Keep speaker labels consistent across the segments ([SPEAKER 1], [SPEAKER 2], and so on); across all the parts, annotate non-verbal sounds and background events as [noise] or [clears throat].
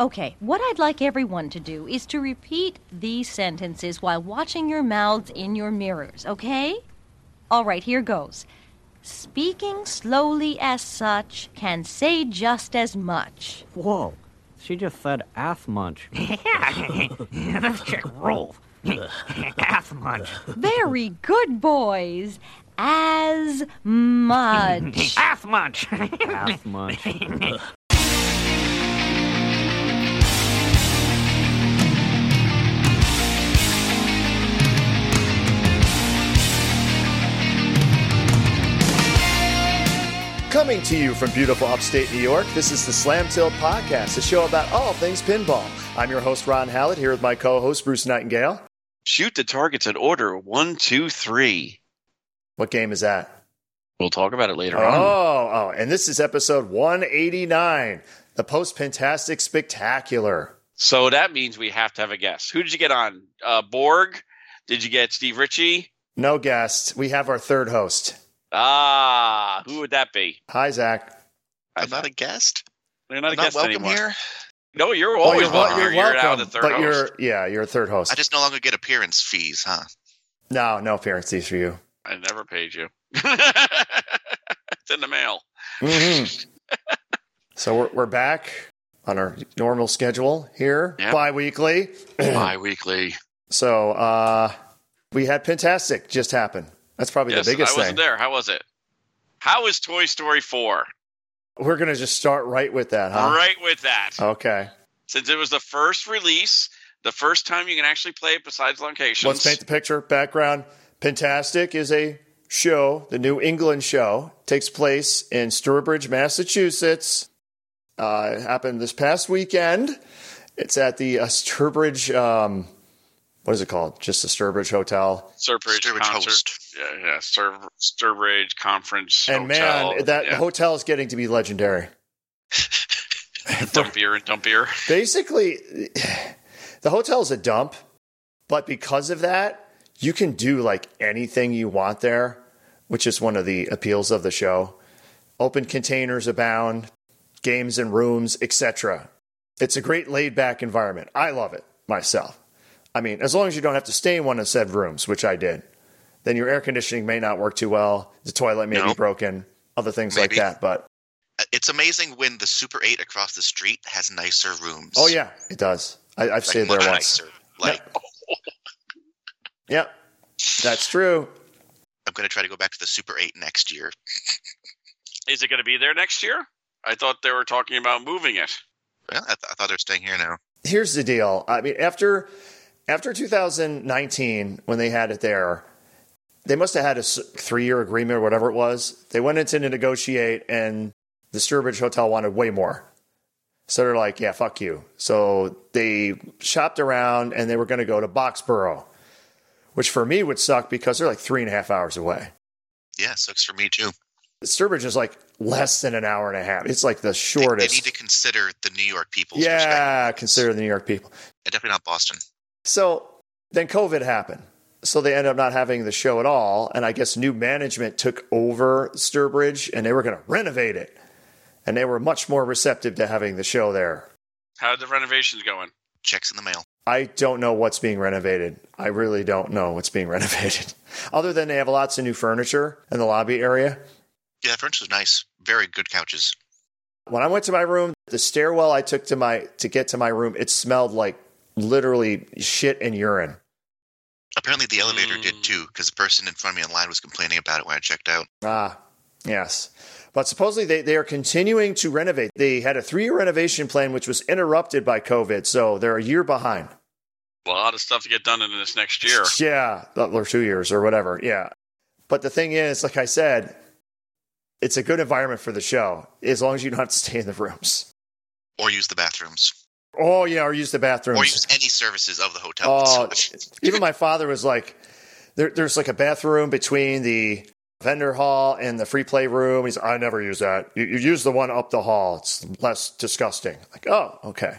[SPEAKER 1] Okay, what I'd like everyone to do is to repeat these sentences while watching your mouths in your mirrors, okay? All right, here goes. Speaking slowly as such can say just as much.
[SPEAKER 2] Whoa. She just said ass munch.
[SPEAKER 3] Yeah, this chick rules. Ass munch.
[SPEAKER 1] Very good, boys. As much.
[SPEAKER 3] Ass munch.
[SPEAKER 2] Ass munch.
[SPEAKER 4] Coming to you from beautiful upstate New York, this is the Slam Tilt Podcast, a show about all things pinball. I'm your host, Ron Hallett, here with my co host, Bruce Nightingale.
[SPEAKER 5] Shoot the targets in order one, two, three.
[SPEAKER 4] What game is that?
[SPEAKER 5] We'll talk about it later on.
[SPEAKER 4] Oh, oh, and this is episode 189, the post Pentastic Spectacular.
[SPEAKER 5] So that means we have to have a guess. Who did you get on? Uh, Borg? Did you get Steve Ritchie?
[SPEAKER 4] No guest. We have our third host.
[SPEAKER 5] Ah, who would that be?
[SPEAKER 4] Hi, Zach.
[SPEAKER 5] I
[SPEAKER 6] I'm not a guest.
[SPEAKER 5] They're not a
[SPEAKER 6] I'm not
[SPEAKER 5] guest
[SPEAKER 6] welcome
[SPEAKER 5] anymore.
[SPEAKER 6] here.
[SPEAKER 5] No, you're always
[SPEAKER 4] wel-
[SPEAKER 5] welcome. You're, out of the third
[SPEAKER 4] but
[SPEAKER 5] host.
[SPEAKER 4] you're yeah, you're a third host.
[SPEAKER 6] I just no longer get appearance fees, huh?
[SPEAKER 4] no, no appearances for you.
[SPEAKER 5] I never paid you. [laughs] it's in the mail.
[SPEAKER 4] [clears throat] hmm
[SPEAKER 5] [laughs]
[SPEAKER 4] so we're we're back on our normal schedule here,
[SPEAKER 5] Yeah.
[SPEAKER 4] bi-weekly.
[SPEAKER 5] Bi-weekly.
[SPEAKER 4] So uh, we had Pentastic just happen. That's probably
[SPEAKER 5] Yes,
[SPEAKER 4] the biggest
[SPEAKER 5] I wasn't
[SPEAKER 4] thing.
[SPEAKER 5] there. How was it? How is Toy Story 4?
[SPEAKER 4] We're gonna just start right with that, huh? Oh,
[SPEAKER 5] Right with that.
[SPEAKER 4] Okay.
[SPEAKER 5] Since it was the first release, the first time you can actually play it besides locations.
[SPEAKER 4] Let's paint the picture. Background: Pentastic is a show, the New England show, takes place in Sturbridge, Massachusetts. Uh, it happened this past weekend. It's at the uh, Sturbridge. Um, what is it called? Just the Sturbridge Hotel.
[SPEAKER 5] Sturbridge,
[SPEAKER 6] Sturbridge
[SPEAKER 5] concert.
[SPEAKER 6] host.
[SPEAKER 5] Yeah, yeah. Stur- Sturbridge conference.
[SPEAKER 4] And
[SPEAKER 5] hotel.
[SPEAKER 4] man, that
[SPEAKER 5] yeah. [laughs]
[SPEAKER 4] hotel is getting to be legendary.
[SPEAKER 5] dumpier and dumpier.
[SPEAKER 4] basically the hotel is a dump but because of that you can do like anything you want there which is one of the appeals of the show open containers abound games and rooms etc it's a great laid back environment i love it myself i mean as long as you don't have to stay in one of said rooms which i did then your air conditioning may not work too well the toilet may be
[SPEAKER 6] No.
[SPEAKER 4] broken other things like
[SPEAKER 6] Maybe.
[SPEAKER 4] that but
[SPEAKER 6] Uh, It's amazing when the Super 8 across the street has nicer rooms.
[SPEAKER 4] oh yeah it does I, i've
[SPEAKER 6] Like,
[SPEAKER 4] stayed there
[SPEAKER 6] much
[SPEAKER 4] once
[SPEAKER 6] nicer. Like,
[SPEAKER 4] [laughs] yep that's true
[SPEAKER 6] I'm going to try to go back to the Super 8 next year.
[SPEAKER 5] Is it going to be there next year? I thought they were talking about moving it.
[SPEAKER 6] Well, I, th- I thought they were staying here now.
[SPEAKER 4] here's the deal. I mean, after after 2019, when they had it there, they must have had a three year agreement or whatever it was. They went into to negotiate, and the Sturbridge Hotel wanted way more. So they're like, yeah, fuck you. So they shopped around and they were going to go to Boxborough, which for me would suck because they're like three and a half hours away.
[SPEAKER 6] Yeah, sucks for me too.
[SPEAKER 4] Sturbridge is like less than an hour and a half. It's like the
[SPEAKER 6] They,
[SPEAKER 4] shortest.
[SPEAKER 6] they need to consider the New York people's perspective.
[SPEAKER 4] yeah, consider the New York people.
[SPEAKER 6] And definitely not Boston.
[SPEAKER 4] So then COVID happened. So they ended up not having the show at all. And I guess new management took over Sturbridge and they were going to renovate it. And they were much more receptive to having the show there.
[SPEAKER 5] How the renovations going?
[SPEAKER 6] Checks in the mail.
[SPEAKER 4] I don't know what's being renovated. I really don't know what's being [laughs] renovated. Other than they have lots of new furniture in the lobby area.
[SPEAKER 6] Yeah, French was nice. Very good couches.
[SPEAKER 4] When I went to my room, the stairwell I took to my to get to my room, it smelled like literally shit and urine.
[SPEAKER 6] Apparently, the elevator
[SPEAKER 5] Mm.
[SPEAKER 6] did too, because the person in front of me in line was complaining about it when I checked out.
[SPEAKER 4] Ah, yes. But supposedly they, they are continuing to renovate. They had a three year renovation plan, which was interrupted by COVID. So they're a year behind.
[SPEAKER 5] A lot of stuff to get done in this
[SPEAKER 4] [laughs]
[SPEAKER 5] next year.
[SPEAKER 4] Yeah, or two years or whatever. Yeah. But the thing is, like I said, it's a good environment for the show as long as you don't have to stay in the rooms.
[SPEAKER 6] Or use the bathrooms.
[SPEAKER 4] Oh, yeah, or use the bathrooms.
[SPEAKER 6] Or use any services of the hotel. [laughs]
[SPEAKER 4] Oh, even my father was like, there, there's like a bathroom between the vendor hall and the free play room. He's, I never use that. You, you use the one up the hall. It's less disgusting. Like, oh, okay.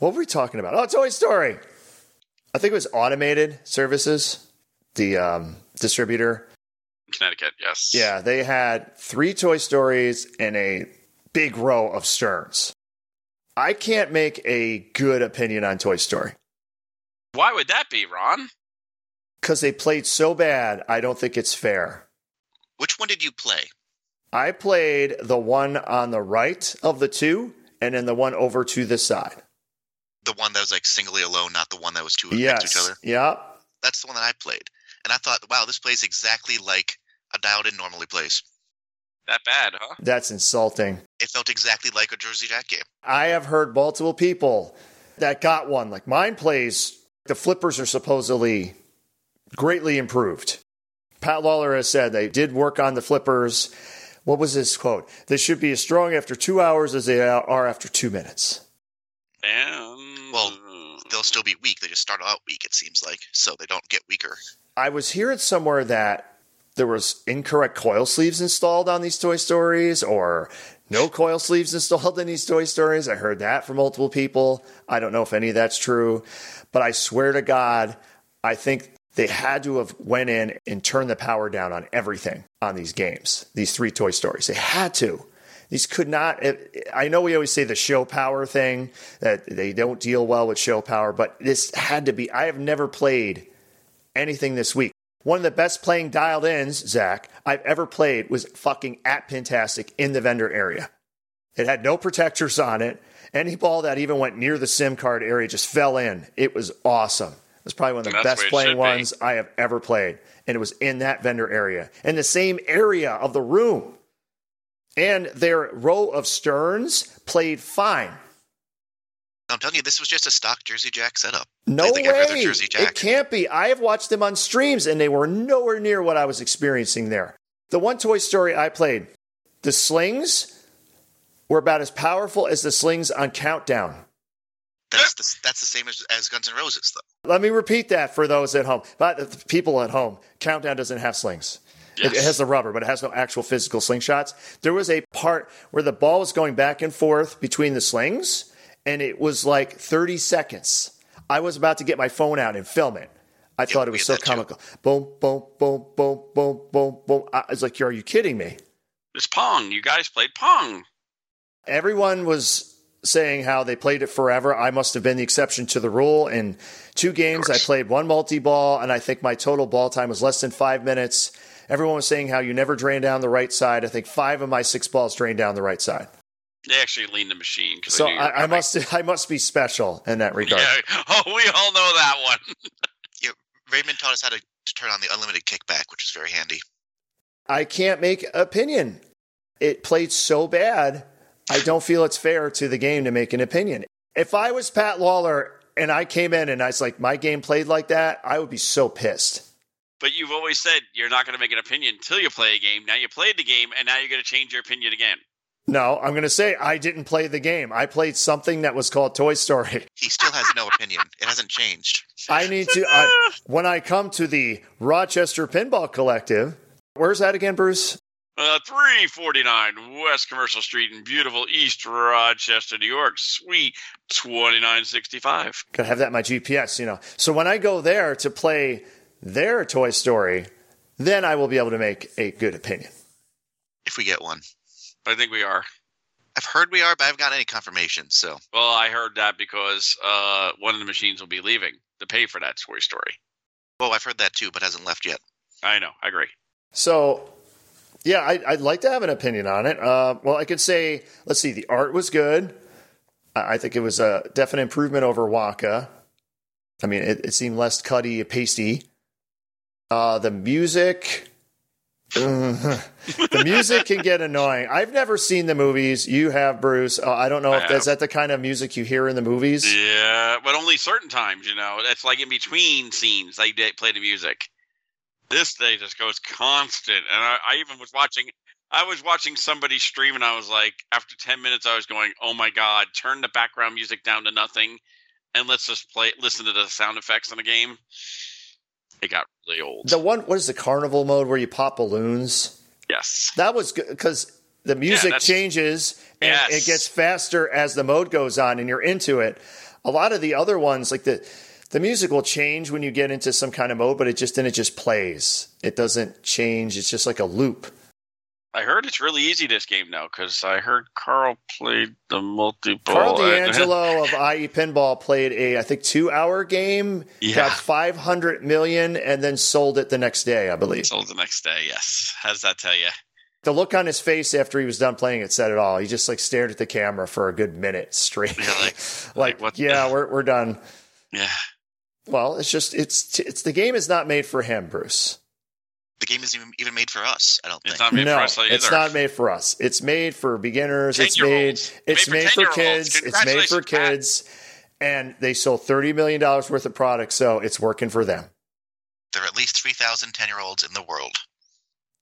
[SPEAKER 4] What were we talking about? Oh, Toy Story. I think it was automated services. The um, distributor.
[SPEAKER 5] Connecticut, yes.
[SPEAKER 4] Yeah, they had three Toy Stories and a big row of Sterns. I can't make a good opinion on Toy Story
[SPEAKER 5] Why would that be, Ron?
[SPEAKER 4] because they played so bad. I don't think it's fair.
[SPEAKER 6] Which one did you play?
[SPEAKER 4] I played the one on the right of the two, and then the one over to the side.
[SPEAKER 6] The one that was like singly alone, not the one that was two next to each
[SPEAKER 4] Yes.
[SPEAKER 6] other.
[SPEAKER 4] Yep.
[SPEAKER 6] That's the one that I played, and I thought, wow, this plays exactly like a dialed in normally plays.
[SPEAKER 5] That bad, huh?
[SPEAKER 4] That's insulting.
[SPEAKER 6] It felt exactly like a Jersey Jack game.
[SPEAKER 4] I have heard multiple people that got one. Like mine plays, the flippers are supposedly greatly improved. Pat Lawler has said they did work on the flippers. What was his quote? They should be as strong after two hours as they are after two minutes.
[SPEAKER 5] Um,
[SPEAKER 6] Well, They'll still be weak. They just start out weak. It seems like so they don't get weaker.
[SPEAKER 4] I was hearing somewhere that there was incorrect coil sleeves installed on these Toy Stories or no coil sleeves installed in these Toy Stories. I heard that from multiple people. I don't know if any of that's true, but I swear to God, I think they had to have went in and turned the power down on everything on these games, these three Toy Stories. They had to. These could not. it- I know we always say the show power thing that they don't deal well with show power, but this had to be. I have never played anything this week. One of the best playing dialed ins, Zach, I've ever played was fucking at Pentastic in the vendor area. It had no protectors on it. Any ball that even went near the SIM card area just fell in. It was awesome. It was probably one of the
[SPEAKER 5] That's
[SPEAKER 4] best
[SPEAKER 5] where it
[SPEAKER 4] playing
[SPEAKER 5] should be.
[SPEAKER 4] ones I have ever played. And it was in that vendor area, in the same area of the room. And their row of sterns played fine.
[SPEAKER 6] I'm telling you, this was just a stock Jersey Jack setup.
[SPEAKER 4] No
[SPEAKER 6] I think I've
[SPEAKER 4] way.
[SPEAKER 6] read their Jersey
[SPEAKER 4] it
[SPEAKER 6] Jack.
[SPEAKER 4] can't be. I have watched them on streams and they were nowhere near what I was experiencing there. The one Toy Story I played, the slings were about as powerful as the slings on Countdown.
[SPEAKER 6] That's the, that's the same as, as Guns N' Roses, though.
[SPEAKER 4] Let me repeat that for those at home. But the people at home, Countdown doesn't have slings. It- It has the rubber, but it has no actual physical slingshots. There was a part where the ball was going back and forth between the slings, and it was like 30 seconds. I was about to get my phone out and film it. I thought it
[SPEAKER 6] we
[SPEAKER 4] was
[SPEAKER 6] had
[SPEAKER 4] so
[SPEAKER 6] that too.
[SPEAKER 4] comical. Boom, boom, boom, boom, boom, boom, boom. I was like, are you kidding me?
[SPEAKER 5] It's Pong. You guys played Pong.
[SPEAKER 4] everyone was saying how they played it forever. I must have been the exception to the rule. In two games, I played one multi ball, and I think my total ball time was less than five minutes. Everyone was saying how you never drain down the right side. I think five of my six balls drained down the right side.
[SPEAKER 5] They actually leaned the machine. 'cause
[SPEAKER 4] So
[SPEAKER 5] they knew you were
[SPEAKER 4] I, I
[SPEAKER 5] coming.
[SPEAKER 4] must [laughs] I must be special in that regard.
[SPEAKER 5] Yeah. [laughs] Oh, we all know that one. [laughs]
[SPEAKER 6] Raymond taught us how to, to turn on the unlimited kickback, which is very handy.
[SPEAKER 4] I can't make opinion. It played so bad. I don't feel it's fair to the game to make an opinion. If I was Pat Lawler and I came in and I was like, my game played like that, I would be so pissed.
[SPEAKER 5] But you've always said you're not going to make an opinion until you play a game. Now you played the game, and now you're going to change your opinion again.
[SPEAKER 4] No, I'm going to say I didn't play the game. I played something that was called Toy Story.
[SPEAKER 6] He still has no opinion. It hasn't changed.
[SPEAKER 4] I need to. I, when I come to the Rochester Pinball Collective, where's that again, Bruce?
[SPEAKER 5] Uh, 349 West Commercial Street in beautiful East Rochester, New York, Suite 2965.
[SPEAKER 4] Gotta have that in my GPS, you know. So when I go there to play their Toy Story, then I will be able to make a good opinion.
[SPEAKER 6] If we get one,
[SPEAKER 5] I think we are.
[SPEAKER 6] I've heard we are, but I haven't gotten any confirmation. So
[SPEAKER 5] Well, I heard that because uh, one of the machines will be leaving to pay for that story story.
[SPEAKER 6] Well, I've heard that too, but hasn't left yet.
[SPEAKER 5] I know. I agree.
[SPEAKER 4] So, yeah, I, I'd like to have an opinion on it. Uh, well, I could say, let's see, the art was good. I, I think it was a definite improvement over Waka. I mean, it, it seemed less cutty, pasty. Uh, the music. uh, [laughs] the music can get annoying. I've never seen the movies. You have, Bruce. Uh, I don't know if
[SPEAKER 5] I
[SPEAKER 4] that's that the kind of music you hear in the movies.
[SPEAKER 5] Yeah, but only certain times, you know. That's like in between scenes. They, they play the music. This day just goes constant, and I, I even was watching. I was watching somebody stream, and I was like, after ten minutes, I was going, "Oh my god, turn the background music down to nothing, and let's just play, listen to the sound effects in the game." It got really old.
[SPEAKER 4] The one, what is the carnival mode where you pop balloons?
[SPEAKER 5] yes,
[SPEAKER 4] That was good because the music
[SPEAKER 5] that's-
[SPEAKER 4] changes and
[SPEAKER 5] Yes.
[SPEAKER 4] it gets faster as the mode goes on and you're into it. A lot of the other ones, like the the music will change when you get into some kind of mode, but it just then it just plays. It doesn't change. It's just like a loop.
[SPEAKER 5] I heard it's really easy this game now because I heard Carl played the multiple.
[SPEAKER 4] Carl
[SPEAKER 5] [laughs]
[SPEAKER 4] D'Angelo of IE Pinball played a, I think, two hour game,
[SPEAKER 5] Yeah.
[SPEAKER 4] got 500 million, and then sold it the next day, I believe.
[SPEAKER 5] Sold the next day. Yes. How does that tell you?
[SPEAKER 4] The look on his face after he was done playing it said it all. He just like stared at the camera for a good minute straight.
[SPEAKER 5] Yeah, [laughs] like-
[SPEAKER 4] [laughs] like,
[SPEAKER 5] like, what the-
[SPEAKER 4] yeah, we're, we're done.
[SPEAKER 5] Yeah.
[SPEAKER 4] Well, it's just, it's, it's the game is not made for him, Bruce.
[SPEAKER 6] The game isn't even- even made for us. I don't
[SPEAKER 5] It's
[SPEAKER 6] think.
[SPEAKER 5] not made
[SPEAKER 4] no,
[SPEAKER 5] for us either.
[SPEAKER 4] it's not made for us. It's made for beginners. It's made.
[SPEAKER 5] 10-year-olds.
[SPEAKER 4] It's
[SPEAKER 5] Made
[SPEAKER 4] made,
[SPEAKER 5] for
[SPEAKER 4] for,
[SPEAKER 5] 10-year-olds.
[SPEAKER 4] kids. It's made for
[SPEAKER 5] Congratulations, Pat.
[SPEAKER 4] kids, and they sold thirty million dollars worth of products, so it's working for them.
[SPEAKER 6] there are at least 3,000 10 year olds in the world.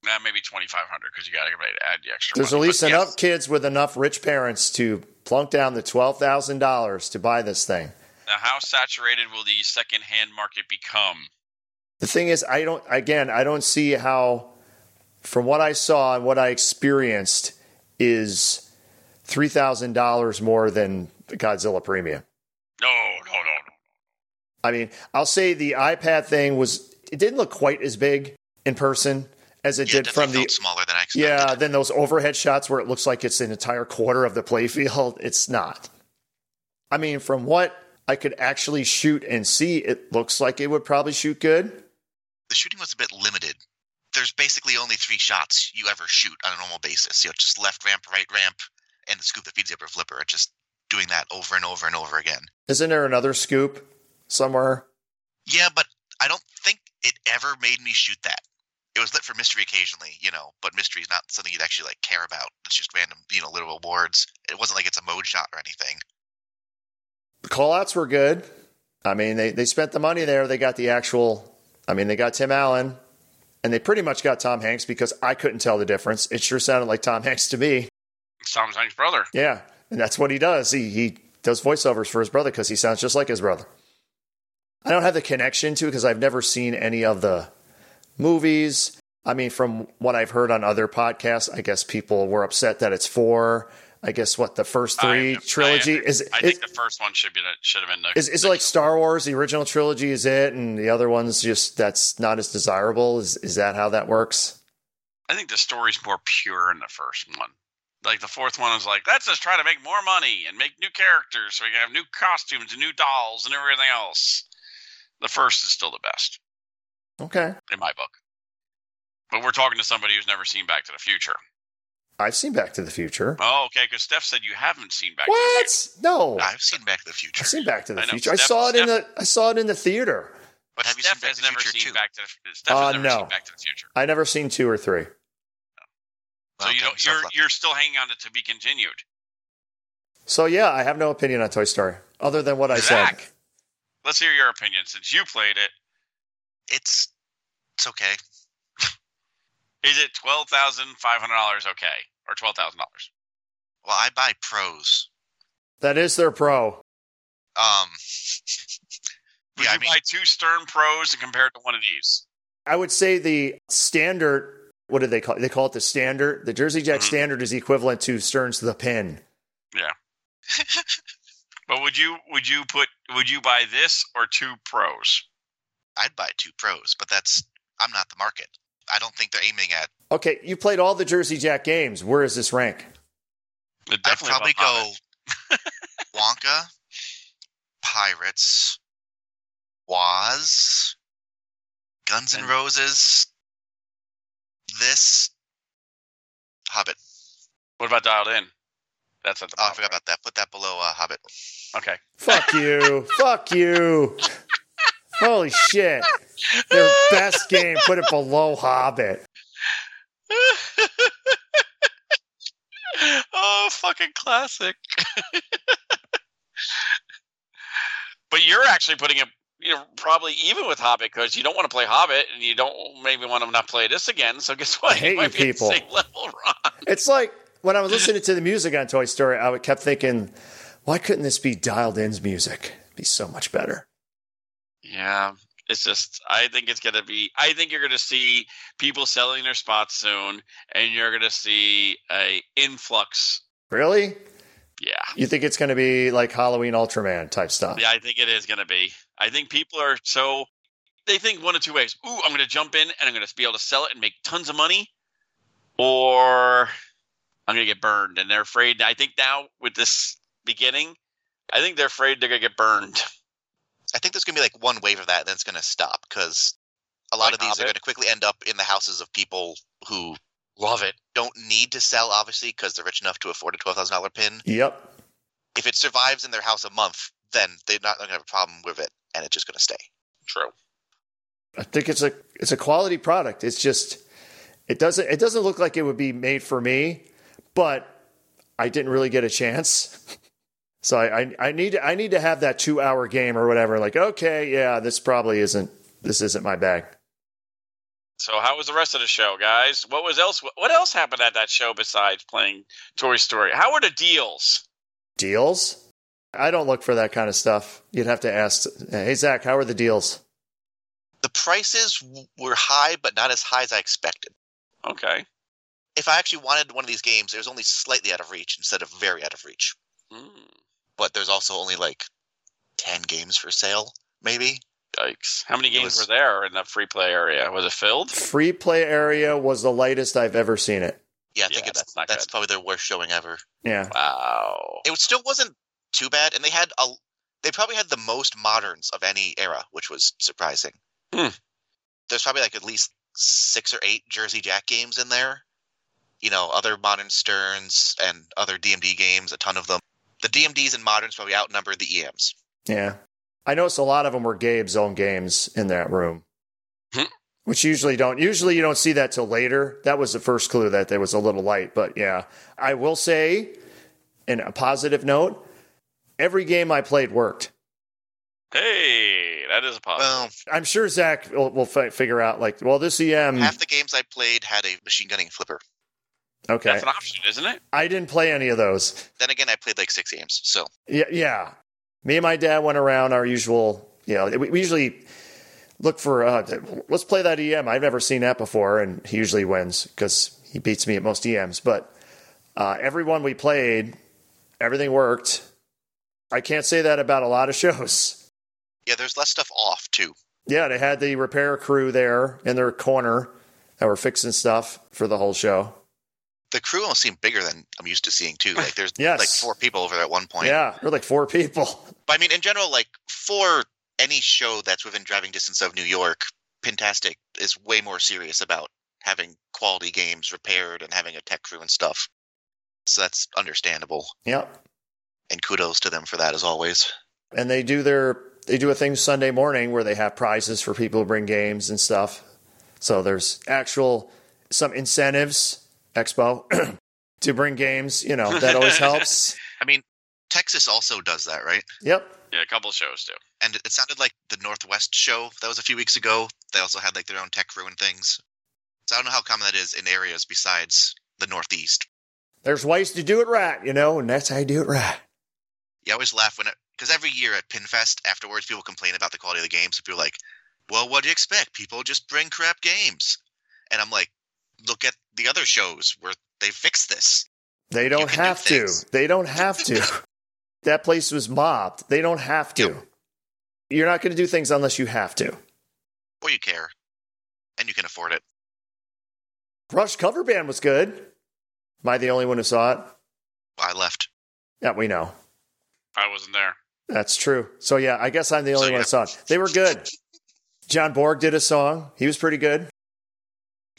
[SPEAKER 5] Nah, maybe twenty five hundred because you got to add the extra.
[SPEAKER 4] There's at
[SPEAKER 5] money,
[SPEAKER 4] least
[SPEAKER 5] but
[SPEAKER 4] enough
[SPEAKER 5] yes,
[SPEAKER 4] kids with enough rich parents to plunk down the twelve thousand dollars to buy this thing.
[SPEAKER 5] Now, how saturated will the second hand market become?
[SPEAKER 4] The thing is, I don't. Again, I don't see how. From what I saw and what I experienced, is three thousand dollars more than Godzilla Premium.
[SPEAKER 5] No, no, no, no.
[SPEAKER 4] I mean, I'll say the iPad thing was it didn't look quite as big in person as it
[SPEAKER 6] yeah,
[SPEAKER 4] did from the
[SPEAKER 6] felt smaller than I expected.
[SPEAKER 4] yeah. Then those overhead shots where it looks like it's an entire quarter of the playfield, [laughs] it's not. I mean, from what I could actually shoot and see, it looks like it would probably shoot good.
[SPEAKER 6] The shooting was a bit limited. There's basically only three shots you ever shoot on a normal basis. You know, just left ramp, right ramp, and the scoop that feeds the upper flipper. Just doing that over and over and over again.
[SPEAKER 4] Isn't there another scoop somewhere?
[SPEAKER 6] Yeah, but I don't think it ever made me shoot that. It was lit for mystery occasionally, you know, but mystery is not something you'd actually like care about. It's just random, you know, little awards. It wasn't like it's a mode shot or anything.
[SPEAKER 4] The callouts were good. I mean, they, they spent the money there. They got the actual, I mean, they got Tim Allen and they pretty much got Tom Hanks because I couldn't tell the difference. It sure sounded like Tom Hanks to me.
[SPEAKER 5] It's Tom Hanks' brother.
[SPEAKER 4] Yeah, and that's what he does. He he does voiceovers for his brother because he sounds just like his brother. I don't have the connection to it because I've never seen any of the movies. I mean, from what I've heard on other podcasts, I guess people were upset that it's four. I guess what the first three
[SPEAKER 5] I- I-
[SPEAKER 4] trilogy is.
[SPEAKER 5] I
[SPEAKER 4] is,
[SPEAKER 5] think the first one should be should have been the.
[SPEAKER 4] is, is it like Star Wars? The original trilogy is it, and the other ones just that's not as desirable. Is is that how that works?
[SPEAKER 5] I think the story's more pure in the first one. Like the fourth one is like, let's just try to make more money and make new characters so we can have new costumes and new dolls and everything else. The first is still the best
[SPEAKER 4] Okay,
[SPEAKER 5] in my book. But we're talking to somebody who's never seen Back to the Future.
[SPEAKER 4] I've seen Back to the Future.
[SPEAKER 5] Oh, okay, because Steph said you haven't seen Back to the Future.
[SPEAKER 4] What? No,
[SPEAKER 6] I've seen Back to the Future.
[SPEAKER 4] I've seen Back to the
[SPEAKER 5] I know.
[SPEAKER 4] Future. I
[SPEAKER 5] Steph-
[SPEAKER 4] saw it in the I saw it in the theater.
[SPEAKER 6] But have you
[SPEAKER 5] Steph
[SPEAKER 6] seen Back
[SPEAKER 5] has
[SPEAKER 6] to the
[SPEAKER 5] never
[SPEAKER 6] Future
[SPEAKER 5] seen
[SPEAKER 6] too?
[SPEAKER 5] Back to the Steph
[SPEAKER 4] Uh,
[SPEAKER 5] has never
[SPEAKER 4] no.
[SPEAKER 5] seen Back to the Future.
[SPEAKER 4] I never seen two or three.
[SPEAKER 5] So you don't, you're you're still hanging on to to be continued.
[SPEAKER 4] So yeah, I have no opinion on Toy Story other than what I said.
[SPEAKER 5] Zach. Let's hear your opinion since you played it.
[SPEAKER 6] It's it's okay.
[SPEAKER 5] Is it twelve thousand five hundred dollars okay or twelve thousand dollars?
[SPEAKER 6] Well, I buy pros.
[SPEAKER 4] That is their pro.
[SPEAKER 6] Um,
[SPEAKER 5] Would
[SPEAKER 6] Yeah,
[SPEAKER 5] you
[SPEAKER 6] I mean-
[SPEAKER 5] buy two Stern Pros and compare it to one of these?
[SPEAKER 4] I would say the standard. What do they call? It? They call it the standard. The Jersey Jack
[SPEAKER 5] Mhm.
[SPEAKER 4] standard is equivalent to Stern's The Pin.
[SPEAKER 6] [laughs]
[SPEAKER 5] But would you would you put would you buy this or two Pros?
[SPEAKER 6] I'd buy two pros, but that's I'm not the market. I don't think they're aiming at.
[SPEAKER 4] Okay, you played all the Jersey Jack games. Where is this rank?
[SPEAKER 5] It'd
[SPEAKER 6] I'd
[SPEAKER 5] definitely
[SPEAKER 6] probably
[SPEAKER 5] bump up
[SPEAKER 6] go Wonka, Pirates, Waz, Guns N'
[SPEAKER 5] And-
[SPEAKER 6] Roses, this Hobbit.
[SPEAKER 5] What about Dialed In? That's at the
[SPEAKER 6] Oh, I
[SPEAKER 5] bottom.
[SPEAKER 6] forgot about that. Put that below uh, Hobbit.
[SPEAKER 5] Okay.
[SPEAKER 4] Fuck you. Fuck you. Holy shit. Their best game. Put it below Hobbit.
[SPEAKER 5] [laughs] oh, fucking classic. [laughs] but you're actually putting it you know, probably even with Hobbit because you don't want to play Hobbit and you don't maybe want to not play this again. So guess what?
[SPEAKER 4] I hate
[SPEAKER 5] You might
[SPEAKER 4] you
[SPEAKER 5] be
[SPEAKER 4] people.
[SPEAKER 5] At the same [laughs] level, Ron.
[SPEAKER 4] It's like when I was listening to the music on Toy Story, I would- kept thinking, why couldn't this be dialed in's music? It'd be so much better.
[SPEAKER 5] Yeah. It's just, I think it's going to be, I think you're going to see people selling their spots soon and you're going to see a influx.
[SPEAKER 4] Really?
[SPEAKER 5] Yeah.
[SPEAKER 4] You think it's going to be like Halloween Ultraman type stuff?
[SPEAKER 5] Yeah, I think it is going to be. I think people are so they think one of two ways. Ooh, I'm going to jump in and I'm going to be able to sell it and make tons of money, or I'm going to get burned. And they're afraid. I think now with this beginning, I think they're afraid they're going to get burned.
[SPEAKER 6] I think there's going to be like one wave of that, and then it's going to stop because a lot
[SPEAKER 5] Like
[SPEAKER 6] of these are
[SPEAKER 5] Hobbit?
[SPEAKER 6] going to quickly end up in the houses of people who love it, don't need to sell, obviously, because they're rich enough to afford a twelve thousand dollar pin.
[SPEAKER 4] Yep.
[SPEAKER 6] If it survives in their house a month, then they're not going to have a problem with it, and it's just going to stay.
[SPEAKER 5] True.
[SPEAKER 4] I think it's a it's a quality product. It's just it doesn't it doesn't look like it would be made for me, but I didn't really get a chance. [laughs] So I, I, I need I need to have that two hour game or whatever. Like okay, yeah, this probably isn't this isn't my bag.
[SPEAKER 5] So how was the rest of the show, guys? What was else? What else happened at that show besides playing Toy Story? How were the deals?
[SPEAKER 4] Deals? I don't look for that kind of stuff. You'd have to ask. Hey Zach, how are the deals?
[SPEAKER 6] The prices w- were high, but not as high as I expected.
[SPEAKER 5] Okay.
[SPEAKER 6] If I actually wanted one of these games, it was only slightly out of reach instead of very out of reach.
[SPEAKER 5] Mm,
[SPEAKER 6] But there's also only like ten games for sale, maybe.
[SPEAKER 5] yikes! How many
[SPEAKER 6] It
[SPEAKER 5] games
[SPEAKER 6] was-
[SPEAKER 5] were there in the free play area? Was it filled?
[SPEAKER 4] Free play area was the lightest I've ever seen it.
[SPEAKER 6] Yeah, I think
[SPEAKER 5] Yeah,
[SPEAKER 6] it's
[SPEAKER 5] that's not
[SPEAKER 6] that's
[SPEAKER 5] good.
[SPEAKER 6] probably their worst showing ever.
[SPEAKER 4] Yeah.
[SPEAKER 5] Wow.
[SPEAKER 6] it still wasn't too bad, and they had a they probably had the most moderns of any era, which was surprising.
[SPEAKER 5] Hmm.
[SPEAKER 6] There's probably like at least six or eight Jersey Jack games in there. You know, other modern Sterns and other DMD games, a ton of them. The DMDs and moderns probably outnumber the E EMs.
[SPEAKER 4] Yeah. I noticed a lot of them were Gabe's own games in that room.
[SPEAKER 5] Hmm.
[SPEAKER 4] Which usually don't usually you don't see that till later. That was the first clue that there was a little light, but yeah. I will say in a positive note, every game I played worked.
[SPEAKER 5] Hey, that is a positive.
[SPEAKER 6] Well,
[SPEAKER 4] I'm sure Zach will, will fi- figure out like, well, this E EM
[SPEAKER 6] half the games I played had a machine gunning flipper.
[SPEAKER 4] okay.
[SPEAKER 5] That's an option, isn't it?
[SPEAKER 4] I didn't play any of those.
[SPEAKER 6] Then again, I played like six games, so
[SPEAKER 4] Yeah, yeah. Me and my dad went around our usual. You know, we, we usually look for uh, let's play that EM. I've never seen that before, and he usually wins because he beats me at most EMs. But uh, everyone we played, everything worked. I can't say that about a lot of [laughs] shows.
[SPEAKER 6] yeah, there's less stuff off too.
[SPEAKER 4] Yeah, they had the repair crew there in their corner that were fixing stuff for the whole show.
[SPEAKER 6] The crew almost seemed bigger than I'm used to seeing too. Like there's
[SPEAKER 4] Yes.
[SPEAKER 6] like four people over there at one point.
[SPEAKER 4] Yeah, there were like four people.
[SPEAKER 6] But I mean, in general, like for any show that's within driving distance of New York, Pentastic is way more serious about having quality games repaired and having a tech crew and stuff. So that's understandable,
[SPEAKER 4] Yep.
[SPEAKER 6] and kudos to them for that as always.
[SPEAKER 4] and they do their they do a thing Sunday morning where they have prizes for people who bring games and stuff. So there's actual some incentives expo [clears throat] to bring games. You know that always helps.
[SPEAKER 6] I mean, Texas also does that, right?
[SPEAKER 4] Yep.
[SPEAKER 5] Yeah, a couple shows do.
[SPEAKER 6] And it sounded like the Northwest show that was a few weeks ago. They also had like their own tech crew and things. So I don't know how common that is in areas besides the Northeast.
[SPEAKER 4] There's ways to do it right, you know, and that's how you do it right.
[SPEAKER 6] you always laugh when it because every year at Pinfest afterwards people complain about the quality of the games. People are like, "Well, what do you expect? People just bring crap games," and I'm like, "Look at the other shows where they fix this."
[SPEAKER 4] They don't
[SPEAKER 6] can do
[SPEAKER 4] have to.
[SPEAKER 6] things.
[SPEAKER 4] They don't have to. that place was mobbed. They don't have to. You're not going to do things unless you have to.
[SPEAKER 6] Or you care, and you can afford it.
[SPEAKER 4] Rush cover band was good. Am I the only one who saw it?
[SPEAKER 6] Well, I left.
[SPEAKER 4] Yeah, we know.
[SPEAKER 5] I wasn't there.
[SPEAKER 4] That's true. So yeah, I guess I'm the only
[SPEAKER 6] So,
[SPEAKER 4] one
[SPEAKER 6] yeah.
[SPEAKER 4] that saw it. They were good. John Borg did a song. He was pretty good.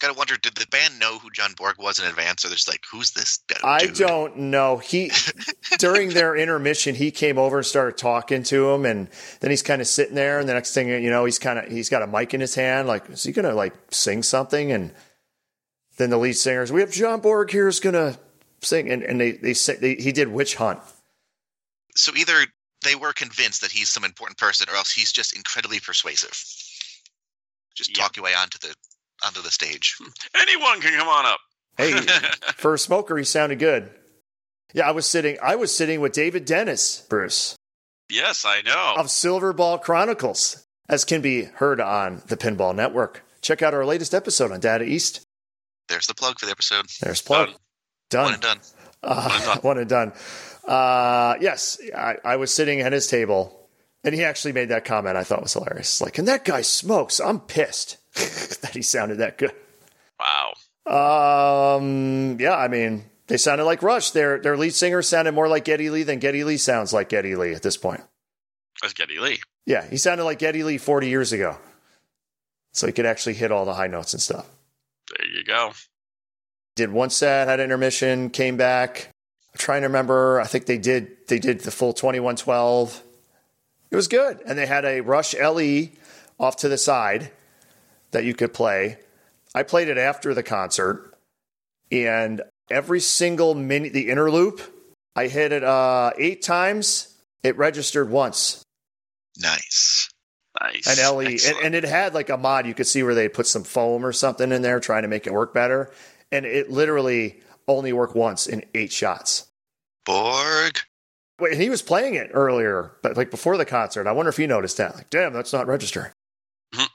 [SPEAKER 6] Gotta wonder, did the band know who John Borg was in advance, or they're just like, "Who's this?" d-
[SPEAKER 4] I
[SPEAKER 6] dude?"
[SPEAKER 4] don't know. He during their intermission, he came over and started talking to him, and then he's kind of sitting there. And the next thing you know, he's kind of he's got a mic in his hand. Like, is he gonna like sing something? And then the lead singers, we have John Borg here is gonna sing, and and they they, sa- they he did Witch Hunt.
[SPEAKER 6] So either they were convinced that he's some important person, or else he's just incredibly persuasive. Just
[SPEAKER 5] Yeah.
[SPEAKER 6] talk your way onto the onto the stage.
[SPEAKER 5] Anyone can come on up.
[SPEAKER 6] [laughs]
[SPEAKER 4] Hey, for a smoker, he sounded good. Yeah, I was sitting. I was sitting with David Dennis, Bruce.
[SPEAKER 5] yes, I know.
[SPEAKER 4] of Silver Ball Chronicles, as can be heard on the Pinball Network. Check out our latest episode on Data East.
[SPEAKER 6] There's the plug for the episode.
[SPEAKER 4] There's plug.
[SPEAKER 5] Done.
[SPEAKER 4] Done.
[SPEAKER 6] One and done.
[SPEAKER 4] Uh, [laughs] one and done. Uh, yes, I, I was sitting at his table, and he actually made that comment I thought was [laughs] hilarious. Like, and that guy smokes. I'm pissed that he sounded that good.
[SPEAKER 5] wow.
[SPEAKER 4] Um, yeah, I mean, they sounded like Rush. Their their lead singer sounded more like Geddy Lee than Geddy Lee sounds like Geddy Lee at this point.
[SPEAKER 5] That's Geddy Lee.
[SPEAKER 4] Yeah, he sounded like Geddy Lee 40 years ago. So he could actually hit all the high notes and stuff.
[SPEAKER 5] There you go.
[SPEAKER 4] Did one set, had intermission, came back. I'm trying to remember. I think they did they did the full 2112. It was good. And they had a Rush LE off to the side that you could play. I played it after the concert, and every single mini the inner loop, I hit it uh, eight times. It registered once
[SPEAKER 6] Nice.
[SPEAKER 5] Nice.
[SPEAKER 4] an LE, and,
[SPEAKER 5] Excellent.
[SPEAKER 4] and it had like a mod. You could see where they put some foam or something in there, trying to make it work better. And it literally only worked once in eight shots.
[SPEAKER 6] Borg.
[SPEAKER 4] Wait, and he was playing it earlier, but like before the concert. I wonder if he noticed that. Like, damn, that's not register.
[SPEAKER 5] Mhm.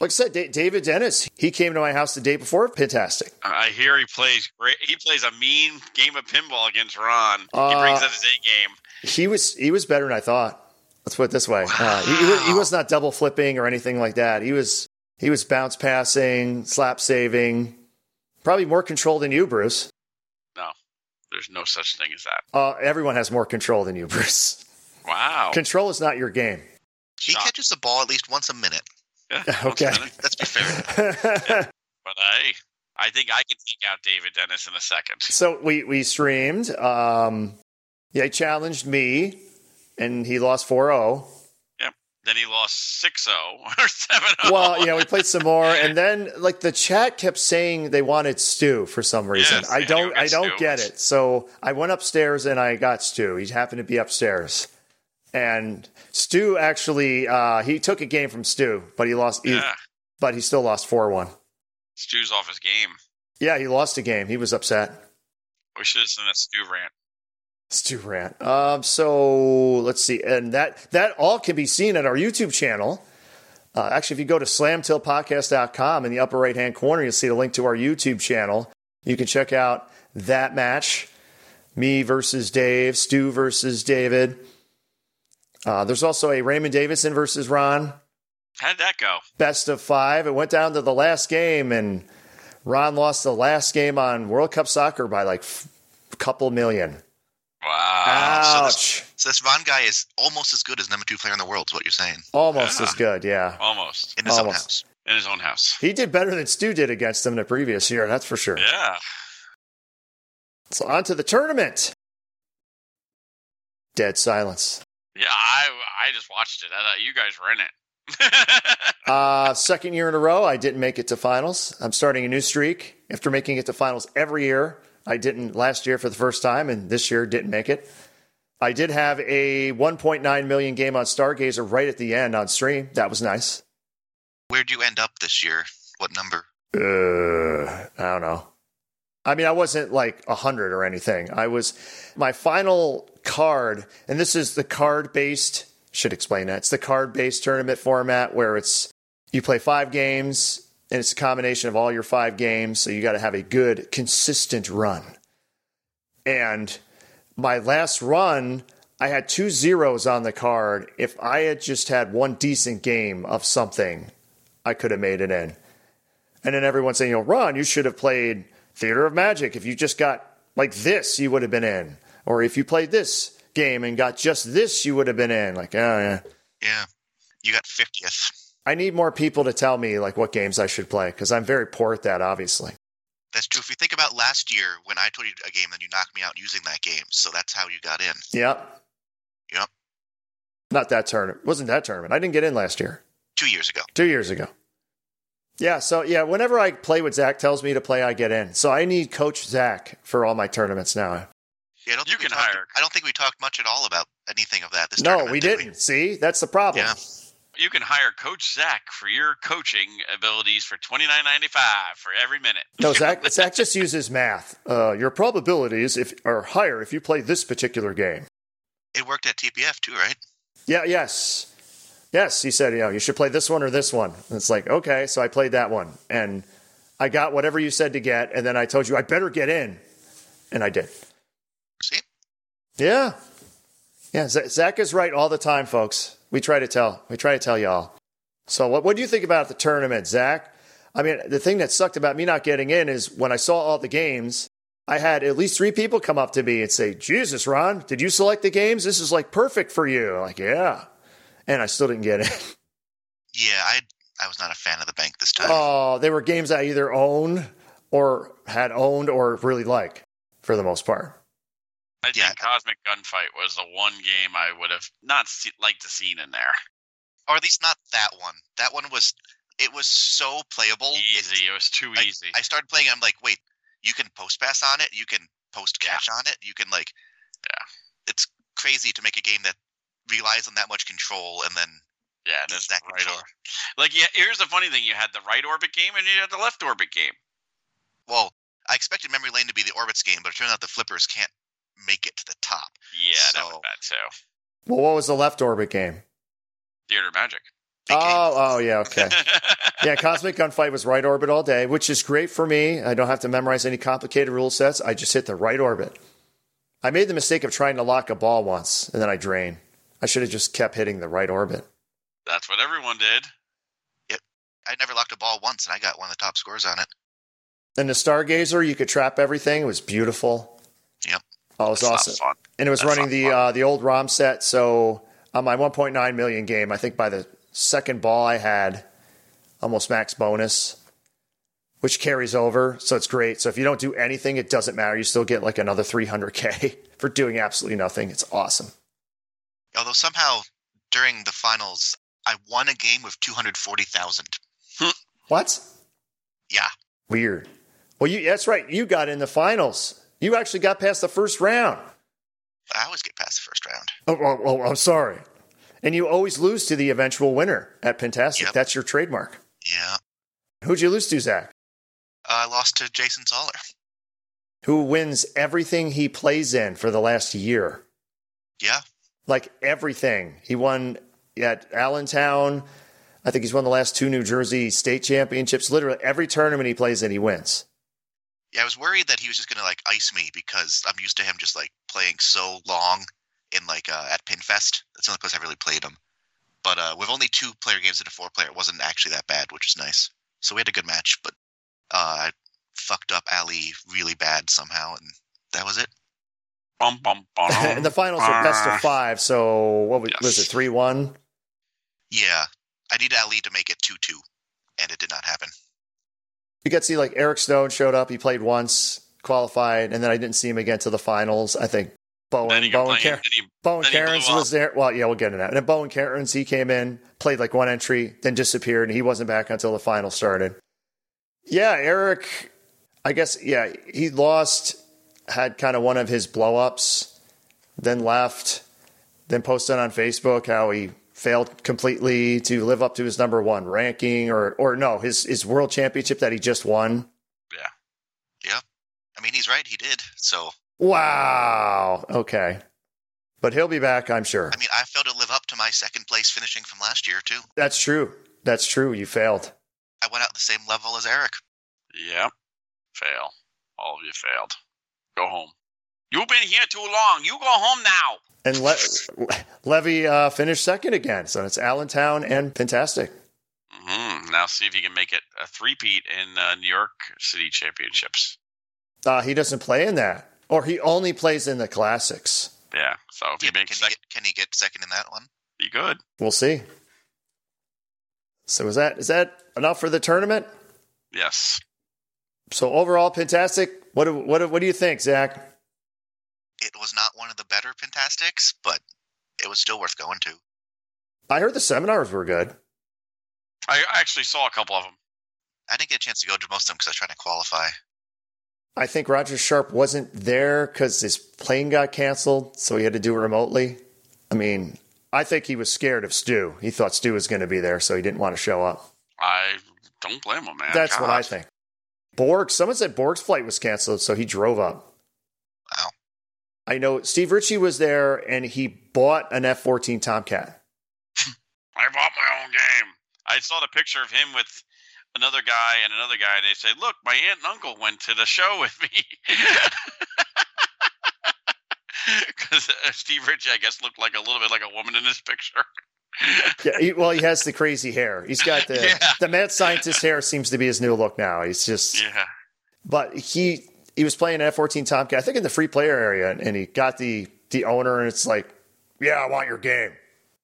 [SPEAKER 4] Like I said, Da- David Dennis, he came to my house the day before Fantastic.
[SPEAKER 5] I hear he plays great. He plays a mean game of pinball against Ron. he brings
[SPEAKER 4] Uh,
[SPEAKER 5] out his A game.
[SPEAKER 4] He was he was better than I thought. Let's put it this way: uh, he, he, was, he was not double flipping or anything like that. He was he was bounce passing, slap saving, probably more control than you, Bruce.
[SPEAKER 5] No, there's no such thing as that.
[SPEAKER 4] Uh, everyone has more control than you, [laughs] Bruce.
[SPEAKER 5] Wow.
[SPEAKER 4] Control is not your game.
[SPEAKER 6] He
[SPEAKER 5] Shot.
[SPEAKER 6] catches the ball at least once a minute.
[SPEAKER 5] Yeah,
[SPEAKER 4] [laughs] Okay.
[SPEAKER 5] that's kinda-
[SPEAKER 6] Let's be fair.
[SPEAKER 5] But hey, I think I can take out David Dennis in a second.
[SPEAKER 4] so we we streamed. Um, yeah, he challenged me, and he lost oh. 4-0.
[SPEAKER 5] Then he lost 6 0 [laughs] or oh. 7 0.
[SPEAKER 4] Well, yeah, we played some more, and then like the chat kept saying they wanted stew for some reason.
[SPEAKER 5] Yes,
[SPEAKER 4] I
[SPEAKER 5] they
[SPEAKER 4] don't,
[SPEAKER 5] do
[SPEAKER 4] I
[SPEAKER 5] get
[SPEAKER 4] don't
[SPEAKER 5] stew.
[SPEAKER 4] get it. So I went upstairs and I got stew. He happened to be upstairs, and Stu actually uh, he took a game from Stu, but he lost. He,
[SPEAKER 5] yeah.
[SPEAKER 4] but he still lost four one.
[SPEAKER 5] Stu's off his game.
[SPEAKER 4] Yeah, he lost a game. He was upset.
[SPEAKER 5] We should have sent a Stu rant.
[SPEAKER 4] Stu rant. Um, so let's see, and that that all can be seen at our YouTube channel. Uh, actually, if you go to slamtailpodcast.com in the upper right hand corner, you'll see the link to our YouTube channel. You can check out that match me versus Dave, Stu versus David. Uh, there's also a Raymond Davidson versus Ron
[SPEAKER 5] How did that go?
[SPEAKER 4] best of five. It went down to the last game, and Ron lost the last game on World Cup soccer by like a couple million.
[SPEAKER 5] Wow.
[SPEAKER 6] Ah, so
[SPEAKER 4] Ouch.
[SPEAKER 6] this- So this Ron guy is almost as good as number two player in the world, is what you're saying.
[SPEAKER 4] Almost
[SPEAKER 5] Yeah.
[SPEAKER 4] as good, yeah.
[SPEAKER 5] Almost.
[SPEAKER 6] In his own
[SPEAKER 4] Almost.
[SPEAKER 6] house.
[SPEAKER 5] In his own house.
[SPEAKER 4] He did better than Stu did against him the previous year, that's for sure.
[SPEAKER 5] Yeah.
[SPEAKER 4] So on to the tournament. Dead silence.
[SPEAKER 5] Yeah, I I just watched it. I thought you guys were in it. [laughs]
[SPEAKER 4] Uh, second year in a row, I didn't make it to finals. I'm starting a new streak after making it to finals every year. I didn't last year for the first time, and this year didn't make it. I did have a 1.9 million game on Stargazer right at the end on stream. That was nice.
[SPEAKER 6] Where'd you end up this year? What number?
[SPEAKER 4] Uh, I don't know. I mean, I wasn't like 100 or anything. I was my final card, and this is the card based, should explain that. It's the card based tournament format where it's you play five games and it's a combination of all your five games. So you got to have a good, consistent run. And my last run, I had two zeros on the card. If I had just had one decent game of something, I could have made it in. And then everyone's saying, you know, Ron, you should have played Theater of Magic. If you just got like this, you would have been in. Or if you played this game and got just this, you would have been in. Like, oh, yeah.
[SPEAKER 6] Yeah. You got 50th.
[SPEAKER 4] I need more people to tell me like what games I should play because I'm very poor at that, obviously.
[SPEAKER 6] That's true. If you think about last year when I told you a game, then you knocked me out using that game. So that's how you got in.
[SPEAKER 4] Yep.
[SPEAKER 6] Yep.
[SPEAKER 4] Not that tournament. Wasn't that tournament. I didn't get in last year.
[SPEAKER 6] Two years ago.
[SPEAKER 4] two years ago. Yeah, so yeah, whenever I play what Zach tells me to play, I get in. So I need Coach Zach for all my tournaments now.
[SPEAKER 6] Yeah, I don't
[SPEAKER 5] You
[SPEAKER 6] think we
[SPEAKER 5] can
[SPEAKER 6] talked-
[SPEAKER 5] hire.
[SPEAKER 6] I don't think we talked much at all about anything of that this
[SPEAKER 4] No,
[SPEAKER 6] tournament,
[SPEAKER 4] we
[SPEAKER 6] did
[SPEAKER 4] didn't. See, that's the problem.
[SPEAKER 6] Yeah.
[SPEAKER 5] you can hire Coach Zach for your coaching abilities for twenty nine ninety five for every minute.
[SPEAKER 4] No, Zach. Zach just uses math. Uh, your probabilities if are higher if you play this particular game.
[SPEAKER 6] It worked at TPF too, right?
[SPEAKER 4] Yeah. Yes. Yes. He said, you know, you should play this one or this one. And it's like, okay. So I played that one, and I got whatever you said to get, and then I told you I better get in, and I did.
[SPEAKER 6] See?
[SPEAKER 4] Yeah. Yeah. Z- Zach is right all the time, folks. We try to tell. We try to tell y'all. So, what, what do you think about the tournament, Zach? I mean, the thing that sucked about me not getting in is when I saw all the games, I had at least three people come up to me and say, Jesus, Ron, did you select the games? This is like perfect for you. I'm like, yeah. And I still didn't get it.
[SPEAKER 6] Yeah, I I was not a fan of the bank this time.
[SPEAKER 4] Oh, they were games I either own or had owned or really like for the most part.
[SPEAKER 5] I think
[SPEAKER 6] Yeah.
[SPEAKER 5] Cosmic Gunfight was the one game I would have not se- liked to seen in there.
[SPEAKER 6] Or at least not that one. That one was it was so playable. It-
[SPEAKER 5] Easy, it was too
[SPEAKER 6] like,
[SPEAKER 5] easy.
[SPEAKER 6] I started playing. I'm like, wait, you can post pass on it. You can post cash on it. You can like,
[SPEAKER 5] Yeah.
[SPEAKER 6] it's crazy to make a game that relies on that much control and then
[SPEAKER 5] yeah, that's
[SPEAKER 6] use that
[SPEAKER 5] right.
[SPEAKER 6] control.
[SPEAKER 5] Or- like, yeah, here's the funny thing: you had the right orbit game and you had the left orbit game.
[SPEAKER 6] Well, I expected Memory Lane to be the orbits game, but it turns out the flippers can't make it to the top.
[SPEAKER 5] Yeah, that was
[SPEAKER 6] So-
[SPEAKER 5] bad too.
[SPEAKER 4] Well, what was the left orbit game?
[SPEAKER 5] Theater Magic. [laughs]
[SPEAKER 6] Big game.
[SPEAKER 4] Oh, oh, yeah, okay. yeah, Cosmic Gunfight was right orbit all day, which is great for me. I don't have to memorize any complicated rule sets. I just hit the right orbit. I made the mistake of trying to lock a ball once, and then I drain. I should have just kept hitting the right orbit.
[SPEAKER 5] that's what everyone did.
[SPEAKER 6] I never locked a ball once, and I got one of the top scores on it.
[SPEAKER 4] And the Stargazer, you could trap everything. It was beautiful.
[SPEAKER 6] Yep.
[SPEAKER 4] Oh, it was
[SPEAKER 5] That's not
[SPEAKER 4] awesome.
[SPEAKER 5] fun.
[SPEAKER 4] And it was
[SPEAKER 5] That's
[SPEAKER 4] running
[SPEAKER 5] not
[SPEAKER 4] the
[SPEAKER 5] fun.
[SPEAKER 4] uh, the old ROM set. So on my 1.9 million game, I think by the second ball I had almost max bonus, which carries over. So it's great. So if you don't do anything, it doesn't matter. You still get like another 300k [laughs] for doing absolutely nothing. It's awesome.
[SPEAKER 6] Although somehow during the finals, I won a game with two hundred forty thousand.
[SPEAKER 4] What?
[SPEAKER 6] Yeah,
[SPEAKER 4] Weird. Well, you that's right. You got in the finals. You actually got past the first round.
[SPEAKER 6] I always get past the first round.
[SPEAKER 4] Oh, oh, oh, I'm sorry. And you always lose to the eventual winner at Pentastic.
[SPEAKER 6] Yep.
[SPEAKER 4] That's your trademark.
[SPEAKER 6] Yeah,
[SPEAKER 4] Who'd you lose to, Zach?
[SPEAKER 6] I lost to Jason Zoller.
[SPEAKER 4] Who wins everything he plays in for the last year?
[SPEAKER 6] Yeah,
[SPEAKER 4] Like everything. He won at Allentown. I think he's won the last two New Jersey state championships. Literally every tournament he plays in, he wins. [laughs]
[SPEAKER 6] Yeah, I was worried that he was just gonna like ice me because I'm used to him just like playing so long in like uh, at Pinfest. That's the only place I really played him. But uh, with only two player games and a four player, it wasn't actually that bad, which is nice. So we had a good match, but uh, I fucked up Ali really bad somehow, and that was it.
[SPEAKER 5] Bum, bum, bum.
[SPEAKER 4] and [laughs] the finals are best of five. So what was,
[SPEAKER 5] Yes.
[SPEAKER 4] was it? Three one.
[SPEAKER 6] Yeah, I needed Ali to make it two two, and it did not happen.
[SPEAKER 4] You got to see like Eric Stone showed up. He played once, qualified, and then I didn't see him again till the finals. I think
[SPEAKER 5] Then
[SPEAKER 4] Bowen,
[SPEAKER 5] you go
[SPEAKER 4] Bowen,
[SPEAKER 5] playing.
[SPEAKER 4] Car-
[SPEAKER 5] Then you,
[SPEAKER 4] Bowen
[SPEAKER 5] Then he blew
[SPEAKER 4] Cairns
[SPEAKER 5] up.
[SPEAKER 4] was there. Well, yeah, we'll get into that. And then Bowen Cairns, he came in, played like one entry, then disappeared, and he wasn't back until the final started. Yeah, Eric, I guess, yeah, he lost, had kind of one of his blow ups, then left, then posted on Facebook how he failed completely to live up to his number one ranking or, or no, his, his world championship that he just won.
[SPEAKER 6] I mean, he's right, he did. So
[SPEAKER 4] Wow. Okay. But he'll be back, I'm sure.
[SPEAKER 6] I mean, I failed to live up to my second place finishing from last year too.
[SPEAKER 4] That's true. That's true. You failed.
[SPEAKER 6] I went out the same level as Eric.
[SPEAKER 5] yep. Fail. All of you failed. Go home. You've been here too long. You go home now.
[SPEAKER 4] And Le- Levy uh, finished second again. So it's Allentown and Fantastic.
[SPEAKER 5] hmm Now see if you can make it a three-peat in uh, New York City Championships.
[SPEAKER 4] Uh, he doesn't play in that, or he only plays in the classics.
[SPEAKER 5] Yeah. So if
[SPEAKER 6] Yeah,
[SPEAKER 5] you
[SPEAKER 6] but
[SPEAKER 5] make
[SPEAKER 6] can,
[SPEAKER 5] second,
[SPEAKER 6] he get, can he get second in that one?
[SPEAKER 5] you good.
[SPEAKER 4] We'll see. So is that is that enough for the tournament?
[SPEAKER 5] Yes.
[SPEAKER 4] So overall, Fantastic. What do, what do, what do you think, Zach?
[SPEAKER 6] it was not one of the better Pentastics, but it was still worth going to.
[SPEAKER 4] I heard the seminars were good.
[SPEAKER 5] I actually saw a couple of them.
[SPEAKER 6] I didn't get a chance to go to most of them because I was trying to qualify.
[SPEAKER 4] I think Roger Sharp wasn't there because his plane got canceled, so he had to do it remotely. I mean, I think he was scared of Stu. He thought Stu was going to be there, so he didn't want to show up.
[SPEAKER 5] I don't blame them, man.
[SPEAKER 4] That's what I
[SPEAKER 5] Oh, God.
[SPEAKER 4] think. Borg, someone said Borg's flight was canceled, so he drove up.
[SPEAKER 6] Wow.
[SPEAKER 4] I know Steve Ritchie was there and he bought an F 14 Tomcat.
[SPEAKER 5] I bought my own game. I saw the picture of him with another guy and another guy. They say, "Look, my aunt and uncle went to the show with me." [laughs] uh,
[SPEAKER 6] [laughs]
[SPEAKER 5] Because Steve Ritchie, I guess, looked like a little bit like a woman in this picture.
[SPEAKER 4] Yeah, he, well, he has the crazy hair. He's got
[SPEAKER 5] [laughs]
[SPEAKER 4] the
[SPEAKER 6] Yeah.
[SPEAKER 4] the mad scientist hair seems to be his new look now. He's just
[SPEAKER 5] Yeah.
[SPEAKER 4] but he he was playing an F14 Tomcat, I think in the free player area, and, and he got the the owner, and it's like, yeah, I want your game.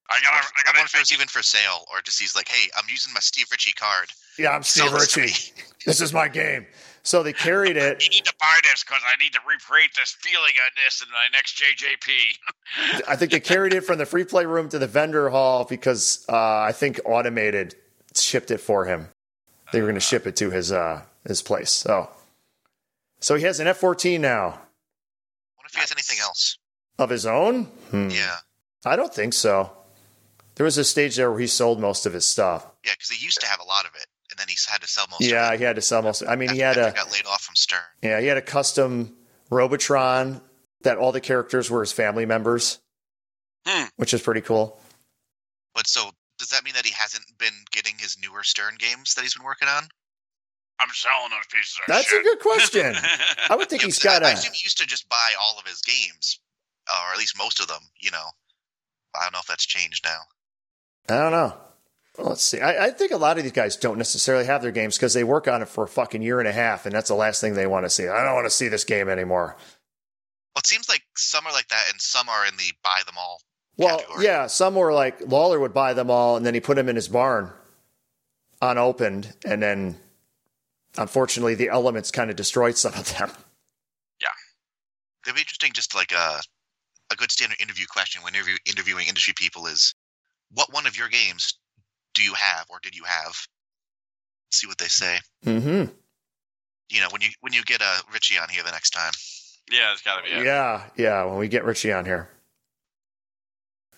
[SPEAKER 5] I got. I
[SPEAKER 6] I
[SPEAKER 5] got.
[SPEAKER 6] wonder if it was even for sale or just he's like, hey, I'm using my Steve Ritchie card.
[SPEAKER 4] Yeah, I'm Steve
[SPEAKER 6] Sell this to
[SPEAKER 4] Ritchie. This is my game. So they carried it.
[SPEAKER 5] You need to buy this because I need to recreate this feeling on this in my next JJP. [laughs]
[SPEAKER 4] I think they carried it from the free play room to the vendor hall because uh, I think automated shipped it for him. They were going to
[SPEAKER 6] Ah.
[SPEAKER 4] ship it to his uh, his place. So, so he has an F14 now
[SPEAKER 6] I wonder if he has anything else.
[SPEAKER 4] of his own. Hmm.
[SPEAKER 6] Yeah.
[SPEAKER 4] I don't think so. There was a stage there where he sold most of his stuff.
[SPEAKER 6] Yeah, because he used to have a lot of it, and then he's had to sell most
[SPEAKER 4] Yeah,
[SPEAKER 6] of it.
[SPEAKER 4] he had to sell most. I mean, he had
[SPEAKER 6] after
[SPEAKER 4] a
[SPEAKER 6] he got laid off from Stern.
[SPEAKER 4] yeah, he had a custom Robotron that all the characters were his family members,
[SPEAKER 5] Hmm.
[SPEAKER 4] which is pretty cool.
[SPEAKER 6] But so does that mean that he hasn't been getting his newer Stern games that he's been working on?
[SPEAKER 5] I'm selling those pieces of
[SPEAKER 4] That's a
[SPEAKER 5] shit.
[SPEAKER 4] good
[SPEAKER 6] [laughs]
[SPEAKER 4] question. I would think
[SPEAKER 6] Yeah,
[SPEAKER 4] he's
[SPEAKER 6] 'cause I-
[SPEAKER 4] got
[SPEAKER 6] I,
[SPEAKER 4] a.
[SPEAKER 6] assume he used to just buy all of his games, uh, or at least most of them. You know, I don't know if that's changed now.
[SPEAKER 4] I don't know. Well, let's see. I, I think a lot of these guys don't necessarily have their games because they work on it for a fucking year and a half, and that's the last thing they want to see. I don't want to see this game anymore.
[SPEAKER 6] Well, it seems like some are like that, and some are in the buy them all.
[SPEAKER 4] Well,
[SPEAKER 6] Category.
[SPEAKER 4] yeah, some were like Lawler would buy them all, and then he put them in his barn, unopened, and then unfortunately the elements kind of destroyed some of them.
[SPEAKER 6] It'd be interesting, just like a a good standard interview question when interview, interviewing industry people is, what one of your games do you have or did you have? See what they say.
[SPEAKER 4] Mm-hmm.
[SPEAKER 6] You know, when you when you get uh, Richie on here the next time.
[SPEAKER 5] Yeah, it's gotta be.
[SPEAKER 4] Yeah.
[SPEAKER 5] It.
[SPEAKER 4] yeah, When we get Richie on here,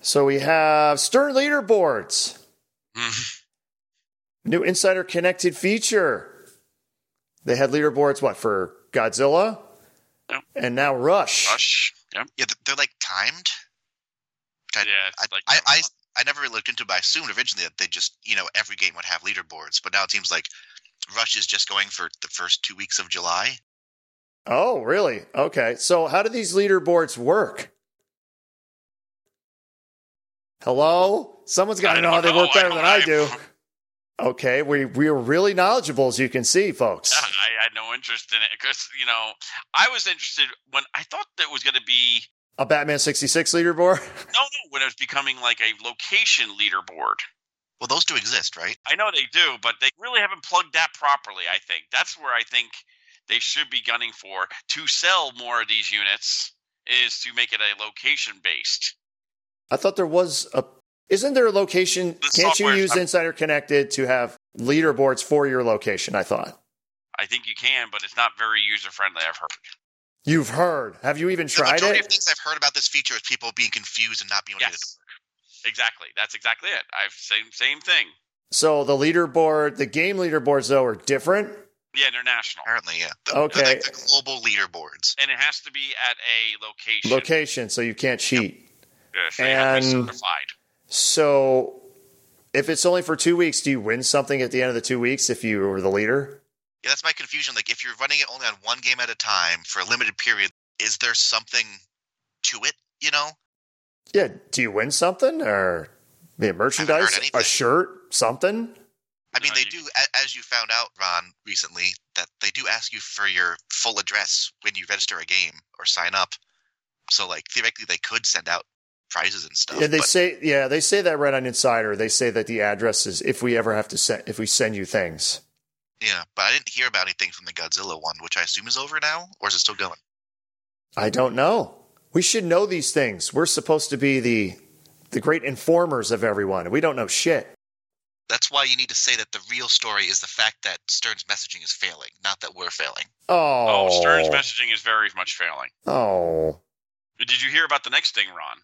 [SPEAKER 4] so we have Stern leaderboards.
[SPEAKER 5] Mm-hmm.
[SPEAKER 4] New Insider Connected feature. They had leaderboards, what, for Godzilla?
[SPEAKER 5] Yeah.
[SPEAKER 4] And now Rush.
[SPEAKER 5] Rush. Yep.
[SPEAKER 6] Yeah, th- they're like timed.
[SPEAKER 5] Yeah.
[SPEAKER 6] I-
[SPEAKER 5] It's like
[SPEAKER 6] I, I I never really looked into it, but I assumed originally that they just you know every game would have leaderboards, but now it seems like Rush is just going for the first two weeks of July.
[SPEAKER 4] Oh, really? Okay. So, how do these leaderboards work? Hello? Someone's got to
[SPEAKER 5] I
[SPEAKER 4] know how they
[SPEAKER 5] don't
[SPEAKER 4] work
[SPEAKER 5] know. I
[SPEAKER 4] better than
[SPEAKER 5] don't-
[SPEAKER 4] I do. Okay. We, we are really knowledgeable, as you can see, folks.
[SPEAKER 5] [laughs] I had no interest in it because you know I was interested when I thought that it was going to be
[SPEAKER 4] A Batman 66 leaderboard? [laughs]
[SPEAKER 5] no, no, when it was becoming like a location leaderboard.
[SPEAKER 6] Well, those do exist, right?
[SPEAKER 5] I know they do, but they really haven't plugged that properly. I think that's where I think they should be gunning for to sell more of these units is to make it a location based.
[SPEAKER 4] I thought there was a. Isn't there a location?
[SPEAKER 5] The
[SPEAKER 4] Can't you
[SPEAKER 5] software's
[SPEAKER 4] use
[SPEAKER 5] not-
[SPEAKER 4] Insider Connected to have leaderboards for your location? I thought.
[SPEAKER 5] I think you can, but it's not very user friendly. I've heard.
[SPEAKER 4] You've heard. Have you even
[SPEAKER 6] the
[SPEAKER 4] tried
[SPEAKER 6] majority of
[SPEAKER 4] it?
[SPEAKER 6] things I've heard about this feature is people being confused and not being able to.
[SPEAKER 5] Yes, exactly. That's exactly it. I've same same thing.
[SPEAKER 4] So the leaderboard, the game leaderboards though are different.
[SPEAKER 5] Yeah, international,
[SPEAKER 6] Apparently, yeah. The,
[SPEAKER 4] Okay.
[SPEAKER 6] Like the global leaderboards.
[SPEAKER 5] and it has to be at a location.
[SPEAKER 4] Location, so you can't cheat.
[SPEAKER 5] Yes, they have to be
[SPEAKER 4] and-
[SPEAKER 5] certified.
[SPEAKER 4] So if it's only for two weeks, do you win something at the end of the two weeks if you were the leader?
[SPEAKER 6] Yeah, that's my confusion. Like, if you're running it only on one game at a time for a limited period, is there something to it? You know,
[SPEAKER 4] Yeah. Do you win something or the merchandise,
[SPEAKER 6] anything.
[SPEAKER 4] a shirt, something?
[SPEAKER 6] I mean,
[SPEAKER 5] No,
[SPEAKER 6] they
[SPEAKER 5] you-
[SPEAKER 6] do, a- as you found out, Ron, recently, that they do ask you for your full address when you register a game or sign up. So, like, theoretically, they could send out prizes and stuff.
[SPEAKER 4] Yeah, they
[SPEAKER 6] but
[SPEAKER 4] say yeah, they say that right on Insider. They say that the address is if we ever have to send if we send you things.
[SPEAKER 6] yeah, but I didn't hear about anything from the Godzilla one, which I assume is over now, or is it still going?
[SPEAKER 4] I don't know. We should know these things. We're supposed to be the the great informers of everyone. We don't know shit.
[SPEAKER 6] That's why you need to say that the real story is the fact that Stern's messaging is failing, not that we're failing.
[SPEAKER 4] Oh,
[SPEAKER 5] Oh, Stern's messaging is very much failing.
[SPEAKER 4] Oh,
[SPEAKER 5] Did you hear about the next thing, Ron?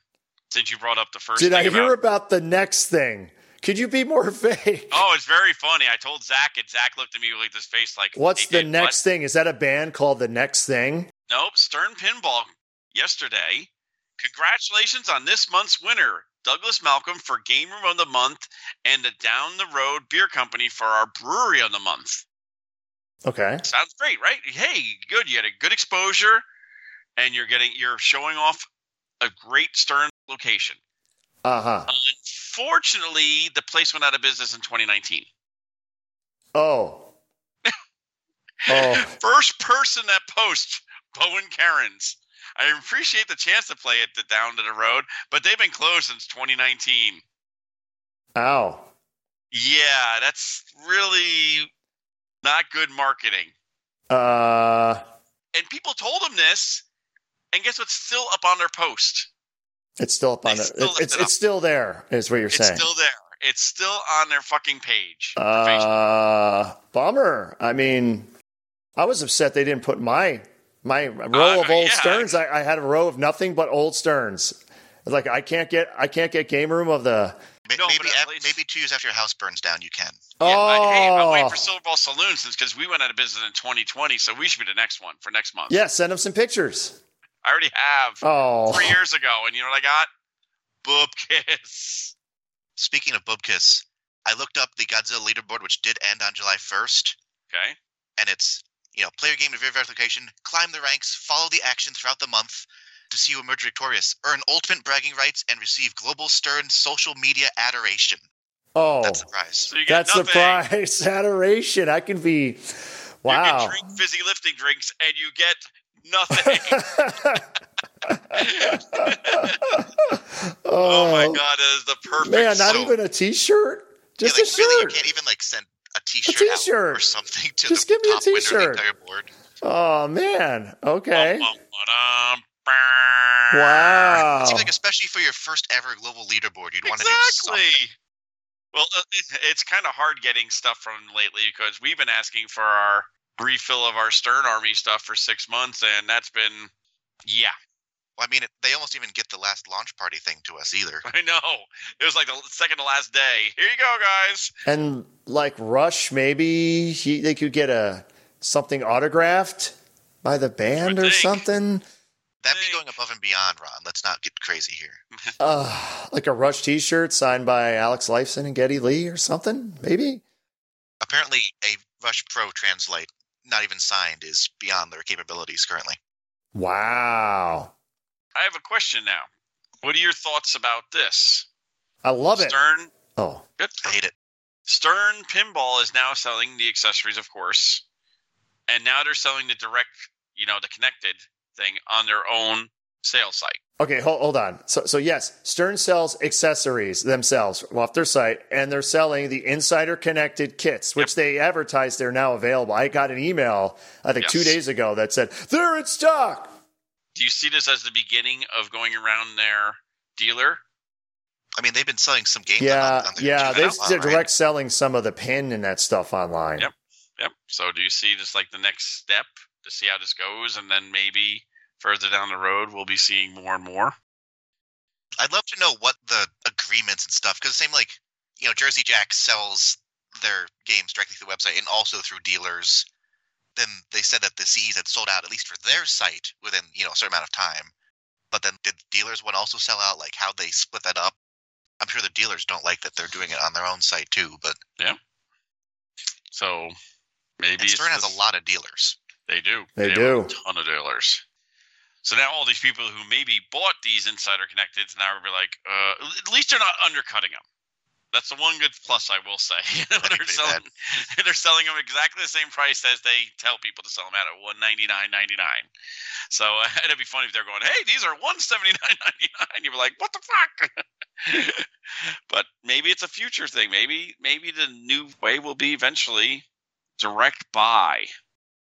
[SPEAKER 5] Since you brought up the first
[SPEAKER 4] did
[SPEAKER 5] thing
[SPEAKER 4] I hear
[SPEAKER 5] about-
[SPEAKER 4] about the next thing? Could you be more [laughs] vague?
[SPEAKER 5] Oh, it's very funny. I told Zach, and Zach looked at me with this face like,
[SPEAKER 4] What's
[SPEAKER 5] "They
[SPEAKER 4] the
[SPEAKER 5] did
[SPEAKER 4] next thing? Is that a band called the Next Thing?
[SPEAKER 5] what?" Nope. Stern Pinball yesterday. Congratulations on this month's winner, Douglas Malcolm for Game Room of the Month and the Down the Road Beer Company for our Brewery of the Month.
[SPEAKER 4] Okay.
[SPEAKER 5] Sounds great, right? Hey, good. You had a good exposure, and you're getting you're showing off a great Stern location.
[SPEAKER 4] Uh huh.
[SPEAKER 5] Unfortunately, the place went out of business in 2019.
[SPEAKER 4] Oh.
[SPEAKER 5] [laughs]
[SPEAKER 4] oh.
[SPEAKER 5] First person that posts Bowen Karens. I appreciate the chance to play it down to the road, but they've been closed since 2019.
[SPEAKER 4] Ow.
[SPEAKER 5] Yeah, that's really not good marketing.
[SPEAKER 4] Uh,
[SPEAKER 5] And people told them this, and guess what's still up on their post?
[SPEAKER 4] it's still up
[SPEAKER 6] They
[SPEAKER 4] on the.
[SPEAKER 6] still
[SPEAKER 4] It's,
[SPEAKER 6] left
[SPEAKER 4] it's,
[SPEAKER 6] it up.
[SPEAKER 4] still there, is what you're
[SPEAKER 5] It's
[SPEAKER 4] saying.
[SPEAKER 5] still there. It's still on their fucking page. for Facebook.
[SPEAKER 4] Uh, bummer. I mean, I was upset they didn't put my my row
[SPEAKER 5] Uh,
[SPEAKER 4] of old
[SPEAKER 5] yeah.
[SPEAKER 4] sterns. I, I had a row of nothing but old sterns. It's Like I can't get I can't get game room of the.
[SPEAKER 6] Ma-
[SPEAKER 5] No,
[SPEAKER 6] maybe
[SPEAKER 5] but at
[SPEAKER 6] af-
[SPEAKER 5] least-
[SPEAKER 6] maybe two years after your house burns down, you can.
[SPEAKER 5] Yeah, I, hey, I'm waiting
[SPEAKER 4] Oh,
[SPEAKER 5] for Silver Ball Saloon since because we went out of business in 2020, so we should be the next one for next month.
[SPEAKER 4] yeah. Send them some pictures.
[SPEAKER 5] I already have
[SPEAKER 4] Oh,
[SPEAKER 5] three years ago, and you know what I got? Boob [laughs] kiss.
[SPEAKER 6] Speaking of Bubkiss, I looked up the Godzilla leaderboard, which did end on July 1st,
[SPEAKER 5] Okay.
[SPEAKER 6] and it's you know player game to viewer verification, climb the ranks, follow the action throughout the month to see you emerge victorious, earn ultimate bragging rights, and receive global stern social media adoration.
[SPEAKER 4] oh,
[SPEAKER 6] That's the prize.
[SPEAKER 5] So you get
[SPEAKER 4] that's the
[SPEAKER 5] nothing.
[SPEAKER 4] prize. [laughs] Adoration. I can be.
[SPEAKER 5] You
[SPEAKER 4] Wow.
[SPEAKER 5] can drink fizzy lifting drinks, and you
[SPEAKER 4] [laughs]
[SPEAKER 5] get nothing. oh my god, that is the perfect.
[SPEAKER 4] man! Not
[SPEAKER 5] so-
[SPEAKER 4] even a T-shirt. Just a
[SPEAKER 6] yeah, like, really, you
[SPEAKER 4] shirt.
[SPEAKER 6] can't even like send a T-shirt, out
[SPEAKER 4] t-shirt.
[SPEAKER 6] or something to
[SPEAKER 4] Just
[SPEAKER 6] the
[SPEAKER 4] give me a
[SPEAKER 6] top winner of the
[SPEAKER 4] t-shirt.
[SPEAKER 6] entire board.
[SPEAKER 4] Oh man. Okay.
[SPEAKER 5] Bum, bum, ba-dum, brrr.
[SPEAKER 4] Wow.
[SPEAKER 6] Seems like especially for your first ever global leaderboard, you'd want to do something.
[SPEAKER 5] Exactly. Well, uh, it- it's kind of hard getting stuff from them lately because we've been asking for our refill of our Stern Army stuff for six months, and that's been, yeah, [laughs]
[SPEAKER 6] Well, I mean, it, they almost even get the last launch party thing to us either.
[SPEAKER 5] I know. It was like the second to last day. Here you go, guys.
[SPEAKER 4] And like Rush, maybe he, they could get a something autographed by the band
[SPEAKER 5] Would
[SPEAKER 4] or
[SPEAKER 5] think. [laughs]
[SPEAKER 4] something,
[SPEAKER 6] That'd be
[SPEAKER 5] Thanks.
[SPEAKER 6] going above and beyond, Ron. Let's not get crazy here.
[SPEAKER 4] uh, like a Rush T-shirt signed by Alex Lifeson and Getty Lee or something, maybe.
[SPEAKER 6] Apparently, a Rush Pro translate, not even signed, is beyond their capabilities currently.
[SPEAKER 4] Wow,
[SPEAKER 5] I have a question now. What are your thoughts about this?
[SPEAKER 4] I love it.
[SPEAKER 5] Stern,
[SPEAKER 4] Oh,
[SPEAKER 5] good.
[SPEAKER 6] I hate it.
[SPEAKER 5] Stern Pinball is now selling the accessories, of course, and now they're selling the direct, you know, the connected thing on their own sales site.
[SPEAKER 4] okay. Hold, hold on. So, so yes, Stern sells accessories themselves off their site, and they're selling the Insider Connected kits, which they advertise they're now available. I got an email I think two
[SPEAKER 5] Yes.
[SPEAKER 4] days ago that said they're in stock.
[SPEAKER 5] Do you see this as the beginning of going around their dealer?
[SPEAKER 6] I mean, they've been selling some games.
[SPEAKER 4] Yeah,
[SPEAKER 6] on, on their
[SPEAKER 4] yeah,
[SPEAKER 6] channel
[SPEAKER 4] they,
[SPEAKER 6] a lot,
[SPEAKER 4] they're
[SPEAKER 6] right?
[SPEAKER 4] direct selling some of the pin and that stuff online.
[SPEAKER 5] Yep. Yep. So do you see this like the next step to see how this goes, and then maybe further down the road we'll be seeing more and more.
[SPEAKER 6] I'd love to know what the agreements and stuff, because same like you know, Jersey Jack sells their games directly through the website and also through dealers. Then they said that the CEs had sold out at least for their site within you know a certain amount of time. But then did dealers one also sell out? Like how they split that up? I'm sure the dealers don't like that they're doing it on their own site too. But
[SPEAKER 5] So maybe
[SPEAKER 6] and
[SPEAKER 5] it's
[SPEAKER 6] Stern has
[SPEAKER 5] this-
[SPEAKER 6] a lot of dealers.
[SPEAKER 5] They do.
[SPEAKER 4] They
[SPEAKER 5] have
[SPEAKER 4] do.
[SPEAKER 5] A ton of dealers. So now all these people who maybe bought these insider connecteds now are gonna be like, uh, at least they're not undercutting them. That's the one good plus I will say. [laughs]
[SPEAKER 6] think
[SPEAKER 5] they're
[SPEAKER 6] they
[SPEAKER 5] selling, [laughs] they're selling them exactly the same price as they tell people to sell them at at one ninety nine ninety nine. So [laughs] uh, it'd be funny if they're going, "Hey, these are one seventy nine ninety nine. You'd be like, "What the fuck?" [laughs] but maybe it's a future thing. Maybe maybe the new way will be eventually direct buy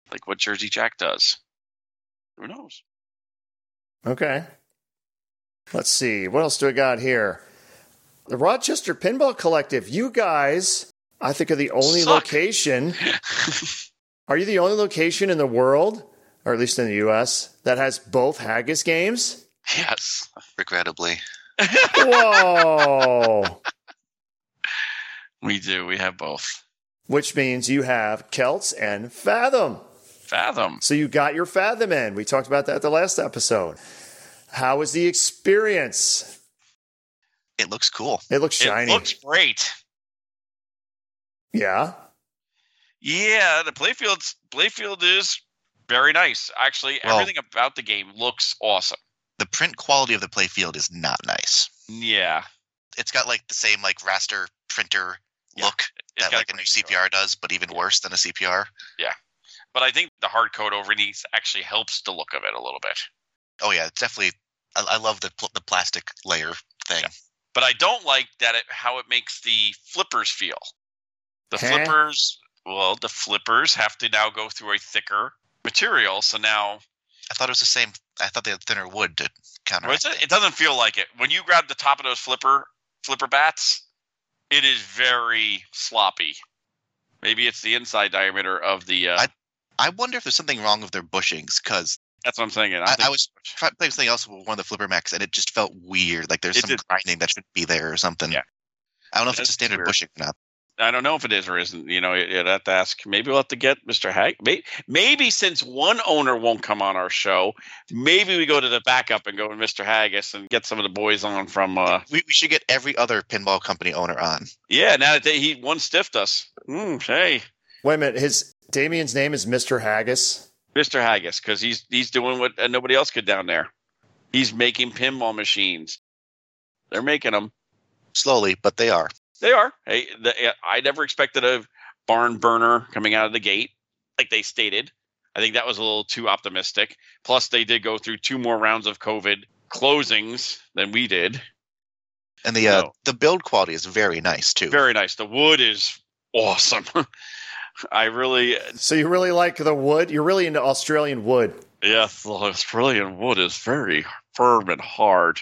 [SPEAKER 5] like what Jersey Jack does. Who knows? [laughs]
[SPEAKER 4] Okay. Let's see. What else do we got here? The Rochester Pinball Collective. You guys, I think, are the only
[SPEAKER 5] Suck.
[SPEAKER 4] location. are you the only location in the world, or at least in the U.S., that has both Haggis
[SPEAKER 5] [laughs]
[SPEAKER 4] games?
[SPEAKER 5] Yes.
[SPEAKER 6] Regrettably,
[SPEAKER 4] Whoa!
[SPEAKER 5] We do. We have both.
[SPEAKER 4] Which means you have Celts and Fathom.
[SPEAKER 5] Fathom.
[SPEAKER 4] So you got your Fathom in. We talked about that the last episode. How was the experience?
[SPEAKER 6] it looks cool.
[SPEAKER 4] It looks shiny.
[SPEAKER 5] It looks great.
[SPEAKER 4] yeah.
[SPEAKER 5] Yeah, the playfield's playfield is very nice. Actually,
[SPEAKER 6] Well-
[SPEAKER 5] everything about the game looks awesome.
[SPEAKER 6] The print quality of the playfield is not nice.
[SPEAKER 5] Yeah.
[SPEAKER 6] it's got like the same like raster printer
[SPEAKER 5] Yeah,
[SPEAKER 6] look
[SPEAKER 5] It's
[SPEAKER 6] that
[SPEAKER 5] got
[SPEAKER 6] like a new
[SPEAKER 5] great
[SPEAKER 6] CPR does, but even worse than a CPR.
[SPEAKER 5] But I think the hard code over these actually helps the look of it a little bit.
[SPEAKER 6] Oh yeah, it's definitely. I, I love the pl- the plastic layer thing.
[SPEAKER 5] But I don't like that it, how it makes the flippers feel. The
[SPEAKER 4] Huh?
[SPEAKER 5] flippers, well, the flippers have to now go through a thicker material. So now,
[SPEAKER 6] I thought it was the same. I thought they had thinner wood to counter.
[SPEAKER 5] well, it's- it doesn't feel like it. When you grab the top of those flipper flipper bats, it is very sloppy. Maybe it's the inside diameter of the. Uh,
[SPEAKER 6] I- I wonder if there's something wrong with their bushings because
[SPEAKER 5] that's what I'm saying. I,
[SPEAKER 6] I,
[SPEAKER 5] think-
[SPEAKER 6] I was trying playing something else with one of the flipper mechs and it just felt weird. Like there's
[SPEAKER 5] It
[SPEAKER 6] some
[SPEAKER 5] did.
[SPEAKER 6] grinding that should be there or something.
[SPEAKER 5] Yeah.
[SPEAKER 6] I don't know if
[SPEAKER 5] It
[SPEAKER 6] it's a
[SPEAKER 5] is
[SPEAKER 6] standard
[SPEAKER 5] weird.
[SPEAKER 6] bushing or not.
[SPEAKER 5] I don't know if it is or isn't. You know, you- you'd have to ask. Maybe we'll have to get Mr. Hag. Maybe, maybe since one owner won't come on our show, maybe we go to the backup and go with Mr. Haggis and get some of the boys on from. uh
[SPEAKER 6] We, we should get every other pinball company owner on.
[SPEAKER 5] Yeah, now that they, he one stiffed us. Mm, hey,
[SPEAKER 4] Wait a minute. His Damien's name is Mr. Haggis.
[SPEAKER 5] Mr. Haggis, because he's he's doing what uh, nobody else could down there. He's making pinball machines. They're making them.
[SPEAKER 6] Slowly, but they are.
[SPEAKER 5] They are. Hey, the, uh, I never expected a barn burner coming out of the gate, like they stated. I think that was a little too optimistic. Plus, they did go through two more rounds of COVID closings than we did.
[SPEAKER 6] And the uh,
[SPEAKER 5] No.
[SPEAKER 6] the build quality is very nice too.
[SPEAKER 5] Very nice. The wood is awesome. [laughs] I really, uh,
[SPEAKER 4] So you really like the wood? You're really into Australian wood.
[SPEAKER 5] yeah, the Australian wood is very firm and hard.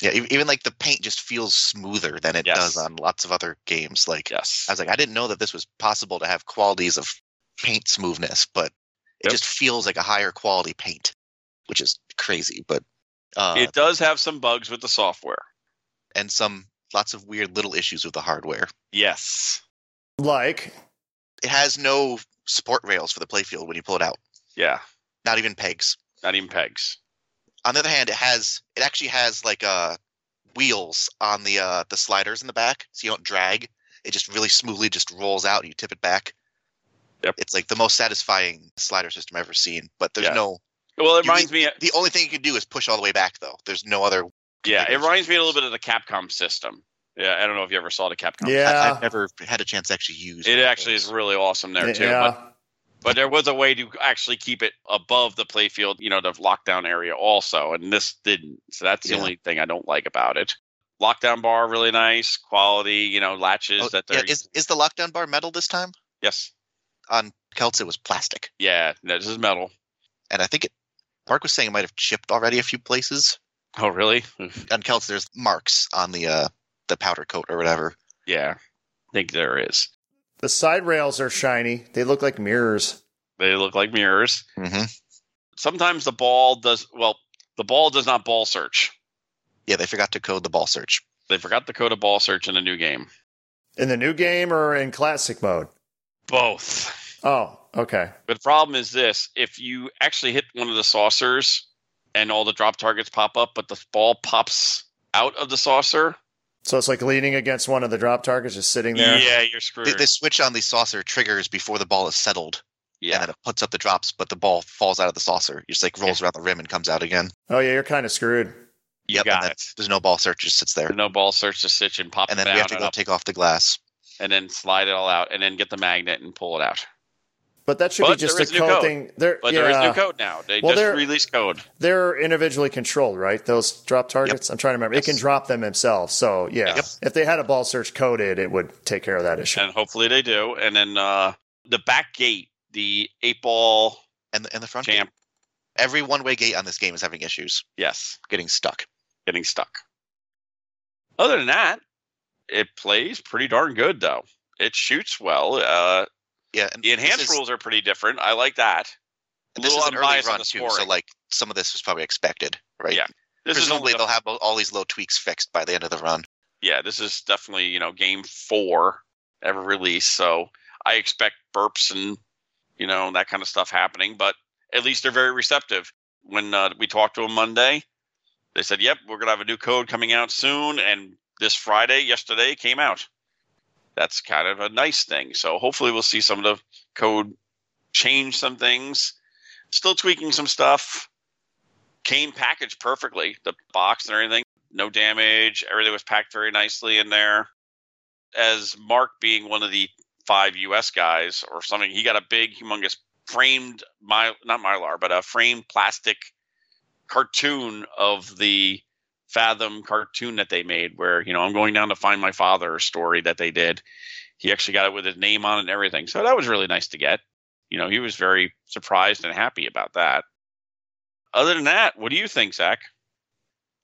[SPEAKER 6] Yeah, e- even like the paint just feels smoother than it
[SPEAKER 5] Yes.
[SPEAKER 6] does on lots of other games. Like
[SPEAKER 5] Yes.
[SPEAKER 6] I was like, I didn't know that this was possible to have qualities of paint smoothness, but it
[SPEAKER 5] Yep.
[SPEAKER 6] just feels like a higher quality paint, which is crazy. But uh,
[SPEAKER 5] it does have some bugs with the software.
[SPEAKER 6] and some lots of weird little issues with the hardware.
[SPEAKER 5] Yes.
[SPEAKER 4] Like,
[SPEAKER 6] It has no support rails for the playfield when you pull it out.
[SPEAKER 5] Yeah.
[SPEAKER 6] Not even pegs.
[SPEAKER 5] Not even pegs.
[SPEAKER 6] On the other hand, it has it actually has like uh wheels on the uh the sliders in the back, so you don't drag. It just really smoothly just rolls out. and You tip it back.
[SPEAKER 5] Yep.
[SPEAKER 6] It's like the most satisfying slider system I've ever seen. But there's
[SPEAKER 5] Yeah.
[SPEAKER 6] no
[SPEAKER 5] Well, it
[SPEAKER 6] You
[SPEAKER 5] reminds me.
[SPEAKER 6] the only thing you can do is push all the way back though. There's no other.
[SPEAKER 5] Yeah, it
[SPEAKER 6] configuration.
[SPEAKER 5] reminds me a little bit of the Capcom system. Yeah, I don't know if you ever saw the Capcom.
[SPEAKER 6] I-
[SPEAKER 4] yeah.
[SPEAKER 6] I've never had a chance to actually use.
[SPEAKER 5] It
[SPEAKER 6] one of
[SPEAKER 5] actually is
[SPEAKER 6] those.
[SPEAKER 5] really awesome there too.
[SPEAKER 4] yeah.
[SPEAKER 5] But, but there was a way to actually keep it above the playfield, you know, the lockdown area also, and this didn't. So that's the
[SPEAKER 6] Yeah.
[SPEAKER 5] only thing I don't like about it. Lockdown bar really nice quality, you know, latches
[SPEAKER 6] Oh,
[SPEAKER 5] that they're
[SPEAKER 6] yeah, is is the lockdown bar metal this time?
[SPEAKER 5] yes,
[SPEAKER 6] On Kelts, it was plastic,
[SPEAKER 5] yeah. no, This is metal.
[SPEAKER 6] and I think it. Mark was saying it might have chipped already a few places.
[SPEAKER 5] Oh really? Oof.
[SPEAKER 6] On Kelts, there's marks on the uh the powder coat or whatever.
[SPEAKER 5] [laughs] yeah, I think there is.
[SPEAKER 4] The side rails are shiny. They look like mirrors.
[SPEAKER 5] They look like mirrors.
[SPEAKER 6] Mm-hmm.
[SPEAKER 5] Sometimes the ball does well. The ball does not ball search.
[SPEAKER 6] Yeah, they forgot to code the ball search.
[SPEAKER 5] They forgot the code of ball search in the new game.
[SPEAKER 4] In the new game or in classic mode?
[SPEAKER 5] Both.
[SPEAKER 4] Oh, okay.
[SPEAKER 5] But the problem is this if you actually hit one of the saucers and all the drop targets pop up, but the ball pops out of the saucer,
[SPEAKER 4] So it's like leaning against one of the drop targets, just sitting there.
[SPEAKER 5] yeah, you're
[SPEAKER 6] They,
[SPEAKER 5] screwed.
[SPEAKER 6] they switch on the saucer triggers before the ball is settled, and
[SPEAKER 5] yeah.
[SPEAKER 6] then it puts up the drops, but the ball falls out of the saucer. It just like rolls around the rim and comes out again.
[SPEAKER 4] Oh yeah, you're kind of screwed.
[SPEAKER 5] You
[SPEAKER 6] Yep, and
[SPEAKER 5] got
[SPEAKER 6] then
[SPEAKER 5] it.
[SPEAKER 6] there's no ball search; it just sits there.
[SPEAKER 5] No ball search the stitch and pop
[SPEAKER 6] And
[SPEAKER 5] it
[SPEAKER 6] then
[SPEAKER 5] down
[SPEAKER 6] we have to
[SPEAKER 5] and
[SPEAKER 6] go
[SPEAKER 5] up
[SPEAKER 6] take off the glass.
[SPEAKER 5] and then slide it all out and then get the magnet and pull it out.
[SPEAKER 4] But that should
[SPEAKER 5] But
[SPEAKER 4] be just
[SPEAKER 5] there
[SPEAKER 4] a
[SPEAKER 5] is new
[SPEAKER 4] code
[SPEAKER 5] code.
[SPEAKER 4] thing. They're,
[SPEAKER 5] But there is
[SPEAKER 4] yeah.
[SPEAKER 5] new code now. They
[SPEAKER 4] Well, there-
[SPEAKER 5] just released code.
[SPEAKER 4] They're individually controlled, right? Those drop targets. I'm trying to remember. It can drop them themselves. So yeah,
[SPEAKER 5] Yep.
[SPEAKER 4] if they had a ball search coded, it would take care of that issue.
[SPEAKER 5] And hopefully they do. And then uh, the back gate, the eight ball
[SPEAKER 6] And the, and the front gate.
[SPEAKER 5] champ,
[SPEAKER 6] Every one-way gate on this game is having issues,
[SPEAKER 5] yes,
[SPEAKER 6] getting stuck.
[SPEAKER 5] getting stuck. Other than that, it plays pretty darn good though. It shoots well. Uh,
[SPEAKER 6] Yeah, and
[SPEAKER 5] the
[SPEAKER 6] this
[SPEAKER 5] enhanced
[SPEAKER 6] is-
[SPEAKER 5] rules are pretty different. I like that.
[SPEAKER 6] and this
[SPEAKER 5] little
[SPEAKER 6] is an early
[SPEAKER 5] unbiased on
[SPEAKER 6] run
[SPEAKER 5] the
[SPEAKER 6] too, so
[SPEAKER 5] scoring.
[SPEAKER 6] like some of this was probably expected, right?
[SPEAKER 5] Yeah. This
[SPEAKER 6] Presumably
[SPEAKER 5] is only
[SPEAKER 6] they'll have all these little tweaks fixed by the end of the run.
[SPEAKER 5] yeah. This is definitely you know game four ever released, so I expect burps and you know that kind of stuff happening. But at least they're very receptive. When uh, we talked to them Monday, they said, "Yep, we're gonna have a new code coming out soon," and this Friday, yesterday, it came out. That's kind of a nice thing. So hopefully we'll see some of the code change some things, still tweaking some stuff. Came packaged perfectly, the box and everything. no damage. Everything was packed very nicely in there. As Mark being one of the five U.S. guys or something, he got a big, humongous framed my not mylar, but a framed plastic cartoon of the Fathom cartoon that they made, where you know I'm going down to find my father story that they did. He actually got it with his name on it and everything, so that was really nice to get. You know, he was very surprised and happy about that. Other than that, what do you think, Zach?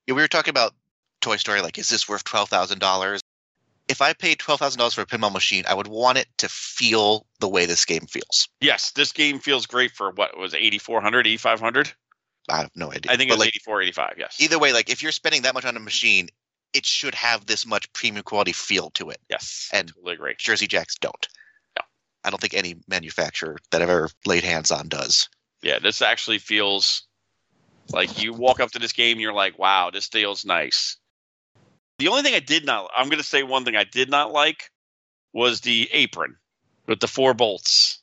[SPEAKER 6] Yeah, we were talking about Toy Story. Like, is this worth twelve thousand dollars? If I paid twelve thousand dollars for a pinball machine, I would want it to feel the way this game feels.
[SPEAKER 5] Yes, this game feels great for what was 8400, 8500.
[SPEAKER 6] I have no idea.
[SPEAKER 5] I think it
[SPEAKER 6] But,
[SPEAKER 5] was
[SPEAKER 6] like,
[SPEAKER 5] 84, 85. Yes.
[SPEAKER 6] either way, like if you're spending that much on a machine, it should have this much premium quality feel to it.
[SPEAKER 5] yes.
[SPEAKER 6] and-
[SPEAKER 5] totally agree.
[SPEAKER 6] Jersey Jacks don't.
[SPEAKER 5] No.
[SPEAKER 6] I don't think any manufacturer that I've ever laid hands on does.
[SPEAKER 5] Yeah, this actually feels like you walk up to this game, you're like, wow, this feels nice. The only thing I did not, I'm going to say one thing I did not like was the apron with the four bolts.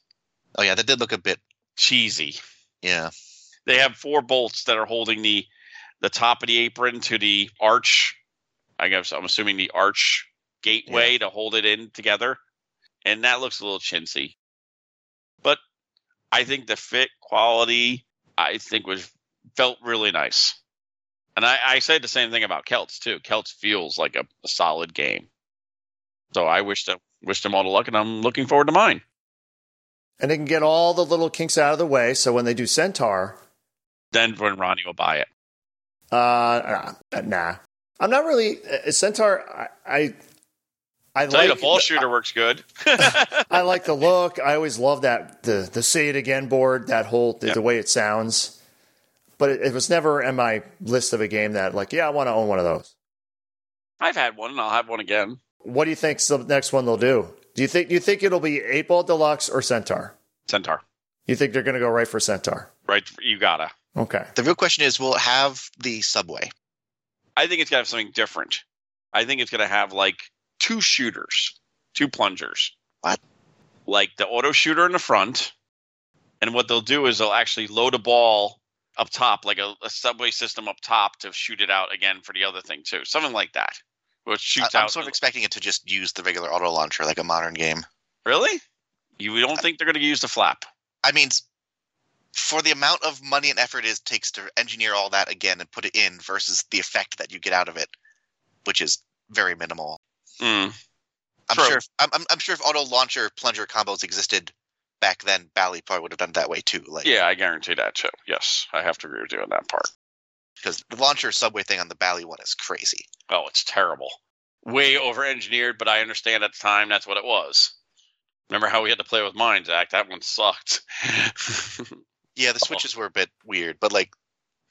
[SPEAKER 6] Oh yeah, that did look a bit.
[SPEAKER 5] Cheesy.
[SPEAKER 6] Yeah,
[SPEAKER 5] They have four bolts that are holding the the top of the apron to the arch. I guess I'm assuming the arch gateway to hold it in together, and that looks a little chintzy. But I think the fit quality, I think was felt really nice, and I, I said the same thing about Celts too. Celts feels like a, a solid game, so I wish them wish them all the luck, and I'm looking forward to mine.
[SPEAKER 4] And they can get all the little kinks out of the way. So when they do Centaur,
[SPEAKER 5] Then when Ronnie will buy it,
[SPEAKER 4] uh, nah, nah. I'm not really uh, Centaur. I, I, I
[SPEAKER 5] tell you
[SPEAKER 4] like
[SPEAKER 5] the ball shooter works good.
[SPEAKER 4] [laughs] I like the look. I always love that the the say it again board. That whole the,
[SPEAKER 5] Yeah.
[SPEAKER 4] the way it sounds, but it, it was never in my list of a game that like yeah I want to own one of those.
[SPEAKER 5] I've had one, and I'll have one again.
[SPEAKER 4] What do you think's the next one they'll do? Do you think do you think it'll be Eight Ball Deluxe or Centaur?
[SPEAKER 5] Centaur,
[SPEAKER 4] You think they're going to go right for Centaur?
[SPEAKER 5] right? You gotta.
[SPEAKER 4] Okay,
[SPEAKER 6] the real question is, will it have the subway?
[SPEAKER 5] I think it's gonna have something different. I think it's gonna have like two shooters, two plungers.
[SPEAKER 6] What?
[SPEAKER 5] Like the auto shooter in the front, and what they'll do is they'll actually load a ball up top, like a, a subway system up top, to shoot it out again for the other thing too. Something like that, which
[SPEAKER 6] I,
[SPEAKER 5] shoots
[SPEAKER 6] am
[SPEAKER 5] out.
[SPEAKER 6] sort of expecting it to just use the regular auto launcher like a modern game.
[SPEAKER 5] really? You don't think they're gonna use the flap?
[SPEAKER 6] I mean, s- for the amount of money and effort it takes to engineer all that again and put it in versus the effect that you get out of it, which is very minimal.
[SPEAKER 5] Mm.
[SPEAKER 6] I'm
[SPEAKER 5] True.
[SPEAKER 6] sure. If, I'm, I'm- I'm sure if auto launcher plunger combos existed back then, Bally probably would have done it that way too. Like,
[SPEAKER 5] Yeah, I guarantee that too. Yes, I have to agree with you on that part.
[SPEAKER 6] because the launcher subway thing on the Bally one is crazy.
[SPEAKER 5] oh, it's terrible. Way over engineered, but I understand at the time that's what it was. Remember how we had to play with mines, Zach? That one sucked. [laughs]
[SPEAKER 6] Yeah, the
[SPEAKER 5] Oh.
[SPEAKER 6] switches were a bit weird, but like,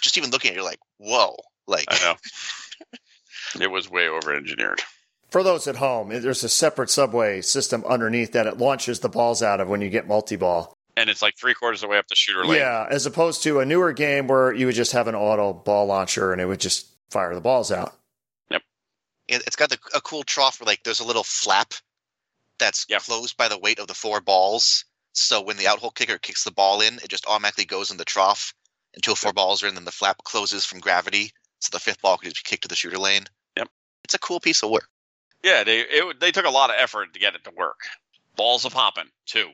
[SPEAKER 6] just even looking at it, you're like, whoa,
[SPEAKER 5] [laughs]
[SPEAKER 6] like,
[SPEAKER 5] I know. It was way over engineered.
[SPEAKER 4] for those at home, there's a separate subway system underneath that it launches the balls out of when you get multi ball.
[SPEAKER 5] And it's like three quarters of the way up the shooter lane.
[SPEAKER 4] Yeah, as opposed to a newer game where you would just have an auto ball launcher and it would just fire the balls out.
[SPEAKER 6] it, it's got the, a cool trough where like there's a little flap that's
[SPEAKER 5] Yeah.
[SPEAKER 6] closed by the weight of the four balls. So when the outhole kicker kicks the ball in, it just automatically goes in the trough until four balls are in. Then the flap closes from gravity, so the fifth ball can just be kicked to the shooter lane.
[SPEAKER 5] Yep.
[SPEAKER 6] it's a cool piece of work.
[SPEAKER 5] Yeah, they it, they took a lot of effort to get it to work. Balls a popping too.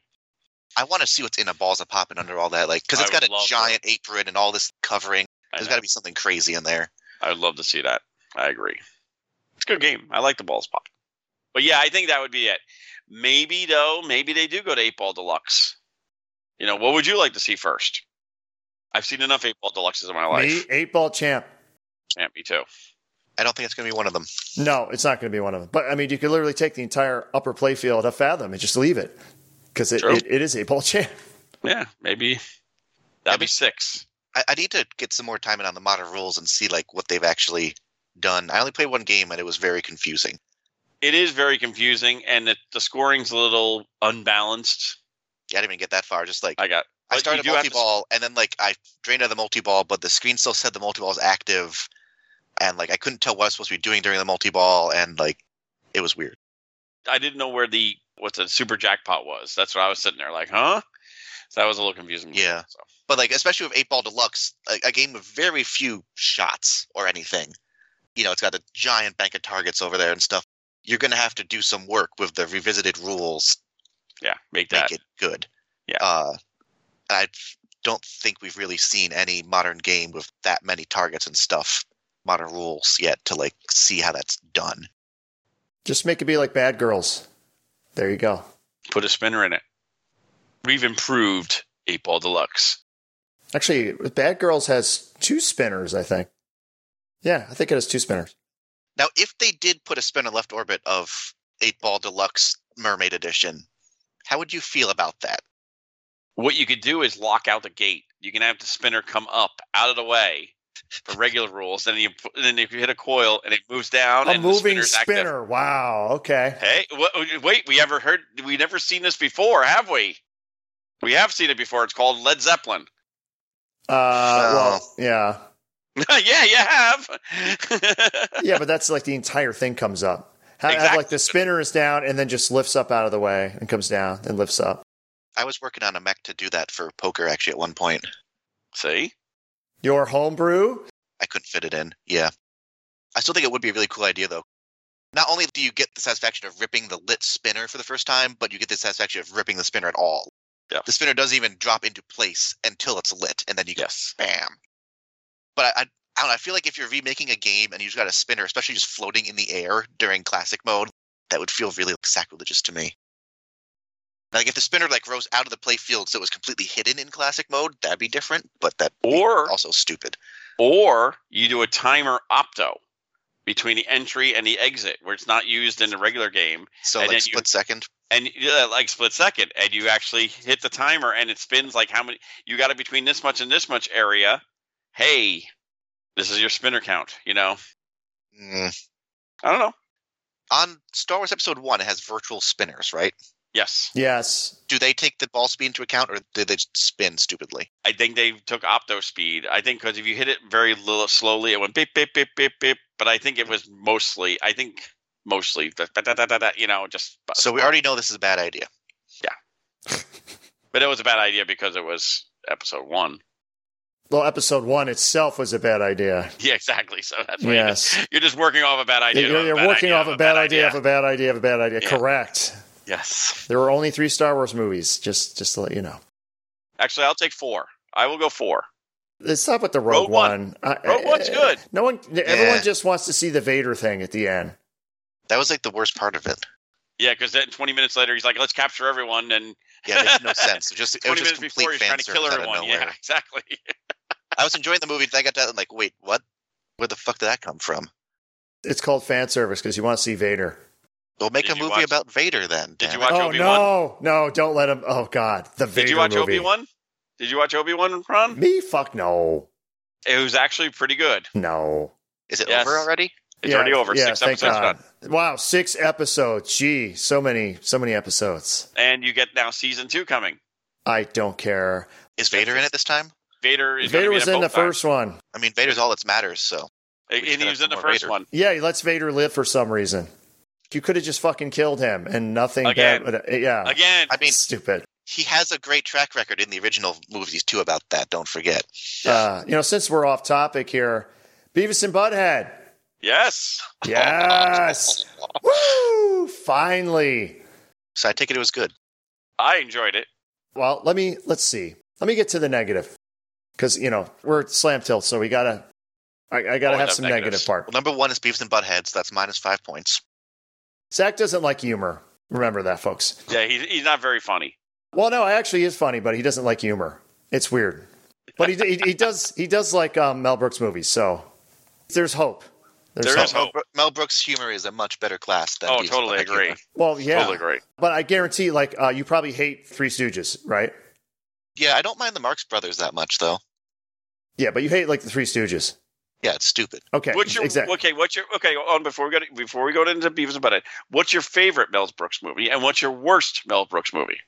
[SPEAKER 6] I want to see what's in a balls of popping under all that, like because
[SPEAKER 5] I
[SPEAKER 6] it's got
[SPEAKER 5] would
[SPEAKER 6] a
[SPEAKER 5] love
[SPEAKER 6] giant apron and all this covering.
[SPEAKER 5] I,
[SPEAKER 6] There's
[SPEAKER 5] know.
[SPEAKER 6] got to be something crazy in there.
[SPEAKER 5] I would love to see that. I agree. It's a good game. I like the balls popping. But yeah, I think that would be it. Maybe though, maybe they do go to eight ball deluxe. You know, what would you like to see first? I've seen enough eight ball deluxes in my life.
[SPEAKER 4] Me, eight ball champ.
[SPEAKER 5] Yeah, me too.
[SPEAKER 6] I don't think it's going to be one of them.
[SPEAKER 4] No, it's not going to be one of them. But I mean, you could literally take the entire upper playfield of Fathom and just leave it because it,
[SPEAKER 5] True.
[SPEAKER 4] it, it is eight ball [laughs] champ.
[SPEAKER 5] Yeah, maybe that'd
[SPEAKER 6] Maybe-
[SPEAKER 5] be six.
[SPEAKER 6] I, I need to get some more time in on the modern rules and see like what they've actually done. I only played one game and it was very confusing.
[SPEAKER 5] It is very confusing, and it, the scoring's a little unbalanced.
[SPEAKER 6] Yeah, I didn't even get that far. Just like
[SPEAKER 5] I got. but
[SPEAKER 6] I
[SPEAKER 5] you
[SPEAKER 6] started
[SPEAKER 5] do have to-
[SPEAKER 6] multi ball and then like I drained out of the multi ball, but the screen still said the multi ball is active, and like I couldn't tell what I was supposed to be doing during the multi ball, and like it was weird.
[SPEAKER 5] I didn't know where the what's a super jackpot was. That's what I was sitting there like, huh? So that was a little confusing.
[SPEAKER 6] Yeah.
[SPEAKER 5] So.
[SPEAKER 6] But like especially with eight ball deluxe, a, a game with very few shots or anything, you know, it's got a giant bank of targets over there and stuff. You're going to have to do some work with the revisited rules
[SPEAKER 5] Yeah, make
[SPEAKER 6] to
[SPEAKER 5] that.
[SPEAKER 6] make it good.
[SPEAKER 5] Yeah.
[SPEAKER 6] Uh, and I don't think we've really seen any modern game with that many targets and stuff, modern rules yet to like see how that's done.
[SPEAKER 4] Just make it be like Bad Girls. There you go.
[SPEAKER 5] Put a spinner in it. We've improved Eight Ball Deluxe.
[SPEAKER 4] Actually, Bad Girls has two spinners, I think. Yeah, I think it has two spinners.
[SPEAKER 6] Now, if they did put a spin in left orbit of Eight Ball Deluxe Mermaid Edition, how would you feel about that?
[SPEAKER 5] What you could do is lock out the gate. You can have the spinner come up out of the way for regular rules. Then you then if you hit a coil and it moves down,
[SPEAKER 4] A
[SPEAKER 5] and
[SPEAKER 4] moving
[SPEAKER 5] the spinner's active.
[SPEAKER 4] spinner. Wow. Okay.
[SPEAKER 5] Hey, wh- wait, we ever heard, we never seen this before, have we? We have seen it before. It's called Led Zeppelin. [laughs]
[SPEAKER 4] Uh, well, yeah,
[SPEAKER 5] yeah, you have. [laughs]
[SPEAKER 4] yeah, but that's like the entire thing comes up. Have, have,
[SPEAKER 5] Exactly.
[SPEAKER 4] like the spinner is down and then just lifts up out of the way and comes down and lifts up.
[SPEAKER 6] I was working on a mech to do that for poker actually at one point.
[SPEAKER 5] See?
[SPEAKER 4] Your homebrew.
[SPEAKER 6] I couldn't fit it in. Yeah. I still think it would be a really cool idea, though. Not only do you get the satisfaction of ripping the lit spinner for the first time, but you get the satisfaction of ripping the spinner at all.
[SPEAKER 5] Yeah.
[SPEAKER 6] The spinner doesn't even drop into place until it's lit, and then you go
[SPEAKER 5] Yes.
[SPEAKER 6] bam. But I, I, I don't know. I feel like if you're remaking a game and you've got a spinner, especially just floating in the air during classic mode, that would feel really sacrilegious to me. Like if the spinner like rose out of the play field so it was completely hidden in classic mode, that'd be different, but that
[SPEAKER 5] Or
[SPEAKER 6] also stupid.
[SPEAKER 5] or you do a timer opto between the entry and the exit where it's not used in the regular game
[SPEAKER 6] So
[SPEAKER 5] And
[SPEAKER 6] like
[SPEAKER 5] then you-
[SPEAKER 6] split second.
[SPEAKER 5] and uh, like split second and you actually hit the timer and it spins like how many you got it between this much and this much area. Hey, this is your spinner count, you know.
[SPEAKER 6] Mm.
[SPEAKER 5] I don't know.
[SPEAKER 6] On Star Wars Episode One, it has virtual spinners, right?
[SPEAKER 5] Yes.
[SPEAKER 4] Yes.
[SPEAKER 6] Do they take the ball speed into account, or do they just spin stupidly?
[SPEAKER 5] I think they took opto speed. I think because if you hit it very little slowly, it went beep beep beep beep beep. But I think it was mostly. I think mostly. Da, da, da, da, da, da, you know, just.
[SPEAKER 6] So we already know this is a bad idea.
[SPEAKER 5] But it was a bad idea because it was episode one. [laughs]
[SPEAKER 4] Well, episode one itself was a bad idea.
[SPEAKER 5] Yeah, exactly. So that's why you're,
[SPEAKER 4] Yes.
[SPEAKER 5] just, you're just working off a bad idea.
[SPEAKER 4] You're,
[SPEAKER 5] of a
[SPEAKER 4] you're
[SPEAKER 5] bad
[SPEAKER 4] working
[SPEAKER 5] idea
[SPEAKER 4] off a bad idea, of a bad idea, of a bad idea.
[SPEAKER 5] Yeah.
[SPEAKER 4] Correct.
[SPEAKER 5] Yes.
[SPEAKER 4] There were only three Star Wars movies. Just, just to let you know.
[SPEAKER 5] Actually, I'll take four. I will go four.
[SPEAKER 4] Let's stop with the Rogue,
[SPEAKER 5] Rogue One.
[SPEAKER 4] One. I- uh,
[SPEAKER 5] Rogue One's good.
[SPEAKER 4] No one, everyone
[SPEAKER 6] Yeah.
[SPEAKER 4] just wants to see the Vader thing at the end.
[SPEAKER 6] That was like the worst part of it.
[SPEAKER 5] Yeah, because then 20 minutes later, he's like, let's capture everyone. And
[SPEAKER 6] Yeah, it
[SPEAKER 5] [laughs]
[SPEAKER 6] makes no sense. It just it
[SPEAKER 5] 20
[SPEAKER 6] was just
[SPEAKER 5] minutes before,
[SPEAKER 6] complete
[SPEAKER 5] he's
[SPEAKER 6] fan
[SPEAKER 5] trying to
[SPEAKER 6] service
[SPEAKER 5] kill
[SPEAKER 6] out of
[SPEAKER 5] everyone.
[SPEAKER 6] nowhere.
[SPEAKER 5] Yeah, [laughs] exactly.
[SPEAKER 6] I was enjoying the movie, and I got that and like, wait, what? Where the fuck did that come from?
[SPEAKER 4] It's called fan service because you want to see Vader.
[SPEAKER 6] Well, make
[SPEAKER 5] Did
[SPEAKER 6] a
[SPEAKER 5] you
[SPEAKER 6] movie
[SPEAKER 5] watch-
[SPEAKER 6] about Vader then.
[SPEAKER 5] Did you
[SPEAKER 6] damn it.
[SPEAKER 5] watch
[SPEAKER 4] oh
[SPEAKER 5] Obi-Wan?
[SPEAKER 4] no, no! Don't let him. Oh God, the Vader
[SPEAKER 5] Did you watch
[SPEAKER 4] movie.
[SPEAKER 5] Obi Wan? Did you watch Obi Wan, Ron?
[SPEAKER 4] Me? Fuck no,
[SPEAKER 5] It was actually pretty good.
[SPEAKER 4] no.
[SPEAKER 6] Is it
[SPEAKER 5] Yes.
[SPEAKER 6] over already?
[SPEAKER 5] It's
[SPEAKER 4] Yeah,
[SPEAKER 5] already over.
[SPEAKER 4] yeah,
[SPEAKER 5] Six
[SPEAKER 4] thank
[SPEAKER 5] episodes
[SPEAKER 4] God.
[SPEAKER 5] done.
[SPEAKER 4] Wow, six episodes. Gee, so many, so many episodes.
[SPEAKER 5] And you get now season two coming.
[SPEAKER 4] I don't care.
[SPEAKER 6] Is Vader in it this time?
[SPEAKER 5] Vader is gonna
[SPEAKER 4] Vader
[SPEAKER 5] be
[SPEAKER 4] was
[SPEAKER 5] it
[SPEAKER 4] in the
[SPEAKER 5] both times.
[SPEAKER 4] first one.
[SPEAKER 6] I mean, Vader's all that matters. So
[SPEAKER 5] And
[SPEAKER 6] just
[SPEAKER 5] and he
[SPEAKER 6] gotta
[SPEAKER 5] was
[SPEAKER 6] have
[SPEAKER 5] in the
[SPEAKER 6] more
[SPEAKER 5] first
[SPEAKER 6] Vader.
[SPEAKER 5] one.
[SPEAKER 4] Yeah, he lets Vader live for some reason. You could have just fucking killed him and nothing
[SPEAKER 5] Again.
[SPEAKER 4] bad. Would, yeah,
[SPEAKER 5] Again,
[SPEAKER 6] I mean,
[SPEAKER 4] stupid.
[SPEAKER 6] he has a great track record in the original movies too about that. Don't forget.
[SPEAKER 4] Uh, you know, since we're off topic here, Beavis and Butthead.
[SPEAKER 5] yes. [laughs]
[SPEAKER 4] Yes. Woo! Finally.
[SPEAKER 6] So I take it it was good.
[SPEAKER 5] I enjoyed it.
[SPEAKER 4] Well, let me let's see. Let me get to the negative because you know we're at slam tilt, so we gotta. I, I gotta
[SPEAKER 5] Always
[SPEAKER 4] have
[SPEAKER 5] have
[SPEAKER 4] some
[SPEAKER 5] Oh, negatives.
[SPEAKER 4] negative part.
[SPEAKER 6] Well, number one is Beavis and Butthead, so that's minus five points.
[SPEAKER 4] Zach doesn't like humor. Remember that, folks.
[SPEAKER 5] Yeah, he's he's not very funny.
[SPEAKER 4] Well, no, actually, he is funny, but he doesn't like humor. It's weird, but he he, he does he does like um, Mel Brooks movies. So there's hope. There's
[SPEAKER 5] There
[SPEAKER 4] hope.
[SPEAKER 5] is
[SPEAKER 6] Mel,
[SPEAKER 5] hope.
[SPEAKER 6] Bro- Mel Brooks' humor is a much better class than
[SPEAKER 5] Oh,
[SPEAKER 6] Beavis
[SPEAKER 5] totally
[SPEAKER 6] and Butthead
[SPEAKER 5] agree.
[SPEAKER 6] humor.
[SPEAKER 4] Well, yeah,
[SPEAKER 5] Totally agree.
[SPEAKER 4] but I guarantee, like, uh, you probably hate Three Stooges, right?
[SPEAKER 6] Yeah, I don't mind the Marx Brothers that much though.
[SPEAKER 4] Yeah, but you hate like the Three Stooges.
[SPEAKER 6] Yeah, it's stupid.
[SPEAKER 4] Okay,
[SPEAKER 5] What's your
[SPEAKER 4] exactly.
[SPEAKER 5] okay? What's your okay? On before we go to, before we go into Beavis and Butthead, what's your favorite Mel Brooks movie, and what's your worst Mel Brooks movie?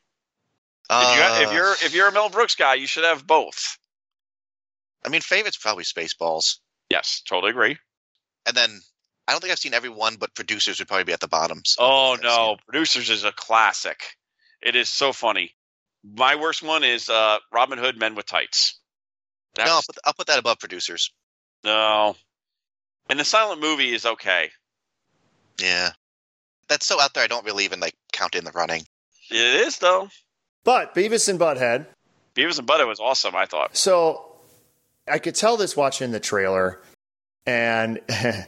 [SPEAKER 5] If, you,
[SPEAKER 6] Uh,
[SPEAKER 5] if you're if you're a Mel Brooks guy, you should have both.
[SPEAKER 6] I mean, favorite's probably Spaceballs,
[SPEAKER 5] Yes, totally agree.
[SPEAKER 6] and then I don't think I've seen every one, but Producers would probably be at the bottom. so-
[SPEAKER 5] Oh no, Producers is a classic. It is so funny. My worst one is uh, Robin Hood Men with Tights. That
[SPEAKER 6] no, I'll
[SPEAKER 5] was-
[SPEAKER 6] put, I'll put that above Producers.
[SPEAKER 5] no. And the silent movie is okay.
[SPEAKER 6] Yeah. That's so out there. I don't really even like count it in the running.
[SPEAKER 5] It is though.
[SPEAKER 4] But Beavis and Butthead.
[SPEAKER 5] Beavis and Butter was awesome. I thought.
[SPEAKER 4] So I could tell this watching the trailer, and [laughs] I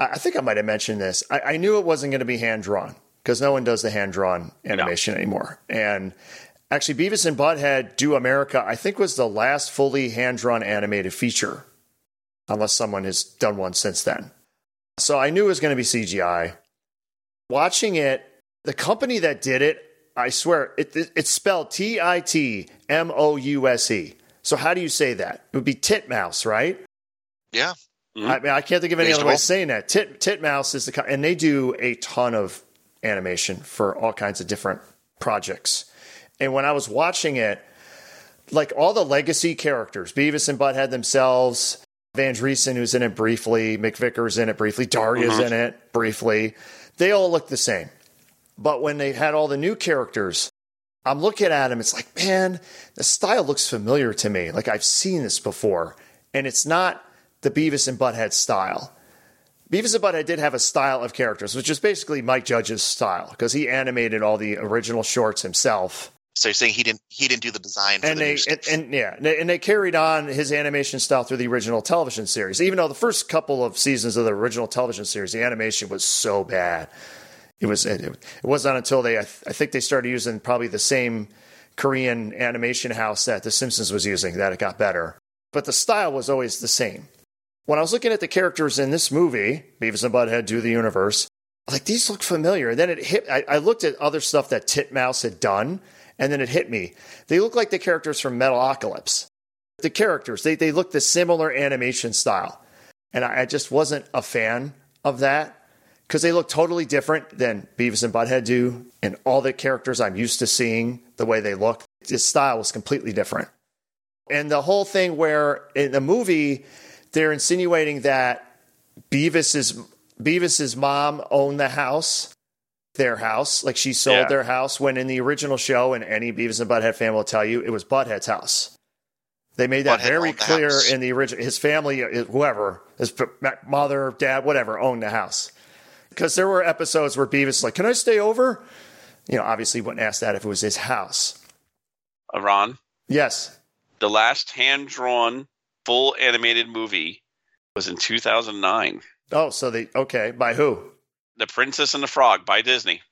[SPEAKER 4] I think I might have mentioned this. I, I knew it wasn't going to be hand drawn because no one does the hand drawn animation anymore. And actually, Beavis and Butthead Do America, I think, was the last fully hand drawn animated feature, unless someone has done one since then. So I knew it was going to be CGI. Watching it, the company that did it, I swear, it, it- it's spelled T I T M O U S E. So how do you say that? It would be Titmouse, right?
[SPEAKER 6] Yeah.
[SPEAKER 4] I mean, I can't think of any other
[SPEAKER 6] Reasonable.
[SPEAKER 4] way of saying that. Tit, Titmouse is the co- and they do a ton of animation for all kinds of different projects. And when I was watching it, like all the legacy characters, Beavis and Butthead themselves, Van Driesen, who's in it briefly, McVicker's in it briefly, Daria's in it briefly, they all look the same. But when they had all the new characters, I'm looking at him. It's like, man, the style looks familiar to me. Like I've seen this before, and it's not the Beavis and Butthead style. Beavis and Butthead did have a style of characters, which is basically Mike Judge's style because he animated all the original shorts himself,
[SPEAKER 6] So you're saying he didn't he didn't do the design for
[SPEAKER 4] and
[SPEAKER 6] the
[SPEAKER 4] they
[SPEAKER 6] new
[SPEAKER 4] and,
[SPEAKER 6] stuff.
[SPEAKER 4] and yeah, and they, and they carried on his animation style through the original television series. Even though the first couple of seasons of the original television series, the animation was so bad, it was it, it wasn't until they I, th- I think they started using probably the same Korean animation house that The Simpsons was using that it got better. But the style was always the same. When I was looking at the characters in this movie, Beavis and Butthead do the universe, I was like these look familiar. And then it hit. I, I looked at other stuff that Titmouse had done, and then it hit me. They look like the characters from Metalocalypse. The characters they they look the similar animation style, and I, I just wasn't a fan of that because they look totally different than Beavis and Butthead do, and all the characters I'm used to seeing, the way they look, his style was completely different. And the whole thing where in the movie they're insinuating that Beavis's Beavis's mom owned the house, their house, like she sold
[SPEAKER 5] Yeah.
[SPEAKER 4] their house. When in the original show, and any Beavis and Butthead fan will tell you, it was Butthead's house. They made that
[SPEAKER 6] Butthead
[SPEAKER 4] very
[SPEAKER 6] owned the
[SPEAKER 4] clear
[SPEAKER 6] house.
[SPEAKER 4] in the original. His family, uh, whoever, his p- mother, dad, whatever, owned the house because there were episodes where Beavis is like, "Can I stay over?" You know, obviously wouldn't ask that if it was his house.
[SPEAKER 5] Uh, Ron,
[SPEAKER 4] Yes,
[SPEAKER 5] the last hand-drawn full animated movie was in 2009.
[SPEAKER 4] Oh, so they okay by who?
[SPEAKER 5] The Princess and the Frog by Disney.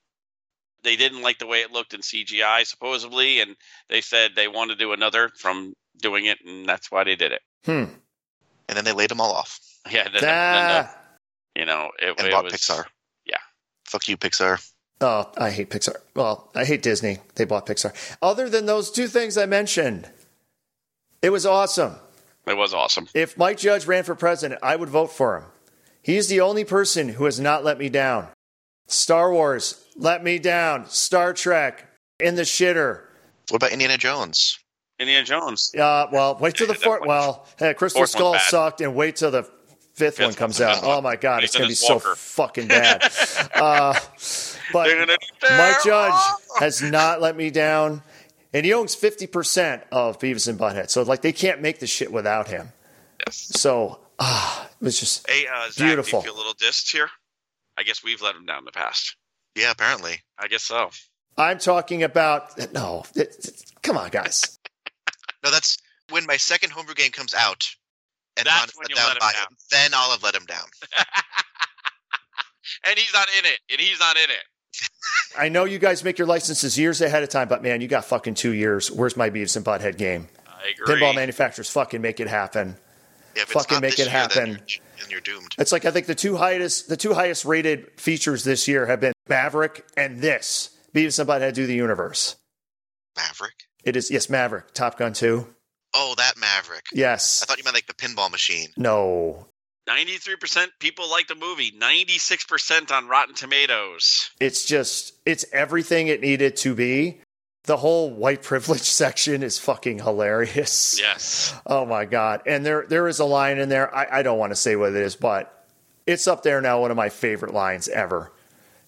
[SPEAKER 5] They didn't like the way it looked in CGI, supposedly, and they said they wanted to do another from doing it, and that's why they did it.
[SPEAKER 4] Hmm.
[SPEAKER 6] and then they laid them all off
[SPEAKER 5] Yeah, then, then
[SPEAKER 4] Ah.
[SPEAKER 5] the- you know, it,
[SPEAKER 6] and
[SPEAKER 5] it
[SPEAKER 6] bought
[SPEAKER 5] was
[SPEAKER 6] Pixar.
[SPEAKER 5] yeah.
[SPEAKER 6] Fuck you, Pixar.
[SPEAKER 4] Oh, I hate Pixar. Well, I hate Disney. They bought Pixar. Other than those two things I mentioned, it was awesome.
[SPEAKER 5] It was awesome.
[SPEAKER 4] If Mike Judge ran for president, I would vote for him. He is the only person who has not let me down. Star Wars let me down. Star Trek in the shitter.
[SPEAKER 6] What about Indiana Jones?
[SPEAKER 5] Indiana Jones.
[SPEAKER 4] Uh, well, wait till the
[SPEAKER 5] Yeah, [laughs] that
[SPEAKER 4] fourth.
[SPEAKER 5] one-
[SPEAKER 4] Well, hey, Crystal
[SPEAKER 5] fourth one's
[SPEAKER 4] Skull
[SPEAKER 5] bad.
[SPEAKER 4] sucked, and wait till the fifth, one
[SPEAKER 5] one's
[SPEAKER 4] comes
[SPEAKER 5] the
[SPEAKER 4] out.
[SPEAKER 5] best one.
[SPEAKER 4] Oh my God,
[SPEAKER 5] Wait
[SPEAKER 4] it's
[SPEAKER 5] till
[SPEAKER 4] gonna be
[SPEAKER 5] this
[SPEAKER 4] so
[SPEAKER 5] Walker.
[SPEAKER 4] fucking bad.
[SPEAKER 5] [laughs]
[SPEAKER 4] uh, but Mike Judge has not let me down, and he owns fifty percent of Beavis and Butthead, so like they can't make this shit without him. So ah, it was just
[SPEAKER 5] Hey, uh, Zach,
[SPEAKER 4] Beautiful.
[SPEAKER 5] Do you feel a little dissed here? I guess we've let him down in the past.
[SPEAKER 6] Yeah, apparently.
[SPEAKER 5] I guess so.
[SPEAKER 4] I'm talking about no. it- it- come on, guys.
[SPEAKER 6] No, that's when my second homebrew game comes out. And
[SPEAKER 5] That's
[SPEAKER 6] Ron is
[SPEAKER 5] when
[SPEAKER 6] let
[SPEAKER 5] you'll
[SPEAKER 6] down
[SPEAKER 5] let him
[SPEAKER 6] by
[SPEAKER 5] down.
[SPEAKER 6] him. Then I'll have let him down.
[SPEAKER 5] And he's not in it. And he's not in it.
[SPEAKER 4] I know you guys make your licenses years ahead of time, but man, you got fucking two years. Where's my Beavis and Butthead game?
[SPEAKER 5] I agree.
[SPEAKER 4] Pinball manufacturers fucking make it happen.
[SPEAKER 6] If it's
[SPEAKER 4] Fucking
[SPEAKER 6] not
[SPEAKER 4] make
[SPEAKER 6] this
[SPEAKER 4] it
[SPEAKER 6] year, then
[SPEAKER 4] happen.
[SPEAKER 6] you're- Then you're doomed.
[SPEAKER 4] It's like I think the two highest the two highest rated features this year have been Maverick and this. Beavis and Butthead do the universe.
[SPEAKER 6] Maverick.
[SPEAKER 4] It is yes, Maverick, Top Gun 2.
[SPEAKER 6] Oh, that Maverick.
[SPEAKER 4] Yes.
[SPEAKER 6] I thought you meant like the pinball machine.
[SPEAKER 4] No.
[SPEAKER 5] 93% people like the movie, 96% on Rotten Tomatoes.
[SPEAKER 4] It's just it's everything it needed to be. The whole white privilege [laughs] section is fucking hilarious.
[SPEAKER 5] Yes.
[SPEAKER 4] Oh my god! And there there is a line in there. I, I don't want to say what it is, but it's up there now. One of my favorite lines ever,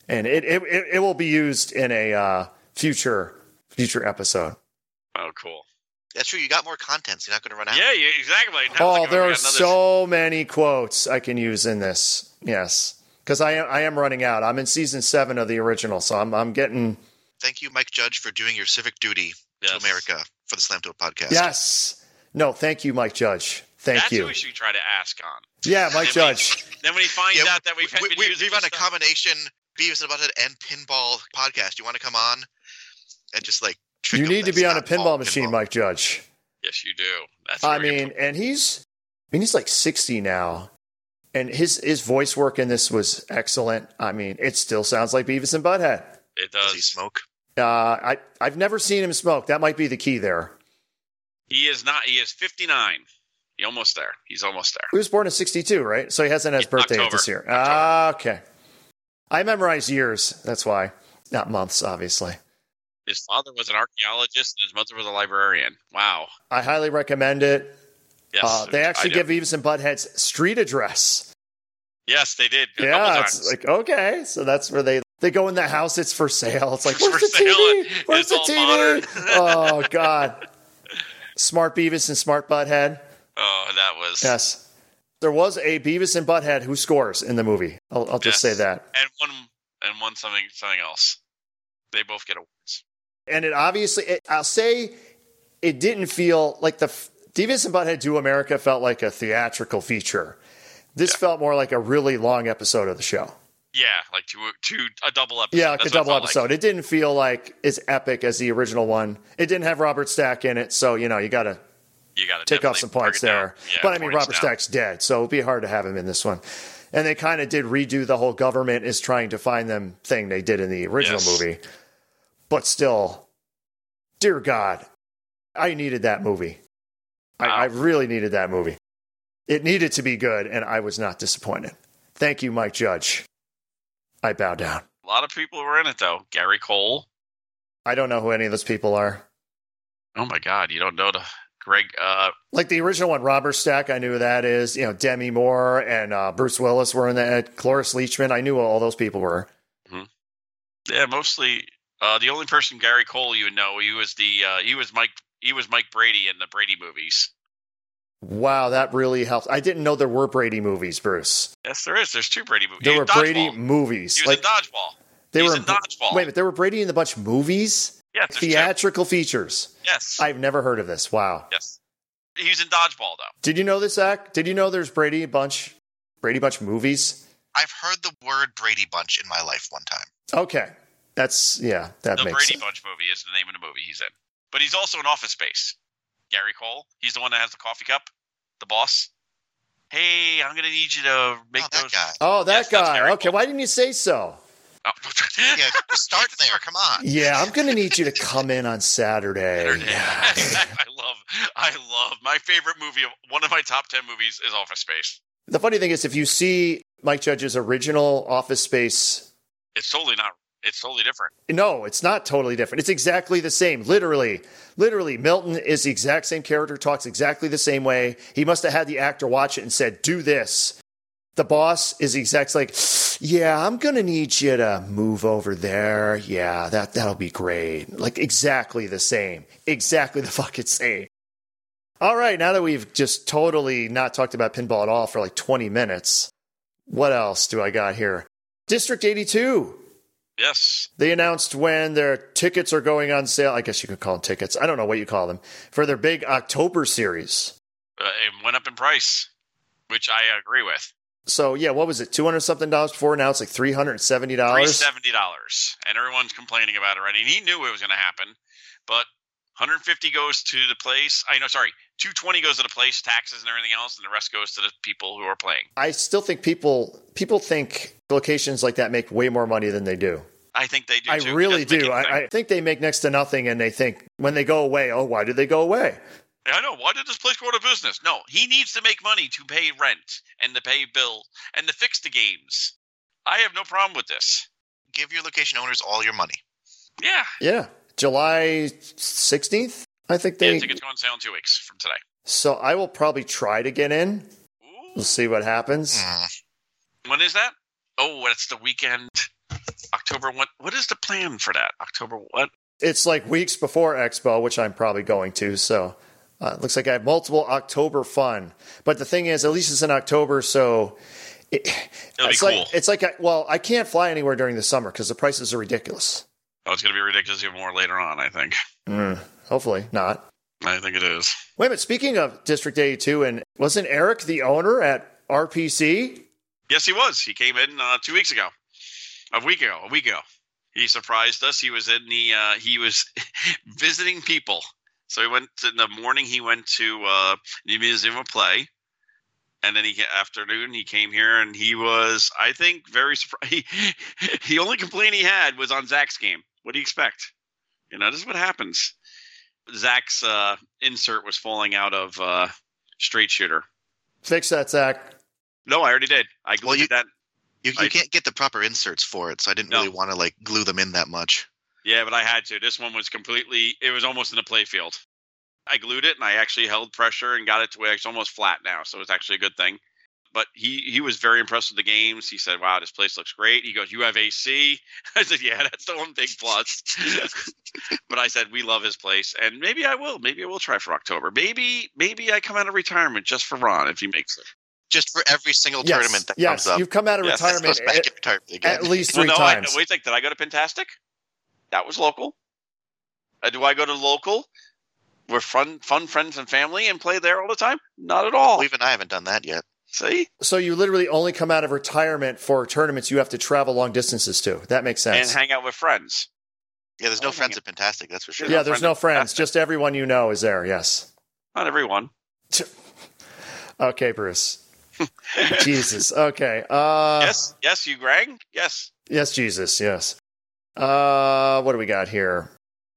[SPEAKER 4] and it it, it, it will be used in a uh, future future episode.
[SPEAKER 5] Oh, cool.
[SPEAKER 6] That's true. You got more content, so you're not going to run out.
[SPEAKER 5] Yeah, you, exactly. Now it's
[SPEAKER 4] Oh,
[SPEAKER 5] like,
[SPEAKER 4] there are
[SPEAKER 5] we got another-
[SPEAKER 4] so many quotes I can use in this. Yes, because I am, I am running out. I'm in season seven of the original, so I'm I'm getting
[SPEAKER 6] Thank you, Mike Judge, for doing your civic duty to
[SPEAKER 5] Yes.
[SPEAKER 6] America for the Slam to a podcast.
[SPEAKER 4] yes. No, thank you, Mike Judge. Thank
[SPEAKER 5] That's who
[SPEAKER 4] you.
[SPEAKER 5] we should try to ask on.
[SPEAKER 4] Yeah, Mike
[SPEAKER 5] Then
[SPEAKER 4] Judge.
[SPEAKER 5] We, then when he finds
[SPEAKER 6] Yeah,
[SPEAKER 5] out that we've had
[SPEAKER 6] we,
[SPEAKER 5] been
[SPEAKER 6] we,
[SPEAKER 5] using
[SPEAKER 6] we run
[SPEAKER 5] this
[SPEAKER 6] a
[SPEAKER 5] stuff-
[SPEAKER 6] combination Beavis and Butthead and pinball podcast. You want to come on and just like trick
[SPEAKER 4] You
[SPEAKER 6] 'em
[SPEAKER 4] need
[SPEAKER 6] that
[SPEAKER 4] to
[SPEAKER 6] it's
[SPEAKER 4] be on a
[SPEAKER 6] not
[SPEAKER 4] pinball
[SPEAKER 6] all
[SPEAKER 4] machine,
[SPEAKER 6] pinball.
[SPEAKER 4] Mike Judge.
[SPEAKER 5] Yes, you do. That's
[SPEAKER 4] I
[SPEAKER 5] where we-
[SPEAKER 4] mean, and he's I mean he's like sixty now, and his his voice work in this was excellent. I mean, it still sounds like Beavis and Butthead.
[SPEAKER 5] it
[SPEAKER 6] Does he
[SPEAKER 5] does.
[SPEAKER 6] smoke?
[SPEAKER 4] Uh, I I've never seen him smoke. That might be the key there.
[SPEAKER 5] He is not. He is 59. He almost there. He's almost there.
[SPEAKER 4] He was born in 62, right? So he hasn't had his
[SPEAKER 5] Yeah,
[SPEAKER 4] birthday yet
[SPEAKER 5] October.
[SPEAKER 4] this year.
[SPEAKER 5] October.
[SPEAKER 4] Ah, okay. I memorize years. That's why. Not months, obviously.
[SPEAKER 5] His father was an archaeologist and his mother was a librarian. Wow.
[SPEAKER 4] I highly recommend it.
[SPEAKER 5] Yes.
[SPEAKER 4] uh, they
[SPEAKER 5] I
[SPEAKER 4] actually
[SPEAKER 5] do.
[SPEAKER 4] give Beavis and Butthead's street address.
[SPEAKER 5] Yes, they did. A couple
[SPEAKER 4] yeah.
[SPEAKER 5] times.
[SPEAKER 4] It's like, okay. So that's where they they go in the house. It's for sale. It's like,
[SPEAKER 5] It's
[SPEAKER 4] where's
[SPEAKER 5] for
[SPEAKER 4] the
[SPEAKER 5] sale.
[SPEAKER 4] TV?
[SPEAKER 5] [laughs] It's
[SPEAKER 4] Where's the
[SPEAKER 5] all
[SPEAKER 4] TV?
[SPEAKER 5] modern.
[SPEAKER 4] oh, God. Smart Beavis and Smart Butthead.
[SPEAKER 5] oh, that was.
[SPEAKER 4] Yes. There was a Beavis and Butthead who scores in the movie. I'll, I'll just
[SPEAKER 5] Yes.
[SPEAKER 4] say that.
[SPEAKER 5] And one and one something something else. They both get awards.
[SPEAKER 4] and it obviously it, i'll say it didn't feel like the f- devious and butthead do america felt like a theatrical feature this felt more like a really long episode of the show
[SPEAKER 5] Yeah, like two two a double episode.
[SPEAKER 4] yeah like
[SPEAKER 5] That's
[SPEAKER 4] a
[SPEAKER 5] what it
[SPEAKER 4] double
[SPEAKER 5] felt
[SPEAKER 4] episode it didn't feel like as epic as the original one it didn't have robert stack in it so you know you gotta
[SPEAKER 5] You got to
[SPEAKER 4] take off some points there but i mean robert
[SPEAKER 5] Stack.
[SPEAKER 4] stack's dead so it'd be hard to have him in this one and they kind of did redo the whole government is trying to find them thing they did in the original
[SPEAKER 5] Yes.
[SPEAKER 4] movie but still dear god i needed that movie I,
[SPEAKER 5] Wow.
[SPEAKER 4] I really needed that movie it needed to be good and i was not disappointed thank you mike judge i bow down
[SPEAKER 5] A lot of people were in it though. Gary Cole.
[SPEAKER 4] i don't know who any of those people are
[SPEAKER 5] Oh my God, you don't know the Greg. Uh,
[SPEAKER 4] like the original one, Robert Stack, I knew who that is. You know, Demi Moore and uh, Bruce Willis were in that. Cloris Leachman, I knew all those people were.
[SPEAKER 5] yeah, mostly uh, the only person Gary Cole you would know. He was the uh, he was Mike he was Mike Brady in the Brady movies.
[SPEAKER 4] Wow, that really helps. I didn't know there were Brady movies, Bruce.
[SPEAKER 5] Yes, there is. There's two Brady movies.
[SPEAKER 4] There
[SPEAKER 5] He
[SPEAKER 4] were
[SPEAKER 5] was
[SPEAKER 4] Brady
[SPEAKER 5] Dodgeball.
[SPEAKER 4] movies.
[SPEAKER 5] He was
[SPEAKER 4] Like
[SPEAKER 5] in Dodgeball.
[SPEAKER 4] they
[SPEAKER 5] He
[SPEAKER 4] were
[SPEAKER 5] was in Dodgeball.
[SPEAKER 4] Wait, but there were Brady and a bunch of movies,
[SPEAKER 5] Yes, there's two.
[SPEAKER 4] theatrical features.
[SPEAKER 5] Yes,
[SPEAKER 4] I've never heard of this. Wow.
[SPEAKER 5] yes. He was in Dodgeball though.
[SPEAKER 4] Did you know this, Zach? Did you know there's Brady Bunch, Brady Bunch movies?
[SPEAKER 6] I've heard the word Brady Bunch in my life one
[SPEAKER 5] [laughs]
[SPEAKER 6] time.
[SPEAKER 4] Okay, that's yeah, that
[SPEAKER 5] The
[SPEAKER 4] makes
[SPEAKER 5] Brady
[SPEAKER 4] sense.
[SPEAKER 5] Bunch movie is the name of the movie he's in. But he's also in Office Space. Gary Cole. He's the one that has the coffee cup. The boss. Hey, I'm gonna need you to make
[SPEAKER 6] oh, that
[SPEAKER 5] those.
[SPEAKER 6] guy.
[SPEAKER 4] Oh, that
[SPEAKER 5] Yes, that's
[SPEAKER 4] guy.
[SPEAKER 5] Gary
[SPEAKER 4] Okay,
[SPEAKER 5] Cole.
[SPEAKER 4] why didn't you say so?
[SPEAKER 5] Oh. [laughs]
[SPEAKER 6] Yeah, start there. Come on.
[SPEAKER 4] Yeah, I'm gonna need you to come in on Saturday.
[SPEAKER 5] Saturday.
[SPEAKER 4] Yeah.
[SPEAKER 5] [laughs] I love, I love my favorite movie. Of, one of my top ten movies is Office Space.
[SPEAKER 4] The funny thing is, if you see Mike Judge's original Office Space,
[SPEAKER 5] It's totally not. It's totally different.
[SPEAKER 4] no, it's not totally different. It's exactly the same. Literally, literally, Milton is the exact same character, talks exactly the same way. He must have had the actor watch it and said, "Do this." The boss is the exact like, yeah, I'm gonna need you to move over there. Yeah, that that'll be great. Like exactly the same, exactly the [laughs] fucking same. All right, now that we've just totally not talked about pinball at all for like 20 minutes, what else do I got here? District 82.
[SPEAKER 5] Yes,
[SPEAKER 4] They announced when their tickets are going on sale. I guess you could call them tickets. I don't know what you call them for their big October series.
[SPEAKER 5] uh, it went up in price, which I agree with.
[SPEAKER 4] So yeah, what was it? 200 something dollars before now it's like
[SPEAKER 5] Three
[SPEAKER 4] $370.
[SPEAKER 5] seventy dollars, and everyone's complaining about it already. And he knew it was going to happen, but one hundred fifty goes to the place. I know, sorry, two twenty goes to the place, taxes and everything else, and the rest goes to the people who are playing.
[SPEAKER 4] I still think people people think locations like that make way more money than they do.
[SPEAKER 5] I think they do.
[SPEAKER 4] I
[SPEAKER 5] too.
[SPEAKER 4] really
[SPEAKER 5] It doesn't make
[SPEAKER 4] do.
[SPEAKER 5] it
[SPEAKER 4] I,
[SPEAKER 5] fair.
[SPEAKER 4] I think they make next to nothing and they think when they go away, oh, why did they go away?
[SPEAKER 5] Yeah, I know. Why did this place go out of business? No, he needs to make money to pay rent and to pay bill and to fix the games. I have no problem with this.
[SPEAKER 6] Give your location owners all your money.
[SPEAKER 5] Yeah.
[SPEAKER 4] Yeah, July 16th, I think
[SPEAKER 5] Yeah,
[SPEAKER 4] they.
[SPEAKER 5] tickets go on sale in two weeks from today.
[SPEAKER 4] so I will probably try to get in. We'll
[SPEAKER 5] Ooh.
[SPEAKER 4] see what happens.
[SPEAKER 6] Mm.
[SPEAKER 5] When is that? Oh, that's the weekend. October what? What is the plan for that? October what?
[SPEAKER 4] It's like weeks before Expo, which I'm probably going to. So uh, it looks like I have multiple October fun. But the thing is, at least it's in October, so it,
[SPEAKER 5] It'll be
[SPEAKER 4] it's
[SPEAKER 5] cool.
[SPEAKER 4] like it's like I, well, I can't fly anywhere during the summer because the prices are ridiculous.
[SPEAKER 5] Oh, it's going to be ridiculous even more later on. I think.
[SPEAKER 4] Hopefully not.
[SPEAKER 5] I think it is.
[SPEAKER 4] Wait a minute. Speaking of District 82, and wasn't Eric the owner at RPC?
[SPEAKER 5] Yes, he was. He came in uh, two weeks ago, a week ago, a week ago. He surprised us. He was in the uh, he was [laughs] visiting people. So he went in the morning. He went to uh, the Museum of Play, and then he afternoon he came here and he was I think very surprised. [laughs] He, the only complaint he had was on Zach's game. What do you expect? You know, this is what happens. Zach's uh, insert was falling out of uh, straight shooter.
[SPEAKER 4] Fix that, Zach.
[SPEAKER 5] No, I already did. I
[SPEAKER 6] Well,
[SPEAKER 5] looked
[SPEAKER 6] you-
[SPEAKER 5] at that
[SPEAKER 6] You, you
[SPEAKER 5] I-
[SPEAKER 6] can't get the proper inserts for it, so I didn't
[SPEAKER 5] No.
[SPEAKER 6] really want to like glue them in that much.
[SPEAKER 5] Yeah, but I had to. This one was completely. It was almost in the play field. I glued it and I actually held pressure and got it to where it's almost flat now, so it's actually a good thing. But he he was very impressed with the games. He said, "Wow, this place looks great." He goes, "You have AC?" [laughs] I said, "Yeah, that's the one big plus." [laughs] but I said, "We love his place, and maybe I will. Maybe I will try for October. Maybe maybe I come out of retirement just for Ron if he makes it."
[SPEAKER 6] Just for every single
[SPEAKER 4] yes,
[SPEAKER 6] tournament that
[SPEAKER 4] yes.
[SPEAKER 6] comes up.
[SPEAKER 4] You've come out of
[SPEAKER 5] [laughs] Yes,
[SPEAKER 6] This goes
[SPEAKER 4] retirement
[SPEAKER 6] back
[SPEAKER 4] at,
[SPEAKER 6] in retirement again.
[SPEAKER 4] at least three
[SPEAKER 5] [laughs] well, no,
[SPEAKER 4] times.
[SPEAKER 5] I, wait a second. Did I go to Pentastic? That was local. Uh, do I go to local? We're fun, fun friends and family and play there all the time? Not at all.
[SPEAKER 6] Well, even I haven't done that yet.
[SPEAKER 5] See?
[SPEAKER 4] so you literally only come out of retirement for tournaments you have to travel long distances to. That makes
[SPEAKER 5] And
[SPEAKER 4] sense.
[SPEAKER 5] hang out with friends.
[SPEAKER 6] Yeah, there's
[SPEAKER 5] Oh,
[SPEAKER 6] no
[SPEAKER 5] hang
[SPEAKER 6] friends at Fantastic, that's for sure.
[SPEAKER 4] yeah, there's
[SPEAKER 5] friends
[SPEAKER 4] no
[SPEAKER 5] with
[SPEAKER 4] friends.
[SPEAKER 5] Fantastic.
[SPEAKER 4] Just everyone you know is there. Yes.
[SPEAKER 5] Not everyone.
[SPEAKER 4] Okay,
[SPEAKER 5] [laughs]
[SPEAKER 4] Bruce. Jesus. Okay. Uh,
[SPEAKER 5] yes, yes, you, Greg? Yes.
[SPEAKER 4] Yes, Jesus. Yes. Uh, what do we got here?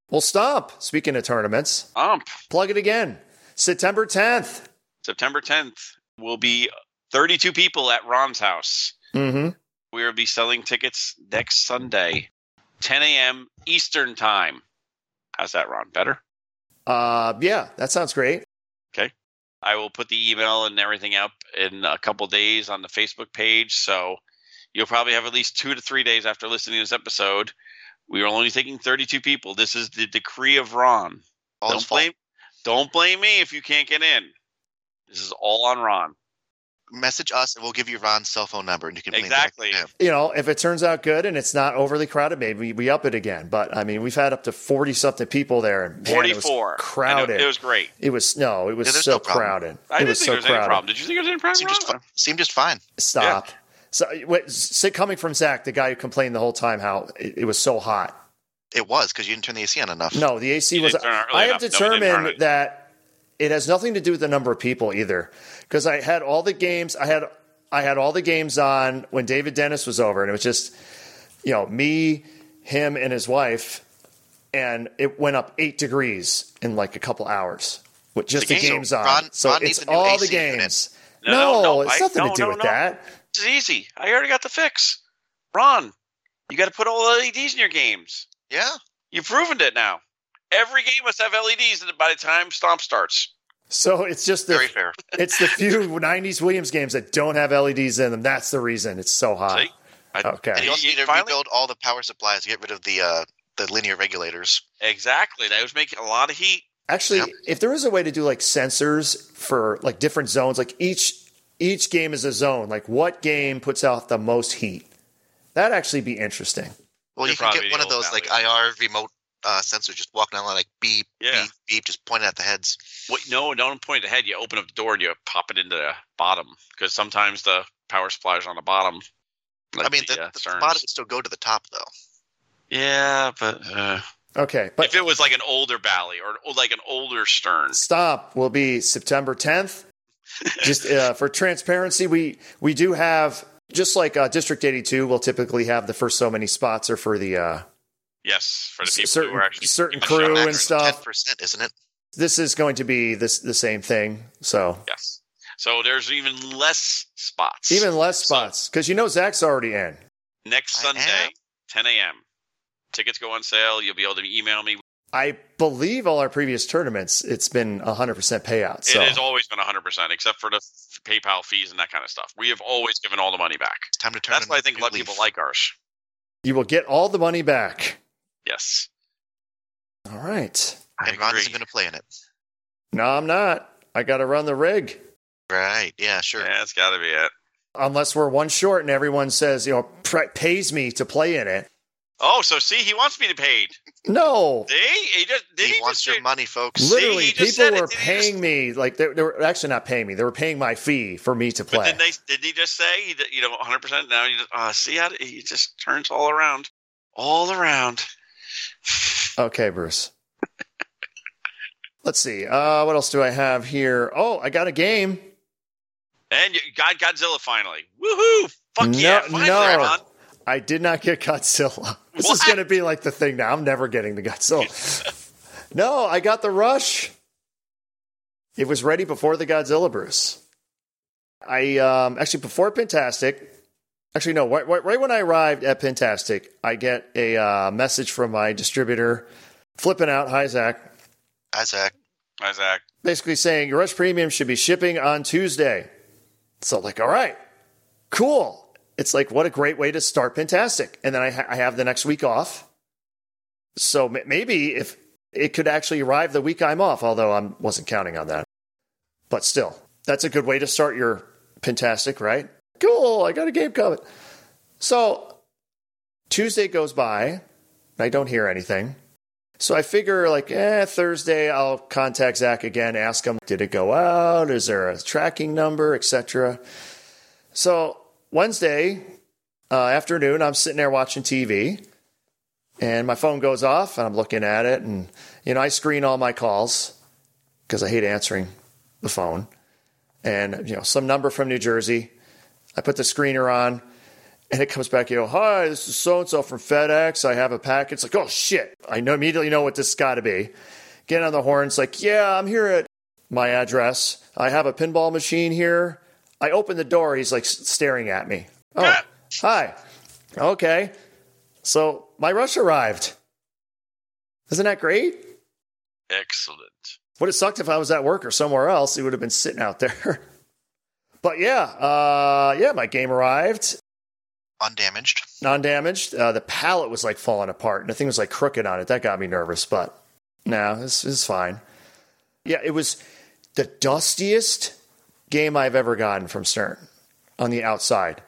[SPEAKER 4] Well, stop. Speaking of tournaments,
[SPEAKER 5] Ump.
[SPEAKER 4] plug it again. September 10th.
[SPEAKER 5] September 10th will be 32 people at Ron's house.
[SPEAKER 4] Mm-hmm.
[SPEAKER 5] We will be selling tickets next Sunday, 10 a.m. Eastern Time. How's that, Ron? Better?
[SPEAKER 4] Uh, yeah, that sounds great.
[SPEAKER 5] I will put the email and everything up in a couple days on the Facebook page. So you'll probably have at least two to three days after listening to this episode. We are only taking 32 people. This is the decree of Ron.
[SPEAKER 6] All his
[SPEAKER 5] Don't
[SPEAKER 6] fault.
[SPEAKER 5] blame, don't blame me if you can't get in. This is all on Ron.
[SPEAKER 6] Message us, and we'll give you Ron's cell phone number, and you can
[SPEAKER 5] Exactly.
[SPEAKER 6] Blame that
[SPEAKER 4] You know, if it turns out good and it's not overly crowded, maybe we, we up it again. But I mean, we've had up to 40 something people there. And, man, it was
[SPEAKER 5] 44.
[SPEAKER 4] crowded.
[SPEAKER 5] And It, it was great.
[SPEAKER 4] no, it was
[SPEAKER 6] Yeah, there's
[SPEAKER 4] so
[SPEAKER 6] no problem.
[SPEAKER 4] crowded.
[SPEAKER 5] I
[SPEAKER 4] it
[SPEAKER 5] didn't
[SPEAKER 4] was so
[SPEAKER 5] think there was any
[SPEAKER 4] crowded.
[SPEAKER 5] problem. Did you think there was any
[SPEAKER 6] It
[SPEAKER 5] problem?
[SPEAKER 6] seemed just,
[SPEAKER 5] Ron?
[SPEAKER 6] fi- seemed just fine.
[SPEAKER 4] Stop. So, wait, s- coming from Zach, the guy who complained the whole time how it, it was so hot.
[SPEAKER 6] It was because you didn't turn the AC on enough.
[SPEAKER 4] No, the AC was.
[SPEAKER 5] didn't turn it early
[SPEAKER 4] I have
[SPEAKER 5] enough. No, we didn't
[SPEAKER 4] determined
[SPEAKER 5] turn it.
[SPEAKER 4] that it has nothing to do with the number of people either, because I had all the games. I had I had all the games on when David Dennis was over, and it was just you know me, him, and his wife, and it went up eight degrees in like a couple hours with just the,
[SPEAKER 5] The game-
[SPEAKER 4] games
[SPEAKER 6] so
[SPEAKER 4] on.
[SPEAKER 6] Ron-
[SPEAKER 4] so
[SPEAKER 6] Ron needs
[SPEAKER 4] it's
[SPEAKER 6] a new
[SPEAKER 4] all the
[SPEAKER 6] AC unit.
[SPEAKER 4] games.
[SPEAKER 5] No,
[SPEAKER 4] No,
[SPEAKER 5] no, no,
[SPEAKER 4] it's
[SPEAKER 5] I-
[SPEAKER 4] nothing
[SPEAKER 5] no,
[SPEAKER 4] to do
[SPEAKER 5] no,
[SPEAKER 4] with
[SPEAKER 5] no.
[SPEAKER 4] that.
[SPEAKER 5] This is easy. I already got the fix. Ron, you got to put all LEDs in your games.
[SPEAKER 6] Yeah.
[SPEAKER 5] You've proven it now. Every game must have LEDs in it by the time Stomp starts.
[SPEAKER 4] So it's just the
[SPEAKER 6] Very fair.
[SPEAKER 4] it's the few '90s Williams games that don't have LEDs in them. That's the reason it's so hot.
[SPEAKER 5] See?
[SPEAKER 4] Okay.
[SPEAKER 6] And you also
[SPEAKER 5] You-
[SPEAKER 6] need to
[SPEAKER 5] you finally-
[SPEAKER 6] rebuild all the power supplies, get rid of the uh, the linear regulators.
[SPEAKER 5] Exactly. That was making a lot of heat.
[SPEAKER 4] Actually,
[SPEAKER 6] Yep.
[SPEAKER 4] if there is a way to do like sensors for like different zones, like each each game is a zone. Like what game puts out the most heat? That'd actually be interesting.
[SPEAKER 6] Well,
[SPEAKER 5] You're
[SPEAKER 6] you can
[SPEAKER 5] probably
[SPEAKER 6] get one
[SPEAKER 5] the
[SPEAKER 6] of those
[SPEAKER 5] old
[SPEAKER 6] like
[SPEAKER 5] valley.
[SPEAKER 6] IR remote uh, sensors just walking around like beep,
[SPEAKER 5] Yeah.
[SPEAKER 6] beep, beep, just pointing at the heads.
[SPEAKER 5] Wait, no, don't point ahead. You open up the door and you pop it into the bottom because sometimes the power supply is on the bottom. like
[SPEAKER 6] I mean, the,
[SPEAKER 5] uh,
[SPEAKER 6] the
[SPEAKER 5] Cerns.
[SPEAKER 6] bottom would still go to the top though.
[SPEAKER 5] Yeah, but, uh,
[SPEAKER 4] Okay, but
[SPEAKER 5] if it was like an older Bally or an old- like an older Stern,
[SPEAKER 4] stop will be September
[SPEAKER 5] [laughs]
[SPEAKER 4] 10th. just uh, for transparency, we we do have just like uh, District 82 will typically have the first so many spots are for the uh,
[SPEAKER 5] yes, for the people who
[SPEAKER 4] certain
[SPEAKER 5] are actually
[SPEAKER 4] certain
[SPEAKER 5] keeping the
[SPEAKER 4] crew
[SPEAKER 5] shop
[SPEAKER 4] and
[SPEAKER 5] accurate.
[SPEAKER 4] stuff.
[SPEAKER 6] Ten percent, isn't it?
[SPEAKER 4] This is going to be this the same thing. So
[SPEAKER 5] Yes. So there's even less spots.
[SPEAKER 4] even less spots because you know Zach's already in.
[SPEAKER 5] next
[SPEAKER 6] I am.
[SPEAKER 5] Sunday, 10 a.m. Tickets go on sale. You'll be able to email me.
[SPEAKER 4] I believe all our previous tournaments, it's been 100% payout. So
[SPEAKER 5] It has always been 100%, except for the f- PayPal fees and that kind of stuff. We have always given all the money back.
[SPEAKER 6] It's time to turn.
[SPEAKER 5] That's
[SPEAKER 6] a
[SPEAKER 5] why I think a
[SPEAKER 6] new
[SPEAKER 5] lot of
[SPEAKER 6] leaf.
[SPEAKER 5] people like ours.
[SPEAKER 4] you will get all the money back.
[SPEAKER 5] Yes.
[SPEAKER 4] All right.
[SPEAKER 5] I
[SPEAKER 6] and Ron
[SPEAKER 5] agree.
[SPEAKER 6] isn't going to play in it.
[SPEAKER 4] No, I'm not. I got to run the rig.
[SPEAKER 6] Right? Yeah, sure.
[SPEAKER 5] Yeah, that's got to be it.
[SPEAKER 4] Unless we're one short and everyone says, you know, pre- pays me to play in it.
[SPEAKER 5] Oh, so see, he wants me to pay.
[SPEAKER 4] No.
[SPEAKER 5] See, he just did
[SPEAKER 6] He,
[SPEAKER 5] he,
[SPEAKER 6] wants
[SPEAKER 5] just
[SPEAKER 6] your
[SPEAKER 5] say-
[SPEAKER 6] money, folks.
[SPEAKER 5] Li-
[SPEAKER 4] Literally,
[SPEAKER 5] he just
[SPEAKER 4] people
[SPEAKER 5] said it,
[SPEAKER 4] were
[SPEAKER 5] didn't he just-
[SPEAKER 4] paying me. Like, they, they were actually not paying me. They were paying my fee for me to
[SPEAKER 5] But
[SPEAKER 4] play.
[SPEAKER 5] then they didn't he just say he d- you know 100 percent now you just uh, see how he just turns all around, all around.
[SPEAKER 4] Okay, Bruce. Let's see. Uh, what else do I have here? Oh, I got a game.
[SPEAKER 5] And you got Godzilla finally. Woohoo! Fuck
[SPEAKER 4] No-
[SPEAKER 5] yeah! Finally,
[SPEAKER 4] no.
[SPEAKER 5] Ron.
[SPEAKER 4] I did not get Godzilla. [laughs] This is
[SPEAKER 5] What?
[SPEAKER 4] going to be like the thing now. I'm never getting the
[SPEAKER 5] [laughs]
[SPEAKER 4] Godzilla. no, I got the Rush. It was ready before the Godzilla, Bruce. I um, actually before Pentastic. Actually, no. Right, right, right when I arrived at Pentastic, I get a uh, message from my distributor, flipping out. Hi, Zach.
[SPEAKER 6] Isaac.
[SPEAKER 5] Isaac.
[SPEAKER 4] basically saying your Rush Premium should be shipping on Tuesday. So like, all right, cool. It's like what a great way to start Pentastic, and then I, ha- I have the next week off. So m- maybe if it could actually arrive the week I'm off, although I wasn't counting on that. But still, that's a good way to start your Pentastic, right? Cool, I got a game coming. So Tuesday goes by, and I don't hear anything. So I figure, like, eh, Thursday, I'll contact Zach again, ask him, did it go out? Is there a tracking number, etc. So Wednesday uh, afternoon, I'm sitting there watching TV, and my phone goes off, and I'm looking at it, and you know, I screen all my calls because I hate answering the phone, and you know, some number from New Jersey. I put the screener on, and it comes back, you know, hi, this is so and so from FedEx. I have a package. It's like, oh shit. I know immediately know what this has got to be. Get on the horn. It's like, yeah, I'm here at my address. I have a pinball machine here. I open the door. He's like s- staring at me. Oh, hi. Okay. So my rush arrived. Isn't that great?
[SPEAKER 5] Excellent.
[SPEAKER 4] Would have sucked if I was at work or somewhere else. He would have been sitting out there. [laughs] but yeah, uh, yeah, my game arrived
[SPEAKER 6] Undamaged.
[SPEAKER 4] non-damaged. Uh, the pallet was like falling apart, and the thing was like crooked on it. That got me nervous, but no, this is fine. Yeah, it was the dustiest game I've ever gotten from Stern on the outside.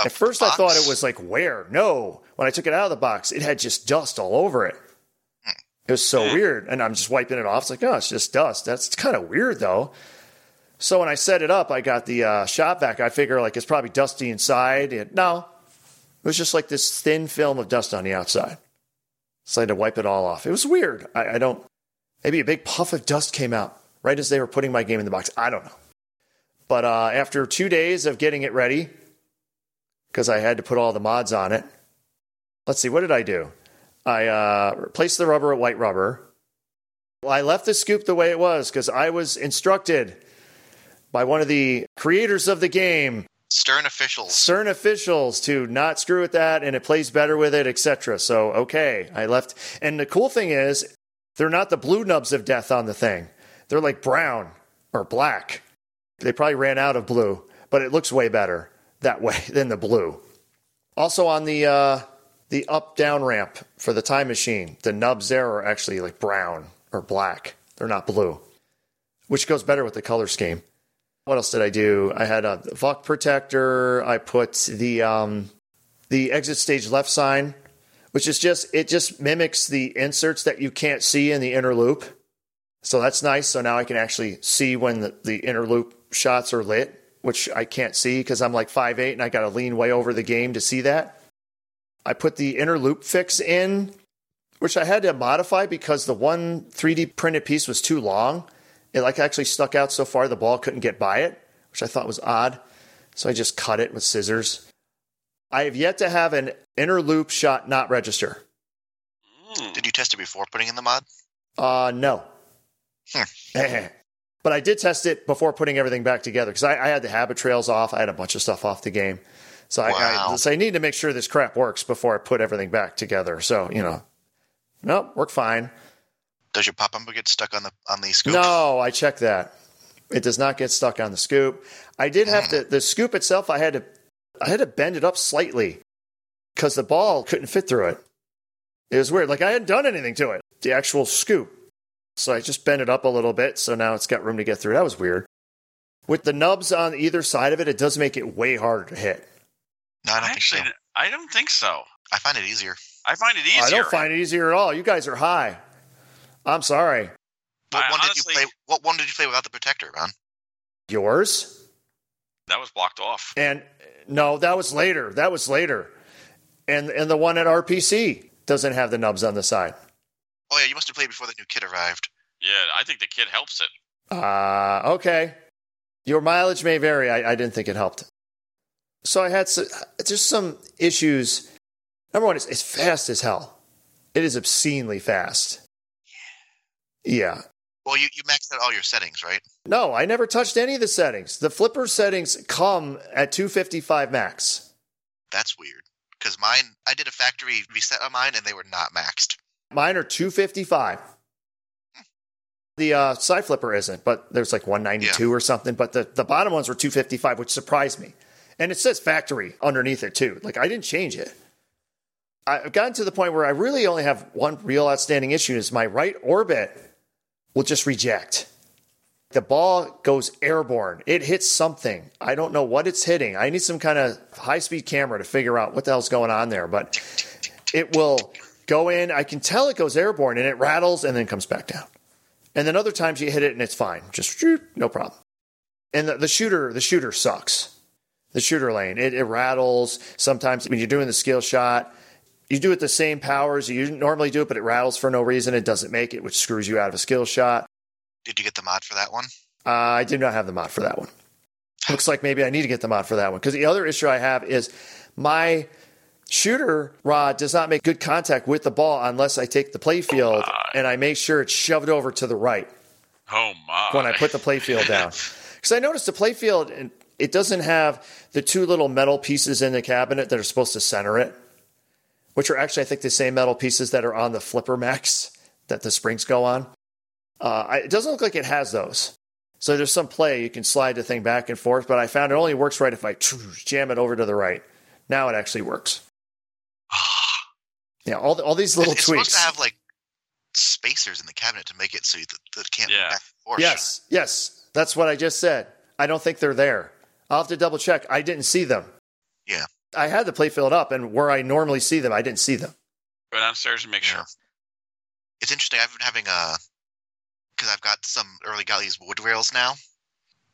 [SPEAKER 6] A
[SPEAKER 4] At first, I
[SPEAKER 6] box.
[SPEAKER 4] thought it was like where? No, when I took it out of the box, it had just dust all over it. It was so weird, and I'm just wiping it off. It's like, oh, it's just dust. That's kind of weird, though. So when I set it up, I got the uh, shop back. I figure like it's probably dusty inside. It, no, it was just like this thin film of dust on the outside. So I had to wipe it all off. It was weird. I, I don't. Maybe a big puff of dust came out right as they were putting my game in the box. I don't know. But uh, after two days of getting it ready, because I had to put all the mods on it, let's see, what did I do? I uh, replaced the rubber with white rubber. Well, I left the scoop the way it was because I was instructed by one of the creators of the game
[SPEAKER 6] Stern officials.
[SPEAKER 4] CERN officials to not screw with that and it plays better with it, etc. So, okay, I left. And the cool thing is, they're not the blue nubs of death on the thing. They're like brown or black. They probably ran out of blue, but it looks way better that way [laughs] than the blue. Also on the uh, the up down ramp for the time machine, the nubs there are actually like brown or black. They're not blue, which goes better with the color scheme what else did I do? I had a Vok protector. I put the um, the exit stage left sign, which is just it just mimics the inserts that you can't see in the inner loop. So that's nice. So now I can actually see when the, the inner loop shots are lit, which I can't see because I'm like five eight and I got to lean way over the game to see that. I put the inner loop fix in, which I had to modify because the one 3D printed piece was too long it like actually stuck out so far the ball couldn't get by it, which I thought was odd. So I just cut it with scissors. I have yet to have an inner loop shot not register.
[SPEAKER 5] Mm.
[SPEAKER 6] Did you test it before putting in the mod?
[SPEAKER 4] Uh, no.
[SPEAKER 6] Hmm.
[SPEAKER 4] [laughs] but I did test it before putting everything back together because I, I had the habit trails off. I had a bunch of stuff off the game. So I, I,
[SPEAKER 6] Wow.
[SPEAKER 4] so I need to make sure this crap works before I put everything back together. So, you know, nope, worked fine.
[SPEAKER 6] Does your pop umber get stuck on the on the scoop?
[SPEAKER 4] No, I checked that. It does not get stuck on the scoop. I did have to the scoop itself. I had to I had to bend it up slightly because the ball couldn't fit through it. It was weird. Like I hadn't done anything to it. the actual scoop. So I just bent it up a little bit, so now it's got room to get through. That was weird. With the nubs on either side of it, it does make it way harder to hit.
[SPEAKER 6] No, I don't
[SPEAKER 5] Actually,
[SPEAKER 6] think so.
[SPEAKER 5] I don't think so.
[SPEAKER 6] I find it easier.
[SPEAKER 5] I find it easier.
[SPEAKER 4] I don't find it easier at all. You guys are high. I'm sorry.
[SPEAKER 6] What
[SPEAKER 5] I
[SPEAKER 6] one
[SPEAKER 5] honestly-
[SPEAKER 6] did you play? What one did you play without the protector, Ron?
[SPEAKER 4] Yours?
[SPEAKER 5] that was blocked off.
[SPEAKER 4] And no, that was later. That was later. And and the one at RPC doesn't have the nubs on the side.
[SPEAKER 6] Oh yeah, you must have played before the new kid arrived.
[SPEAKER 5] Yeah, I think the kid helps it.
[SPEAKER 4] Uh, okay. Your mileage may vary. I, I didn't think it helped. So I had s just some issues. Number one, it's, it's fast as hell. It is obscenely fast. Yeah.
[SPEAKER 6] Well, you, you maxed out all your settings, right?
[SPEAKER 4] No, I never touched any of the settings. The flipper settings come at 255 max.
[SPEAKER 6] That's weird. Because mine, I did a factory reset on mine, and they were not maxed.
[SPEAKER 4] Mine are 255. The uh, side flipper isn't, but there's like 192 or something. But the, the bottom ones were 255, which surprised me. And it says factory underneath it too. Like I didn't change it. I- I've gotten to the point where I really only have one real outstanding issue is my right orbit will just reject. The ball goes airborne. It hits something. I don't know what it's hitting. I need some kind of high speed camera to figure out what the hell's going on there. But it will go in. I can tell it goes airborne and it rattles and then comes back down. And then other times you hit it and it's fine, just shoot, no problem. And the, the shooter, the shooter sucks. The shooter lane, it, it rattles. Sometimes when you're doing the skill shot, you do it the same powers you normally do it, but it rattles for no reason. It doesn't make it, which screws you out of a skill shot.
[SPEAKER 6] Did you get the mod for that one?
[SPEAKER 4] Uh, I did not have the mod for that one. Looks like maybe I need to get the mod for that one because the other issue I have is my shooter rod does not make good contact with the ball unless I take the play field and I make sure it's shoved over to the right
[SPEAKER 5] Oh my!
[SPEAKER 4] when I put the play field
[SPEAKER 6] [laughs]
[SPEAKER 4] down. Because I noticed the play field, and it doesn't have the two little metal pieces in the cabinet that are supposed to center it, which are actually, I think, the same metal pieces that are on the flipper max that the springs go on. Uh, I, it doesn't look like it has those. So there's some play you can slide the thing back and forth, but I found it only works right if I jam it over to the right. Now it actually
[SPEAKER 6] [sighs]
[SPEAKER 4] works. Yeah, all, all these little
[SPEAKER 6] it's
[SPEAKER 4] tweaks.
[SPEAKER 6] supposed to have like spacers in the cabinet to make it so that, that it can't move
[SPEAKER 5] Yeah.
[SPEAKER 6] back and forth.
[SPEAKER 4] Yes, yes. That's what I just said. I don't think they're there. I'll have to double check. I didn't see them.
[SPEAKER 6] Yeah.
[SPEAKER 4] I had the play filled up, and where I normally see them, I didn't see them.
[SPEAKER 5] [laughs] Go downstairs and make
[SPEAKER 6] Yeah.
[SPEAKER 5] sure.
[SPEAKER 6] It's interesting. I've been having a because I've got some early got these wood rails now.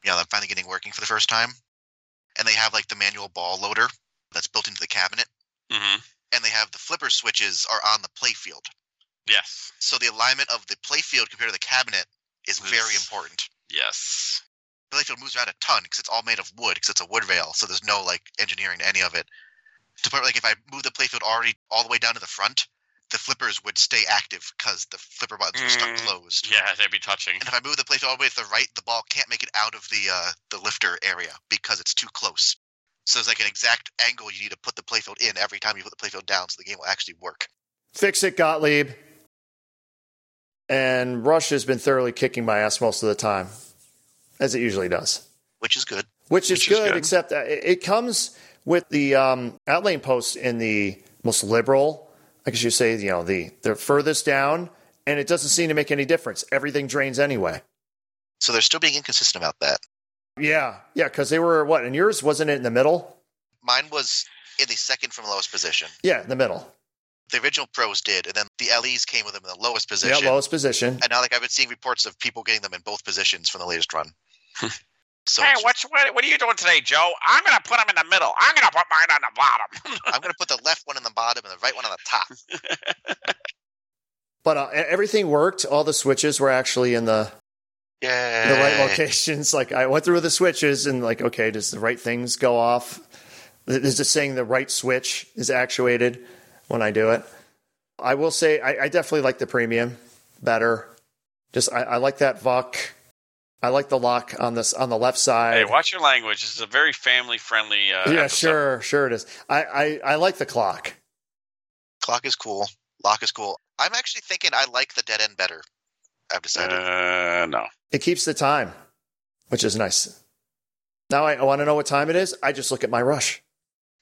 [SPEAKER 6] You know, I'm finally getting working for the first time, and they have like the manual ball loader that's built into the cabinet,
[SPEAKER 5] hmm
[SPEAKER 6] and they have the flipper switches are on the play field.
[SPEAKER 5] Yes,
[SPEAKER 6] So the alignment of the play field compared to the cabinet is very
[SPEAKER 5] Yes.
[SPEAKER 6] important.
[SPEAKER 5] yes.
[SPEAKER 6] The play field moves around a ton because it's all made of wood because it's a wood rail, so there's no like engineering to any of it. To the point where, like if I move the play field already all the way down to the front, the flippers would stay active because the flipper buttons were stuck
[SPEAKER 5] Mm.
[SPEAKER 6] closed.
[SPEAKER 5] Yeah, they'd be touching.
[SPEAKER 6] And if I move the plate all the way to the right, the ball can't make it out of the uh, the lifter area because it's too close. So there's like an exact angle you need to put the playfield in every time you put the playfield down, so the game will actually work.
[SPEAKER 4] Fix it, Gottlieb. And Rush has been thoroughly kicking my ass most of the time, as it usually does,
[SPEAKER 6] Which is good.
[SPEAKER 4] which is,
[SPEAKER 5] Which is
[SPEAKER 4] good,
[SPEAKER 5] good.
[SPEAKER 4] except that it it comes with the um, outlane posts in the most liberal, I guess you say, you know, the, the furthest down, and it doesn't seem to make any difference. Everything drains anyway.
[SPEAKER 6] So they're still being inconsistent about that.
[SPEAKER 4] Yeah, yeah, because they were what? And yours wasn't it in the middle?
[SPEAKER 6] Mine was in the second from lowest position.
[SPEAKER 4] Yeah, in the middle.
[SPEAKER 6] The original pros did, and then the LEs came with them in the lowest
[SPEAKER 4] Yeah,
[SPEAKER 6] position.
[SPEAKER 4] lowest position.
[SPEAKER 6] And now, like I've been seeing reports of people getting them in both positions from the latest run.
[SPEAKER 5] [laughs]
[SPEAKER 6] so
[SPEAKER 5] hey,
[SPEAKER 6] it's-
[SPEAKER 5] what's what, what are you doing today, Joe? I'm gonna put them in the middle. I'm gonna put mine on the bottom. [laughs]
[SPEAKER 6] I'm going to put the left one in the bottom and the right one on the top.
[SPEAKER 4] But uh, e- everything worked. All the switches were actually in the
[SPEAKER 6] Yeah.
[SPEAKER 4] the right locations. [laughs] Like I went through the switches and like, okay, does the right things go off? Is it saying the right switch is actuated when I do it? I will say I, I definitely like the premium better. Just I, I like that Vuck. I like the lock on this on the left side.
[SPEAKER 5] hey, watch your language. This is a very family-friendly. Uh,
[SPEAKER 4] yeah,
[SPEAKER 5] episode.
[SPEAKER 4] sure, sure it is. I, I, I like the clock.
[SPEAKER 6] Clock is cool. Lock is cool. I'm actually thinking I like the dead end better. I've decided.
[SPEAKER 5] Uh, no.
[SPEAKER 4] It keeps the time, which is nice. Now I want to know what time it is. I just look at my rush.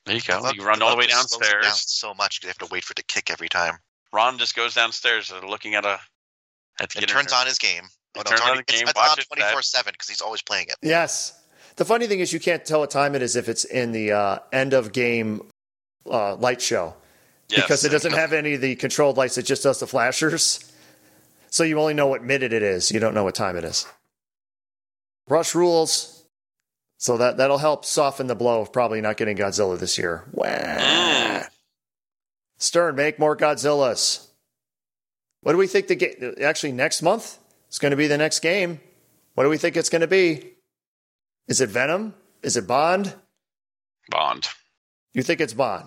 [SPEAKER 5] There you go.
[SPEAKER 6] Clock-
[SPEAKER 5] You run all the way
[SPEAKER 6] clock just slows it
[SPEAKER 5] downstairs.
[SPEAKER 6] down so much 'cause you have to wait for it to kick every time.
[SPEAKER 5] Ron just goes downstairs, uh, looking at a. At the
[SPEAKER 6] It
[SPEAKER 5] internet.
[SPEAKER 6] turns on his game.
[SPEAKER 5] It
[SPEAKER 6] Oh,
[SPEAKER 5] turns on
[SPEAKER 6] already-
[SPEAKER 5] the game,
[SPEAKER 6] it's,
[SPEAKER 5] watch
[SPEAKER 6] it's
[SPEAKER 5] it,
[SPEAKER 6] on twenty four seven because he's always playing it.
[SPEAKER 4] Yes. The funny thing is, you can't tell what time it is if it's in the uh, end of game uh, light show
[SPEAKER 5] Yes.
[SPEAKER 4] because it doesn't have any of the controlled lights. It just does the flashers. So you only know what minute it is. You don't know what time it is. Rush rules. So that, that'll help soften the blow of probably not getting Godzilla this year. Wah. Stern, make more Godzillas. What do we think the game? Actually, next month it's going to be the next game. What do we think it's going to be? Is it Venom? Is it Bond?
[SPEAKER 5] Bond.
[SPEAKER 4] You think it's Bond,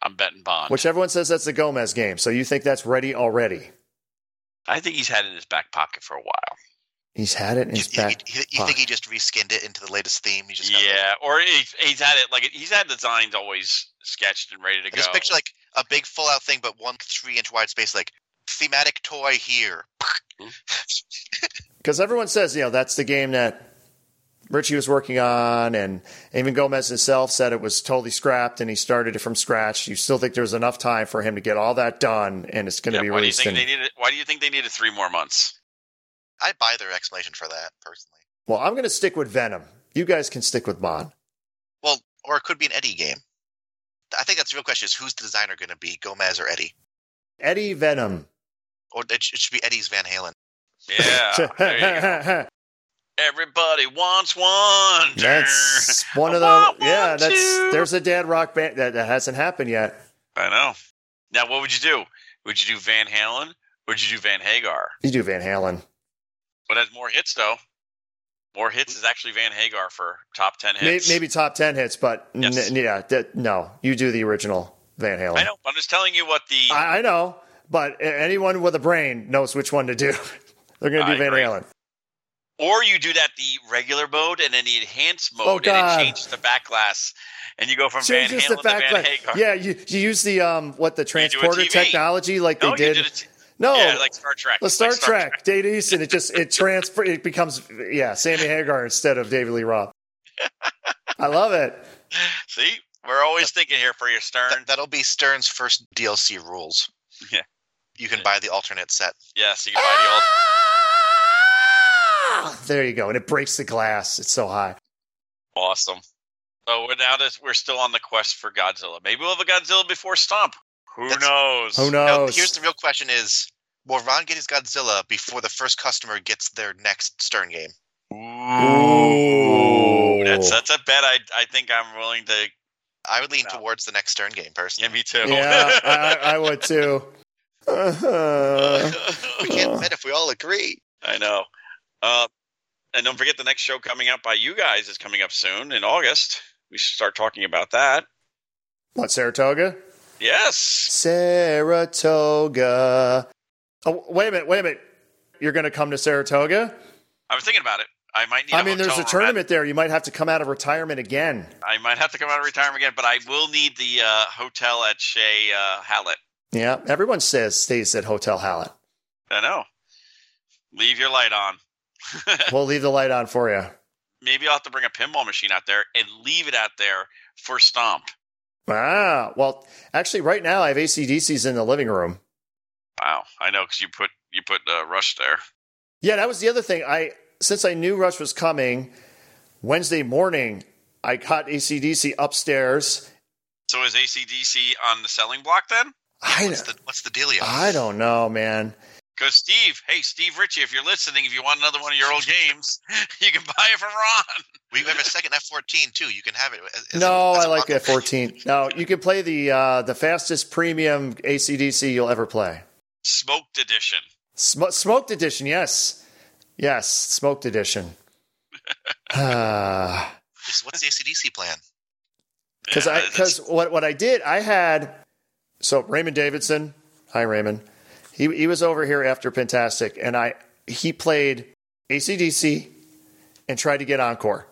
[SPEAKER 5] I'm betting Bond.
[SPEAKER 4] which everyone says that's the Gomez game. So you think that's ready already?
[SPEAKER 5] I think he's had it in his back pocket for a while.
[SPEAKER 4] He's had it in
[SPEAKER 6] You,
[SPEAKER 4] his
[SPEAKER 6] you-
[SPEAKER 4] back.
[SPEAKER 6] you- you think he
[SPEAKER 4] pocket.
[SPEAKER 6] just reskinned it into the latest theme? He just got those-
[SPEAKER 5] Yeah, or he, he's had it like he's had designs always sketched and ready to
[SPEAKER 6] I
[SPEAKER 5] go.
[SPEAKER 6] just picture like a big full out thing, but one three inch wide space, like thematic toy here.
[SPEAKER 4] Because everyone says, you know, that's the game that Richie was working on, and even Gomez himself said it was totally scrapped and he started it from scratch. You still think there's enough time for him to get all that done, and it's going to
[SPEAKER 5] Yeah,
[SPEAKER 4] be
[SPEAKER 5] why do you
[SPEAKER 4] released
[SPEAKER 5] think
[SPEAKER 4] in
[SPEAKER 5] they needed? Why do you think they needed three more [laughs] months?
[SPEAKER 6] I buy their explanation for that personally.
[SPEAKER 4] Well, I'm going to stick with Venom. You guys can stick with Bond.
[SPEAKER 6] Well, or it could be an Eddie game. I think that's the real question: is who's the designer going to be, Gomez or Eddie?
[SPEAKER 4] Eddie Venom.
[SPEAKER 6] Or it, sh- it should be Eddie's Van Halen.
[SPEAKER 4] [laughs]
[SPEAKER 5] Yeah, Ah, there
[SPEAKER 6] [laughs]
[SPEAKER 5] you go. everybody wants one.
[SPEAKER 4] that's one of
[SPEAKER 5] I
[SPEAKER 4] those.
[SPEAKER 5] want
[SPEAKER 4] Yeah,
[SPEAKER 5] one
[SPEAKER 4] that's
[SPEAKER 5] too.
[SPEAKER 4] there's a dad rock band that, that hasn't happened yet.
[SPEAKER 5] I know. Now, what would you do? Would you do Van Halen? Would you do Van Hagar?
[SPEAKER 4] You do Van Halen.
[SPEAKER 5] What has more hits though? More hits is actually Van Hagar for top ten
[SPEAKER 4] Maybe,
[SPEAKER 5] hits.
[SPEAKER 4] maybe top ten hits, but n-
[SPEAKER 5] Yes.
[SPEAKER 4] yeah, that, no, you do the original Van Halen.
[SPEAKER 5] I know. I'm just telling you what the
[SPEAKER 4] I, I know, but a- anyone with a brain knows which one to do. [laughs] They're going to do
[SPEAKER 5] I
[SPEAKER 4] Van
[SPEAKER 5] agree.
[SPEAKER 4] Halen.
[SPEAKER 5] Or you do that the regular mode and then the enhanced mode,
[SPEAKER 4] Oh, God.
[SPEAKER 5] and it changes the back glass, and you go from Van
[SPEAKER 4] Changes
[SPEAKER 5] Halen
[SPEAKER 4] the
[SPEAKER 5] to Van
[SPEAKER 4] back. like-
[SPEAKER 5] Hagar.
[SPEAKER 4] yeah, you, you use the um what the transporter
[SPEAKER 5] TV.
[SPEAKER 4] technology like
[SPEAKER 5] no,
[SPEAKER 4] they did.
[SPEAKER 5] you did it.
[SPEAKER 4] no,
[SPEAKER 5] yeah, like Star Trek.
[SPEAKER 4] The oh. Star,
[SPEAKER 5] like
[SPEAKER 4] Trek, Data East, and it just it transfer it becomes yeah, Sammy Hagar instead of David Lee Roth. I love
[SPEAKER 5] [laughs]
[SPEAKER 4] it.
[SPEAKER 5] See, we're always thinking here for your Stern.
[SPEAKER 6] That, that'll be Stern's first DLC rules.
[SPEAKER 5] Yeah.
[SPEAKER 6] you can buy the alternate set.
[SPEAKER 5] yes, you can buy the old.
[SPEAKER 4] There you go, and it breaks the glass. It's so high.
[SPEAKER 5] Awesome. So we're now this, we're still on the quest for Godzilla. Maybe we'll have a Godzilla before Stomp. Who
[SPEAKER 6] That's-
[SPEAKER 5] knows?
[SPEAKER 4] Who
[SPEAKER 6] Now,
[SPEAKER 4] knows?
[SPEAKER 6] here's the real question: is will Ron get his Godzilla before the first customer gets their next Stern game?
[SPEAKER 5] Ooh, that's that's a bet. I I think I'm willing to.
[SPEAKER 6] I would lean
[SPEAKER 5] No.
[SPEAKER 6] towards the next Stern game
[SPEAKER 5] Yeah,
[SPEAKER 6] personally.
[SPEAKER 5] me too.
[SPEAKER 4] yeah,
[SPEAKER 5] [laughs]
[SPEAKER 4] I, I I would too. Uh-huh.
[SPEAKER 5] [laughs]
[SPEAKER 6] we can't bet if we all agree.
[SPEAKER 5] I know. Uh, and don't forget the next show coming up by you guys is coming up soon in August. We should start talking about that.
[SPEAKER 4] What Saratoga?
[SPEAKER 5] Yes.
[SPEAKER 4] Saratoga. Oh, wait a minute, wait a minute. You're going to come to Saratoga?
[SPEAKER 5] I was thinking about it. I might need.
[SPEAKER 4] I mean, there's a
[SPEAKER 5] hotel room at-
[SPEAKER 4] tournament there. You might have to come out of retirement again.
[SPEAKER 5] I might have to come out of retirement again, but I will need the uh, hotel at Shea uh, Hallett.
[SPEAKER 4] Yeah, everyone says stays at Hotel
[SPEAKER 5] [laughs]
[SPEAKER 4] Hallett.
[SPEAKER 5] I know. Leave your light on.
[SPEAKER 4] We'll leave the light on for you.
[SPEAKER 5] Maybe I'll have to bring a pinball machine out there and leave it out there for Stomp.
[SPEAKER 4] Ah, well, actually, right now I have ACDC's in the living room.
[SPEAKER 5] Wow, I know because you put you put uh, Rush there.
[SPEAKER 4] Yeah, that was the other thing. I since I knew Rush was coming Wednesday morning, I caught ACDC upstairs.
[SPEAKER 5] So is ACDC on the selling block then?
[SPEAKER 4] I
[SPEAKER 6] What's the, what's the dealio?
[SPEAKER 4] I don't know, man.
[SPEAKER 5] Because Steve, hey Steve Ritchie, if you're listening, if you want another one of your old games, [laughs] you can buy it from Ron.
[SPEAKER 6] We have a second F14 too. You can have it. as- as
[SPEAKER 4] No,
[SPEAKER 6] a-
[SPEAKER 4] I
[SPEAKER 6] as a
[SPEAKER 4] like
[SPEAKER 6] bundle.
[SPEAKER 4] F
[SPEAKER 6] [laughs]
[SPEAKER 4] fourteen. No, you can play the uh, the fastest premium ACDC you'll ever play.
[SPEAKER 5] Smoked edition.
[SPEAKER 4] Sm- smoked edition, yes, yes, smoked edition.
[SPEAKER 6] [laughs]
[SPEAKER 4] Ah.
[SPEAKER 6] Just What's the ACDC plan?
[SPEAKER 4] because I
[SPEAKER 5] Yeah,
[SPEAKER 4] because what what I did I had so Raymond Davidson hi Raymond he he was over here after Pentastic and I he played ACDC and tried to get Encore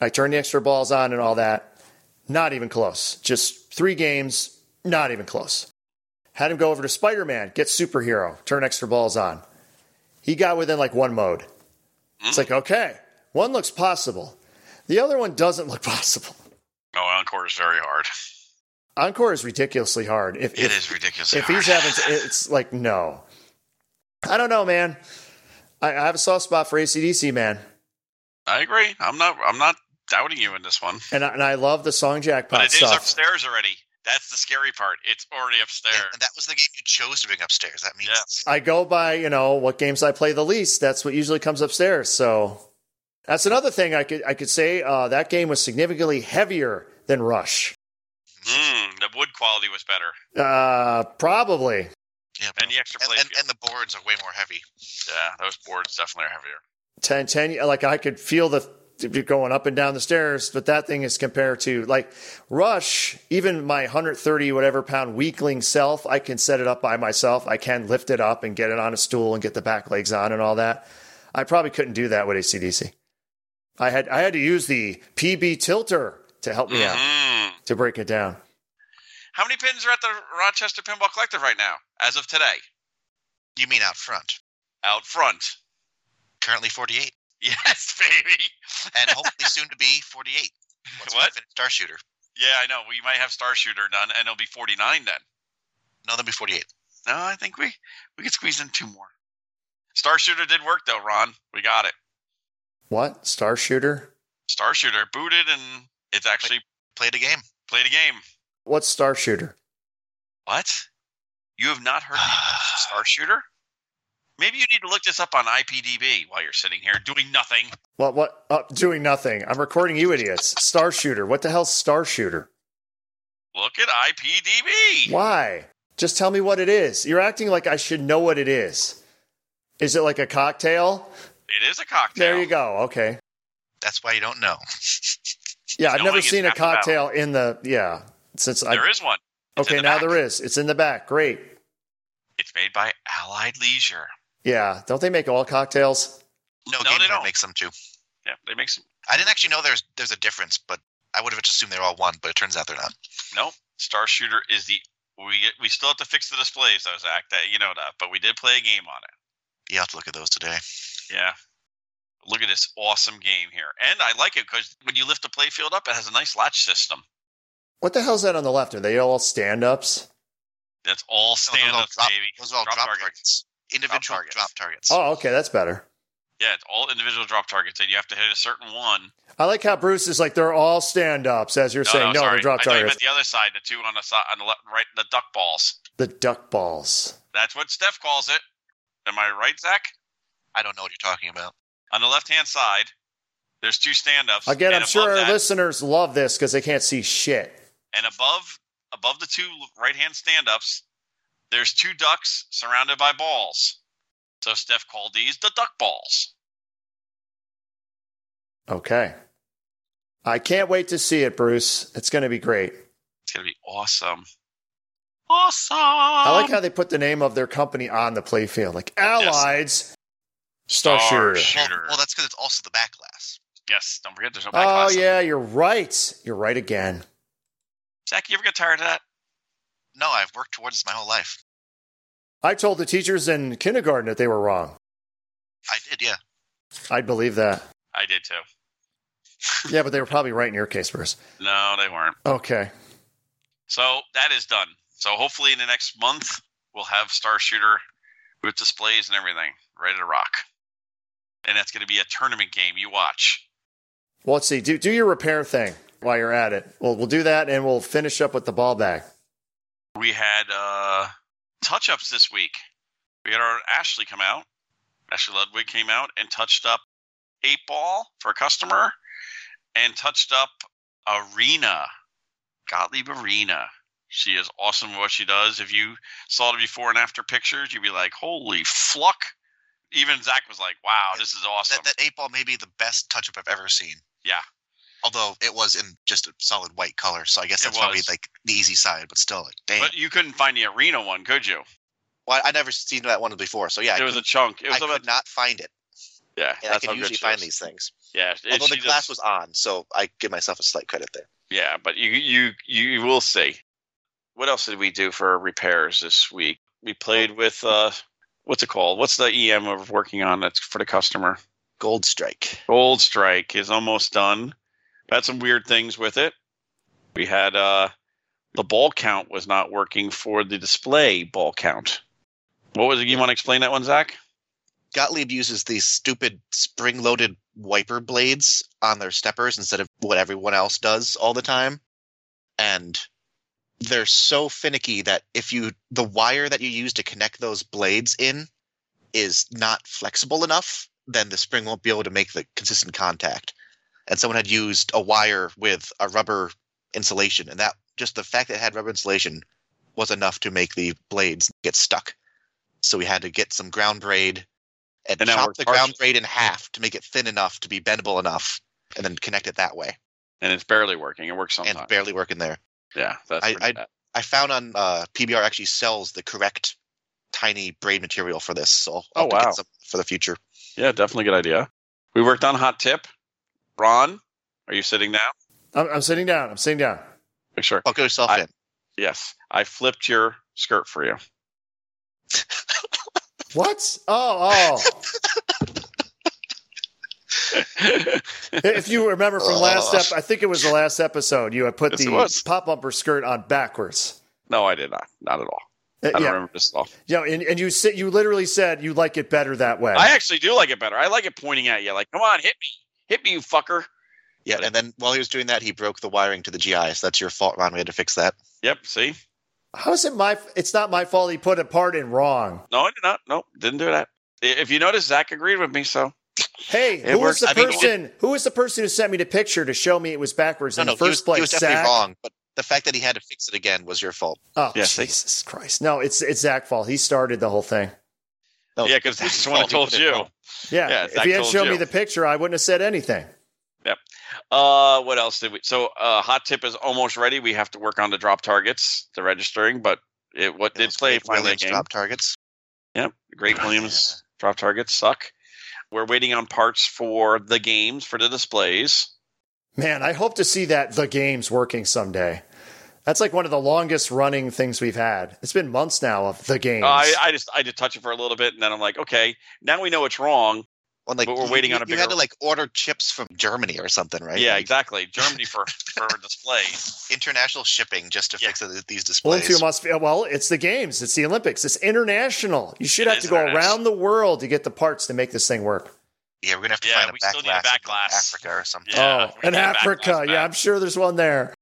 [SPEAKER 4] I turned the extra balls on and all that not even close just three games not even close had him go over to Spider Man get superhero turn extra balls on he got within like one mode it's like okay one looks [laughs] possible the other one doesn't look possible
[SPEAKER 5] Oh, Encore is very hard.
[SPEAKER 4] Encore is ridiculously hard. If
[SPEAKER 6] It
[SPEAKER 4] if,
[SPEAKER 6] is ridiculous.
[SPEAKER 4] if he's having, it's like no. I don't know, man. I, I have a soft spot for ACDC, man,
[SPEAKER 5] I agree. I'm not. I'm not doubting you in this one.
[SPEAKER 4] and I, and I love the song
[SPEAKER 5] But
[SPEAKER 4] jackpot
[SPEAKER 5] it is
[SPEAKER 4] stuff.
[SPEAKER 5] upstairs already. That's the scary part. It's already upstairs.
[SPEAKER 6] and that was the game you chose to bring upstairs. That means
[SPEAKER 5] Yes.
[SPEAKER 4] I go by, you know, what games I play the least. That's what usually comes upstairs. So that's another thing I could I could say. Uh, that game was significantly heavier than Rush.
[SPEAKER 5] Mm, the wood quality was better,
[SPEAKER 4] Uh, probably.
[SPEAKER 6] yeah,
[SPEAKER 5] and the extra
[SPEAKER 6] and,
[SPEAKER 5] play.
[SPEAKER 6] and, and the boards are way more heavy.
[SPEAKER 5] yeah, those boards definitely are heavier.
[SPEAKER 4] 10, 10, like I could feel the going up and down the stairs, but that thing is compared to like Rush, even my 130 whatever pound weakling self, I can set it up by myself. I can lift it up and get it on a stool and get the back legs on and all that. I probably couldn't do that with ACDC. I had I had to use the PB tilter to help me out
[SPEAKER 5] Mm.
[SPEAKER 4] to break it down.
[SPEAKER 5] How many pins are at the Rochester Pinball Collective right now, as of today?
[SPEAKER 6] You mean out front?
[SPEAKER 5] Out front. [laughs]
[SPEAKER 6] Currently 48,
[SPEAKER 5] Yes, baby.
[SPEAKER 6] and
[SPEAKER 5] [laughs]
[SPEAKER 6] hopefully soon to be 48. Once
[SPEAKER 5] What?
[SPEAKER 6] We finish Star Shooter.
[SPEAKER 5] Yeah, I know. We might have Star Shooter done, and it'll be 49 then.
[SPEAKER 6] No, that'll be 48.
[SPEAKER 5] No, I think we we could squeeze in two more. Star Shooter did work though, Ron. We got it.
[SPEAKER 4] What? Star shooter?
[SPEAKER 5] Star Shooter booted, and it's actually
[SPEAKER 6] Play the game.
[SPEAKER 5] played a game.
[SPEAKER 4] What's star shooter?
[SPEAKER 5] What? You have not heard the
[SPEAKER 6] [sighs]
[SPEAKER 5] Star Shooter? Maybe you need to look this up on IPDB while you're sitting here doing nothing.
[SPEAKER 4] What what uh, doing nothing. I'm recording you idiots. Star shooter. What the hell's star shooter?
[SPEAKER 5] Look at IPDB.
[SPEAKER 4] Why? Just tell me what it is. You're acting like I should know what it is. Is it like a cocktail?
[SPEAKER 5] It is a cocktail.
[SPEAKER 4] There you go. Okay.
[SPEAKER 6] That's why you don't know.
[SPEAKER 4] Yeah, I've
[SPEAKER 5] Knowing
[SPEAKER 4] never
[SPEAKER 5] is
[SPEAKER 4] seen a
[SPEAKER 5] half the battle.
[SPEAKER 4] cocktail in the yeah. Since I
[SPEAKER 5] There is one. It's in
[SPEAKER 4] okay
[SPEAKER 5] the
[SPEAKER 4] now
[SPEAKER 5] back.
[SPEAKER 4] there is. It's in the back. Great.
[SPEAKER 5] It's made by Allied Leisure.
[SPEAKER 4] Yeah. Don't they make all cocktails?
[SPEAKER 6] No,
[SPEAKER 5] No,
[SPEAKER 6] Game
[SPEAKER 5] they
[SPEAKER 6] Boy
[SPEAKER 5] don't.
[SPEAKER 6] makes them too.
[SPEAKER 5] Yeah, they make some.
[SPEAKER 6] I didn't actually know there's there's a difference, but I would have just assumed they're all one. But it turns out they're not.
[SPEAKER 5] Nope. Star Shooter is the. We we still have to fix the displays, though, Zach. That you know that, but we did play a game on it.
[SPEAKER 6] You have to look at those today.
[SPEAKER 5] Yeah. Look at this awesome game here, and I like it because when you lift the play field up, it has a nice latch system.
[SPEAKER 4] What the hell's that on the left? Are they all stand ups?
[SPEAKER 5] That's all
[SPEAKER 6] No, those are all
[SPEAKER 5] stand-ups,
[SPEAKER 6] drop-
[SPEAKER 5] baby.
[SPEAKER 6] Those are all
[SPEAKER 5] Drop
[SPEAKER 6] drop,
[SPEAKER 5] targets.
[SPEAKER 6] targets. Individual
[SPEAKER 5] targets.
[SPEAKER 6] drop targets.
[SPEAKER 4] Oh, okay, that's better.
[SPEAKER 5] Yeah, it's all individual drop targets, and you have to hit a certain one.
[SPEAKER 4] I like how Bruce is like they're all stand ups as you're saying. No,
[SPEAKER 5] sorry.
[SPEAKER 4] the drop
[SPEAKER 5] I thought you
[SPEAKER 4] targets.
[SPEAKER 5] meant the other side, the two on the side, on the left, right, the duck balls.
[SPEAKER 4] The duck balls.
[SPEAKER 5] That's what Steph calls it. Am I right, Zach?
[SPEAKER 6] I don't know what you're talking about.
[SPEAKER 5] On the left-hand side, there's two stand-ups.
[SPEAKER 4] Again,
[SPEAKER 5] and
[SPEAKER 4] I'm
[SPEAKER 5] above
[SPEAKER 4] sure our
[SPEAKER 5] that-
[SPEAKER 4] listeners love this because they can't see shit.
[SPEAKER 5] and above above the two right-hand stand-ups, there's two ducks surrounded by balls. So Steph called these the duck balls.
[SPEAKER 4] Okay. I can't wait to see it, Bruce. It's going to be great.
[SPEAKER 5] It's gonna be awesome. Awesome.
[SPEAKER 4] I like
[SPEAKER 5] Um,
[SPEAKER 4] how they put the name of their company on the playfield, like Allies Star
[SPEAKER 5] Star
[SPEAKER 4] Shooter.
[SPEAKER 5] Shooter.
[SPEAKER 6] Well, well, that's because it's also the back glass.
[SPEAKER 5] yes, don't forget there's no back
[SPEAKER 4] Oh
[SPEAKER 5] glass.
[SPEAKER 4] yeah, you're right. You're right again.
[SPEAKER 5] Zach, you ever get tired of that?
[SPEAKER 6] No, I've worked towards this my whole life.
[SPEAKER 4] I told the teachers in kindergarten that they were wrong.
[SPEAKER 6] I did, yeah.
[SPEAKER 4] I'd believe that.
[SPEAKER 5] I did too.
[SPEAKER 4] Yeah, but they were probably right in your case, Bruce.
[SPEAKER 5] No, they weren't.
[SPEAKER 4] Okay.
[SPEAKER 5] So that is done. So hopefully in the next month we'll have Star Shooter with displays and everything ready to rock. And that's going to be a tournament game. You watch.
[SPEAKER 4] Well, let's see. Do do your repair thing while you're at it. Well, we'll do that, and we'll finish up with the ball bag.
[SPEAKER 5] We had uh, touch ups this week. We had our Ashley come out. Ashley Ludwig came out and touched up eight ball for a customer, and touched up Arena Gottlieb Arena. She is awesome at what she does. If you saw the before and after pictures, you'd be like, "Holy fluck!" Even Zach was like, "Wow, this is awesome."
[SPEAKER 6] That, that eight ball may be the best touch up I've ever seen.
[SPEAKER 5] Yeah.
[SPEAKER 6] Although it was in just a solid white color, so I guess
[SPEAKER 5] It
[SPEAKER 6] that's probably
[SPEAKER 5] was.
[SPEAKER 6] like the easy side. But still, like, damn.
[SPEAKER 5] But you couldn't find the Arena one, could you?
[SPEAKER 6] well, I never seen that one before, so yeah, I,
[SPEAKER 5] It was a chunk. It
[SPEAKER 6] I
[SPEAKER 5] was
[SPEAKER 6] could
[SPEAKER 5] about
[SPEAKER 6] not find it,
[SPEAKER 5] yeah.
[SPEAKER 6] and I
[SPEAKER 5] how
[SPEAKER 6] can
[SPEAKER 5] good
[SPEAKER 6] usually
[SPEAKER 5] she
[SPEAKER 6] find
[SPEAKER 5] is.
[SPEAKER 6] these things.
[SPEAKER 5] Yeah, it-
[SPEAKER 6] Although
[SPEAKER 5] she
[SPEAKER 6] the
[SPEAKER 5] just-
[SPEAKER 6] glass was on, so I give myself a slight credit there.
[SPEAKER 5] Yeah, but you you you will see. What else did we do for repairs this week? We played with uh what's it called? What's the EM of working on that's for the customer?
[SPEAKER 6] Gold Strike.
[SPEAKER 5] Gold Strike is almost done. Had some weird things with it. We had uh the ball count was not working for the display ball count. What was it? You want to explain that one, Zach?
[SPEAKER 6] Gottlieb uses these stupid spring loaded wiper blades on their steppers instead of what everyone else does all the time. And they're so finicky that if you, the wire that you use to connect those blades in is not flexible enough, then the spring won't be able to make the consistent contact. And someone had used a wire with a rubber insulation, and that just the fact that it had rubber insulation was enough to make the blades get stuck. So we had to get some ground braid and,
[SPEAKER 5] And that
[SPEAKER 6] chop
[SPEAKER 5] worked
[SPEAKER 6] the
[SPEAKER 5] partially.
[SPEAKER 6] ground braid in half to make it thin enough to be bendable enough, and then connect it that way.
[SPEAKER 5] And it's barely working. It works sometimes.
[SPEAKER 6] And barely working there.
[SPEAKER 5] yeah, that's
[SPEAKER 6] I-
[SPEAKER 5] pretty
[SPEAKER 6] I-
[SPEAKER 5] bad.
[SPEAKER 6] I found on uh, PBR actually sells the correct tiny braid material for this, so
[SPEAKER 5] Oh,
[SPEAKER 6] I'll have to get
[SPEAKER 5] wow.
[SPEAKER 6] some for the future.
[SPEAKER 5] yeah, definitely a good idea. We worked on hot tip. Ron, are you sitting down?
[SPEAKER 4] I'm, I'm sitting down. I'm sitting down.
[SPEAKER 5] Make sure.
[SPEAKER 6] Buckle yourself
[SPEAKER 5] I-
[SPEAKER 6] in.
[SPEAKER 5] Yes, I flipped your skirt for you. [laughs]
[SPEAKER 4] What? Oh, oh. if you remember from last ep, I think it was the last episode, you had put
[SPEAKER 5] Oh. Yes, it
[SPEAKER 4] the
[SPEAKER 5] was.
[SPEAKER 4] pop bumper skirt on backwards.
[SPEAKER 5] no, I did not. Not at all.
[SPEAKER 4] Uh,
[SPEAKER 5] I don't
[SPEAKER 4] yeah,
[SPEAKER 5] remember this at all.
[SPEAKER 4] yeah, and, and you sit, you literally said you like it better that way.
[SPEAKER 5] I actually do like it better. I like it pointing at you. Like, come on, hit me, hit me, you fucker.
[SPEAKER 6] Yeah, and then while he was doing that, he broke the wiring to the GI. So that's your fault, Ron. We had to fix that.
[SPEAKER 5] Yep. See?
[SPEAKER 4] How is it my? It's not my fault. He put a part in wrong.
[SPEAKER 5] No, I did not. Nope, didn't do that. I- If you notice, Zach agreed with me. So
[SPEAKER 4] Hey,
[SPEAKER 5] It
[SPEAKER 4] who was
[SPEAKER 5] works.
[SPEAKER 4] the
[SPEAKER 6] I mean,
[SPEAKER 4] person? who was the person who sent me the picture to show me it was backwards in the
[SPEAKER 6] he
[SPEAKER 4] first
[SPEAKER 6] was,
[SPEAKER 4] place?
[SPEAKER 6] he was definitely
[SPEAKER 4] Zach?
[SPEAKER 6] wrong. But the fact that he had to fix it again was your fault.
[SPEAKER 4] Oh,
[SPEAKER 5] Yes, they-
[SPEAKER 4] Jesus Christ! No, it's it's Zach's fault. He started the whole thing.
[SPEAKER 6] No,
[SPEAKER 5] yeah,
[SPEAKER 6] [laughs]
[SPEAKER 5] because that's
[SPEAKER 6] his
[SPEAKER 5] the one I
[SPEAKER 6] fault. He
[SPEAKER 5] told
[SPEAKER 6] put it
[SPEAKER 5] you.
[SPEAKER 6] wrong.
[SPEAKER 4] Yeah,
[SPEAKER 5] Yeah,
[SPEAKER 4] if
[SPEAKER 5] Zach
[SPEAKER 4] he had
[SPEAKER 5] told
[SPEAKER 4] shown me
[SPEAKER 5] you.
[SPEAKER 4] the picture, I wouldn't have said anything.
[SPEAKER 5] Uh, what else did we? So, uh, hot tip is almost ready. We have to work on the drop targets, the registering, but it what
[SPEAKER 6] You know,
[SPEAKER 5] did play
[SPEAKER 6] Williams
[SPEAKER 5] finally a game.
[SPEAKER 6] drop targets.
[SPEAKER 5] Yep, the
[SPEAKER 6] [laughs]
[SPEAKER 5] Great Williams drop targets suck. We're waiting on parts for the games for the displays.
[SPEAKER 4] Man, I hope to see that the game's working someday. That's like one of the longest running things we've had. It's been months now of the games.
[SPEAKER 5] Uh, I, I just I did touch it for a little bit, and then I'm like, okay, now we know it's wrong.
[SPEAKER 6] Well, like,
[SPEAKER 5] But we're
[SPEAKER 6] you-
[SPEAKER 5] waiting
[SPEAKER 6] you,
[SPEAKER 5] on a
[SPEAKER 6] You had
[SPEAKER 5] bigger-
[SPEAKER 6] to like order chips from Germany or something, right?
[SPEAKER 5] Yeah,
[SPEAKER 6] Like,
[SPEAKER 5] exactly. Germany for for displays.
[SPEAKER 6] International shipping just to
[SPEAKER 5] Yeah.
[SPEAKER 6] fix it, these
[SPEAKER 4] Well,
[SPEAKER 6] displays.
[SPEAKER 4] into must be, well, it's the games. It's the Olympics. It's international. You should
[SPEAKER 5] It
[SPEAKER 4] have
[SPEAKER 5] is
[SPEAKER 4] to go
[SPEAKER 5] international.
[SPEAKER 4] around the world to get the parts to make this thing work.
[SPEAKER 6] yeah, we're gonna have to
[SPEAKER 5] Yeah,
[SPEAKER 6] find a
[SPEAKER 5] we
[SPEAKER 6] back
[SPEAKER 5] still need a
[SPEAKER 6] glass in
[SPEAKER 5] backlass.
[SPEAKER 6] Africa or something.
[SPEAKER 5] Yeah,
[SPEAKER 4] oh,
[SPEAKER 5] we
[SPEAKER 4] in
[SPEAKER 5] need a
[SPEAKER 4] Africa.
[SPEAKER 5] backlash
[SPEAKER 4] Yeah,
[SPEAKER 5] back.
[SPEAKER 4] I'm sure there's one there.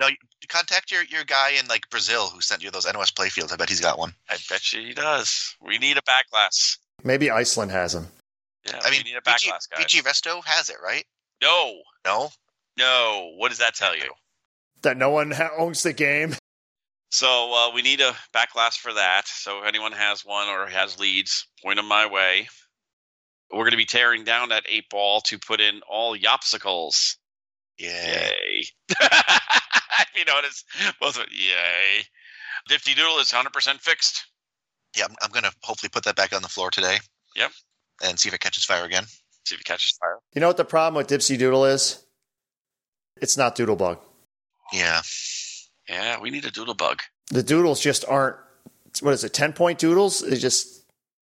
[SPEAKER 6] No, you, contact your, your guy in like Brazil who sent you those NOS playfields. I bet he's got one.
[SPEAKER 5] I bet you he does. We need a backlash.
[SPEAKER 4] Maybe Iceland has them.
[SPEAKER 5] Yeah,
[SPEAKER 6] I mean,
[SPEAKER 5] we need a
[SPEAKER 6] BG,
[SPEAKER 5] backlash, guys.
[SPEAKER 6] BG Resto has it, right?
[SPEAKER 5] No,
[SPEAKER 6] No,
[SPEAKER 5] no. What does that tell you?
[SPEAKER 4] That no one ha- owns the game.
[SPEAKER 5] So uh, we need a backlash for that. So if anyone has one or has leads, point them my way. We're going to be tearing down that eight ball to put in all yopsicles.
[SPEAKER 6] yeah.
[SPEAKER 5] Yay! [laughs] if you notice, both of yay. Difty Doodle is 100% fixed.
[SPEAKER 6] Yeah, I'm, I'm gonna hopefully put that back on the floor today.
[SPEAKER 5] Yep.
[SPEAKER 6] And see if it catches fire again.
[SPEAKER 5] See if it catches fire.
[SPEAKER 4] You know what the problem with Dipsy Doodle is? It's not Doodlebug.
[SPEAKER 6] Yeah.
[SPEAKER 5] Yeah, we need a doodle bug.
[SPEAKER 4] The doodles just aren't. What is it? Ten point doodles? They just.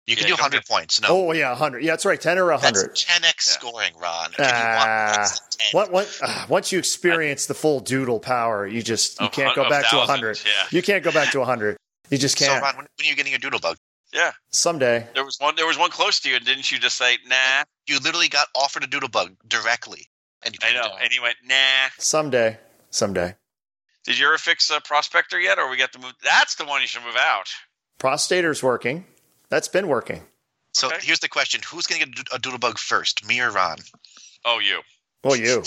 [SPEAKER 6] You can
[SPEAKER 5] Yeah,
[SPEAKER 6] do
[SPEAKER 5] you don't
[SPEAKER 6] 100
[SPEAKER 5] get-
[SPEAKER 6] points. No.
[SPEAKER 4] Oh yeah, hundred. Yeah, that's right. Ten or
[SPEAKER 6] That's
[SPEAKER 4] hundred.
[SPEAKER 6] 10x
[SPEAKER 5] Yeah.
[SPEAKER 6] scoring, Ron. And you want
[SPEAKER 4] Ah,
[SPEAKER 6] less than 10.
[SPEAKER 4] what, what, uh, once you experience the full doodle power, you just
[SPEAKER 6] Oh,
[SPEAKER 4] you
[SPEAKER 5] Of
[SPEAKER 4] can't
[SPEAKER 5] hun-
[SPEAKER 4] go
[SPEAKER 5] of
[SPEAKER 4] back to
[SPEAKER 5] thousands,
[SPEAKER 4] 100.
[SPEAKER 5] yeah.
[SPEAKER 4] You can't go back to 100. You just
[SPEAKER 6] So,
[SPEAKER 4] can't.
[SPEAKER 6] Ron, when, when are you getting your doodle bug?
[SPEAKER 4] Someday.
[SPEAKER 5] There was one. There was one close to you, and didn't you just say nah?
[SPEAKER 6] You literally got offered a doodle bug directly. And you
[SPEAKER 5] I
[SPEAKER 6] turned it
[SPEAKER 5] know,
[SPEAKER 6] down.
[SPEAKER 5] and he went nah.
[SPEAKER 4] Someday. Someday.
[SPEAKER 5] Did you ever fix a prospector yet, or we got to move? That's the one you should move out.
[SPEAKER 4] Prostator's working. That's been working.
[SPEAKER 6] So
[SPEAKER 5] Okay.
[SPEAKER 6] here's the question: Who's going to get a doo- a doodle bug first, me or Ron?
[SPEAKER 5] Oh, you.
[SPEAKER 4] Well, you.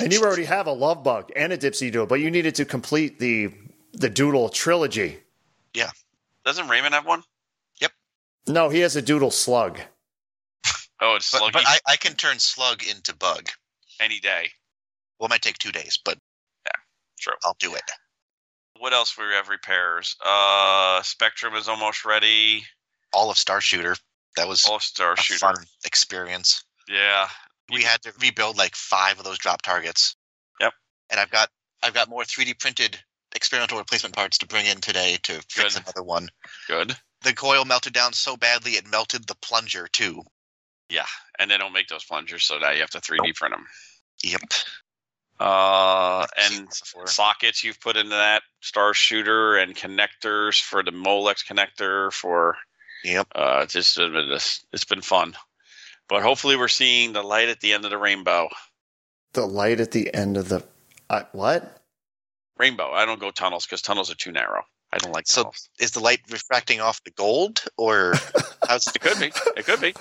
[SPEAKER 4] And you already have a love bug and a dipsy doodle, but you needed to complete the the doodle trilogy.
[SPEAKER 5] Doesn't Raymond have one?
[SPEAKER 4] No, he has a doodle slug.
[SPEAKER 5] Oh, it's
[SPEAKER 6] But,
[SPEAKER 5] Sluggy
[SPEAKER 6] but I, I can turn slug into bug.
[SPEAKER 5] any day.
[SPEAKER 6] Well, it might take two days, but
[SPEAKER 5] Yeah, true.
[SPEAKER 6] I'll do it.
[SPEAKER 5] What else we have repairs? Uh, Spectrum is almost ready.
[SPEAKER 6] All of Star Shooter. That was
[SPEAKER 5] All Star
[SPEAKER 6] a
[SPEAKER 5] Shooter.
[SPEAKER 6] fun experience.
[SPEAKER 5] Yeah,
[SPEAKER 6] We had to rebuild like five of those drop targets.
[SPEAKER 5] Yep.
[SPEAKER 6] And I've got I've got more 3D printed experimental replacement parts to bring in today to fix
[SPEAKER 5] Good.
[SPEAKER 6] another one.
[SPEAKER 5] good.
[SPEAKER 6] The coil melted down so badly it melted the plunger too.
[SPEAKER 5] Yeah, and they don't make those plungers, so now you have to 3D print them.
[SPEAKER 6] Yep.
[SPEAKER 5] Uh,
[SPEAKER 6] I've seen
[SPEAKER 5] and
[SPEAKER 6] this before.
[SPEAKER 5] sockets you've put into that star shooter and connectors for the Molex connector for
[SPEAKER 6] Yep.
[SPEAKER 5] uh, it's just been- it's- it's been fun. But hopefully we're seeing the light at the end of the rainbow.
[SPEAKER 4] The light at the end of the uh, what?
[SPEAKER 5] Rainbow. I don't go tunnels because tunnels are too narrow. I don't like
[SPEAKER 6] So-
[SPEAKER 5] tunnels.
[SPEAKER 6] Is the light refracting off the gold,
[SPEAKER 5] [laughs]
[SPEAKER 6] or how's
[SPEAKER 5] It could be. It
[SPEAKER 4] [laughs]
[SPEAKER 5] could be.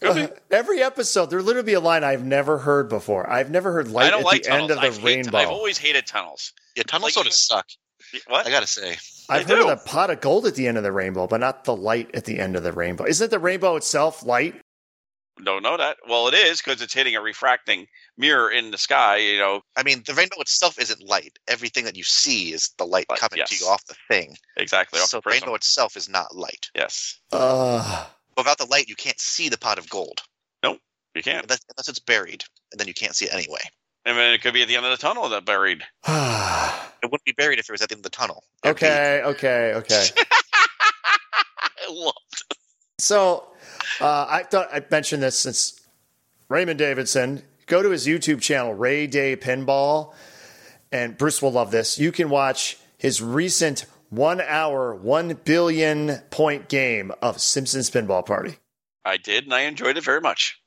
[SPEAKER 5] Could be.
[SPEAKER 4] Uh, Every episode, there literally be a line I've never heard before. I've never heard light
[SPEAKER 5] I don't
[SPEAKER 4] at
[SPEAKER 5] like
[SPEAKER 4] the end
[SPEAKER 5] tunnels.
[SPEAKER 4] of the
[SPEAKER 5] I hate-
[SPEAKER 4] rainbow.
[SPEAKER 5] I've always hated tunnels.
[SPEAKER 6] yeah? Tunnels
[SPEAKER 5] Like,
[SPEAKER 6] sort of
[SPEAKER 5] even-
[SPEAKER 6] suck.
[SPEAKER 5] What?
[SPEAKER 6] I gotta say.
[SPEAKER 4] I've
[SPEAKER 5] They
[SPEAKER 4] heard
[SPEAKER 5] do.
[SPEAKER 4] of the pot of gold at the end of the rainbow, but not the light at the end of the rainbow. Isn't the rainbow itself light?
[SPEAKER 5] don't know that. Well, it is because it's hitting a refracting mirror in the sky. You know
[SPEAKER 6] I mean, the rainbow itself isn't light. Everything that you see is the light
[SPEAKER 5] Light,
[SPEAKER 6] coming to
[SPEAKER 5] yes.
[SPEAKER 6] you off the thing.
[SPEAKER 5] exactly. off
[SPEAKER 6] so
[SPEAKER 5] the
[SPEAKER 6] the
[SPEAKER 5] prism.
[SPEAKER 6] rainbow itself is not light.
[SPEAKER 5] Yes,
[SPEAKER 4] [sighs] Uh,
[SPEAKER 6] Without the light, you can't see the pot of gold
[SPEAKER 5] you can.
[SPEAKER 6] unless, unless it's buried, and then you can't see it anyway.
[SPEAKER 5] I mean, it could be at the end of the tunnel that buried.
[SPEAKER 6] It wouldn't be buried if it was at the end of the tunnel. It would be-
[SPEAKER 4] okay, okay, okay.
[SPEAKER 5] Well,
[SPEAKER 4] So uh, I thought I mentioned this since Raymond Davidson. Go to his YouTube channel, Ray Day Pinball, and Bruce will love this. You can watch his recent one hour, one billion point game of Simpsons Pinball Party.
[SPEAKER 5] I did, and I enjoyed it very much.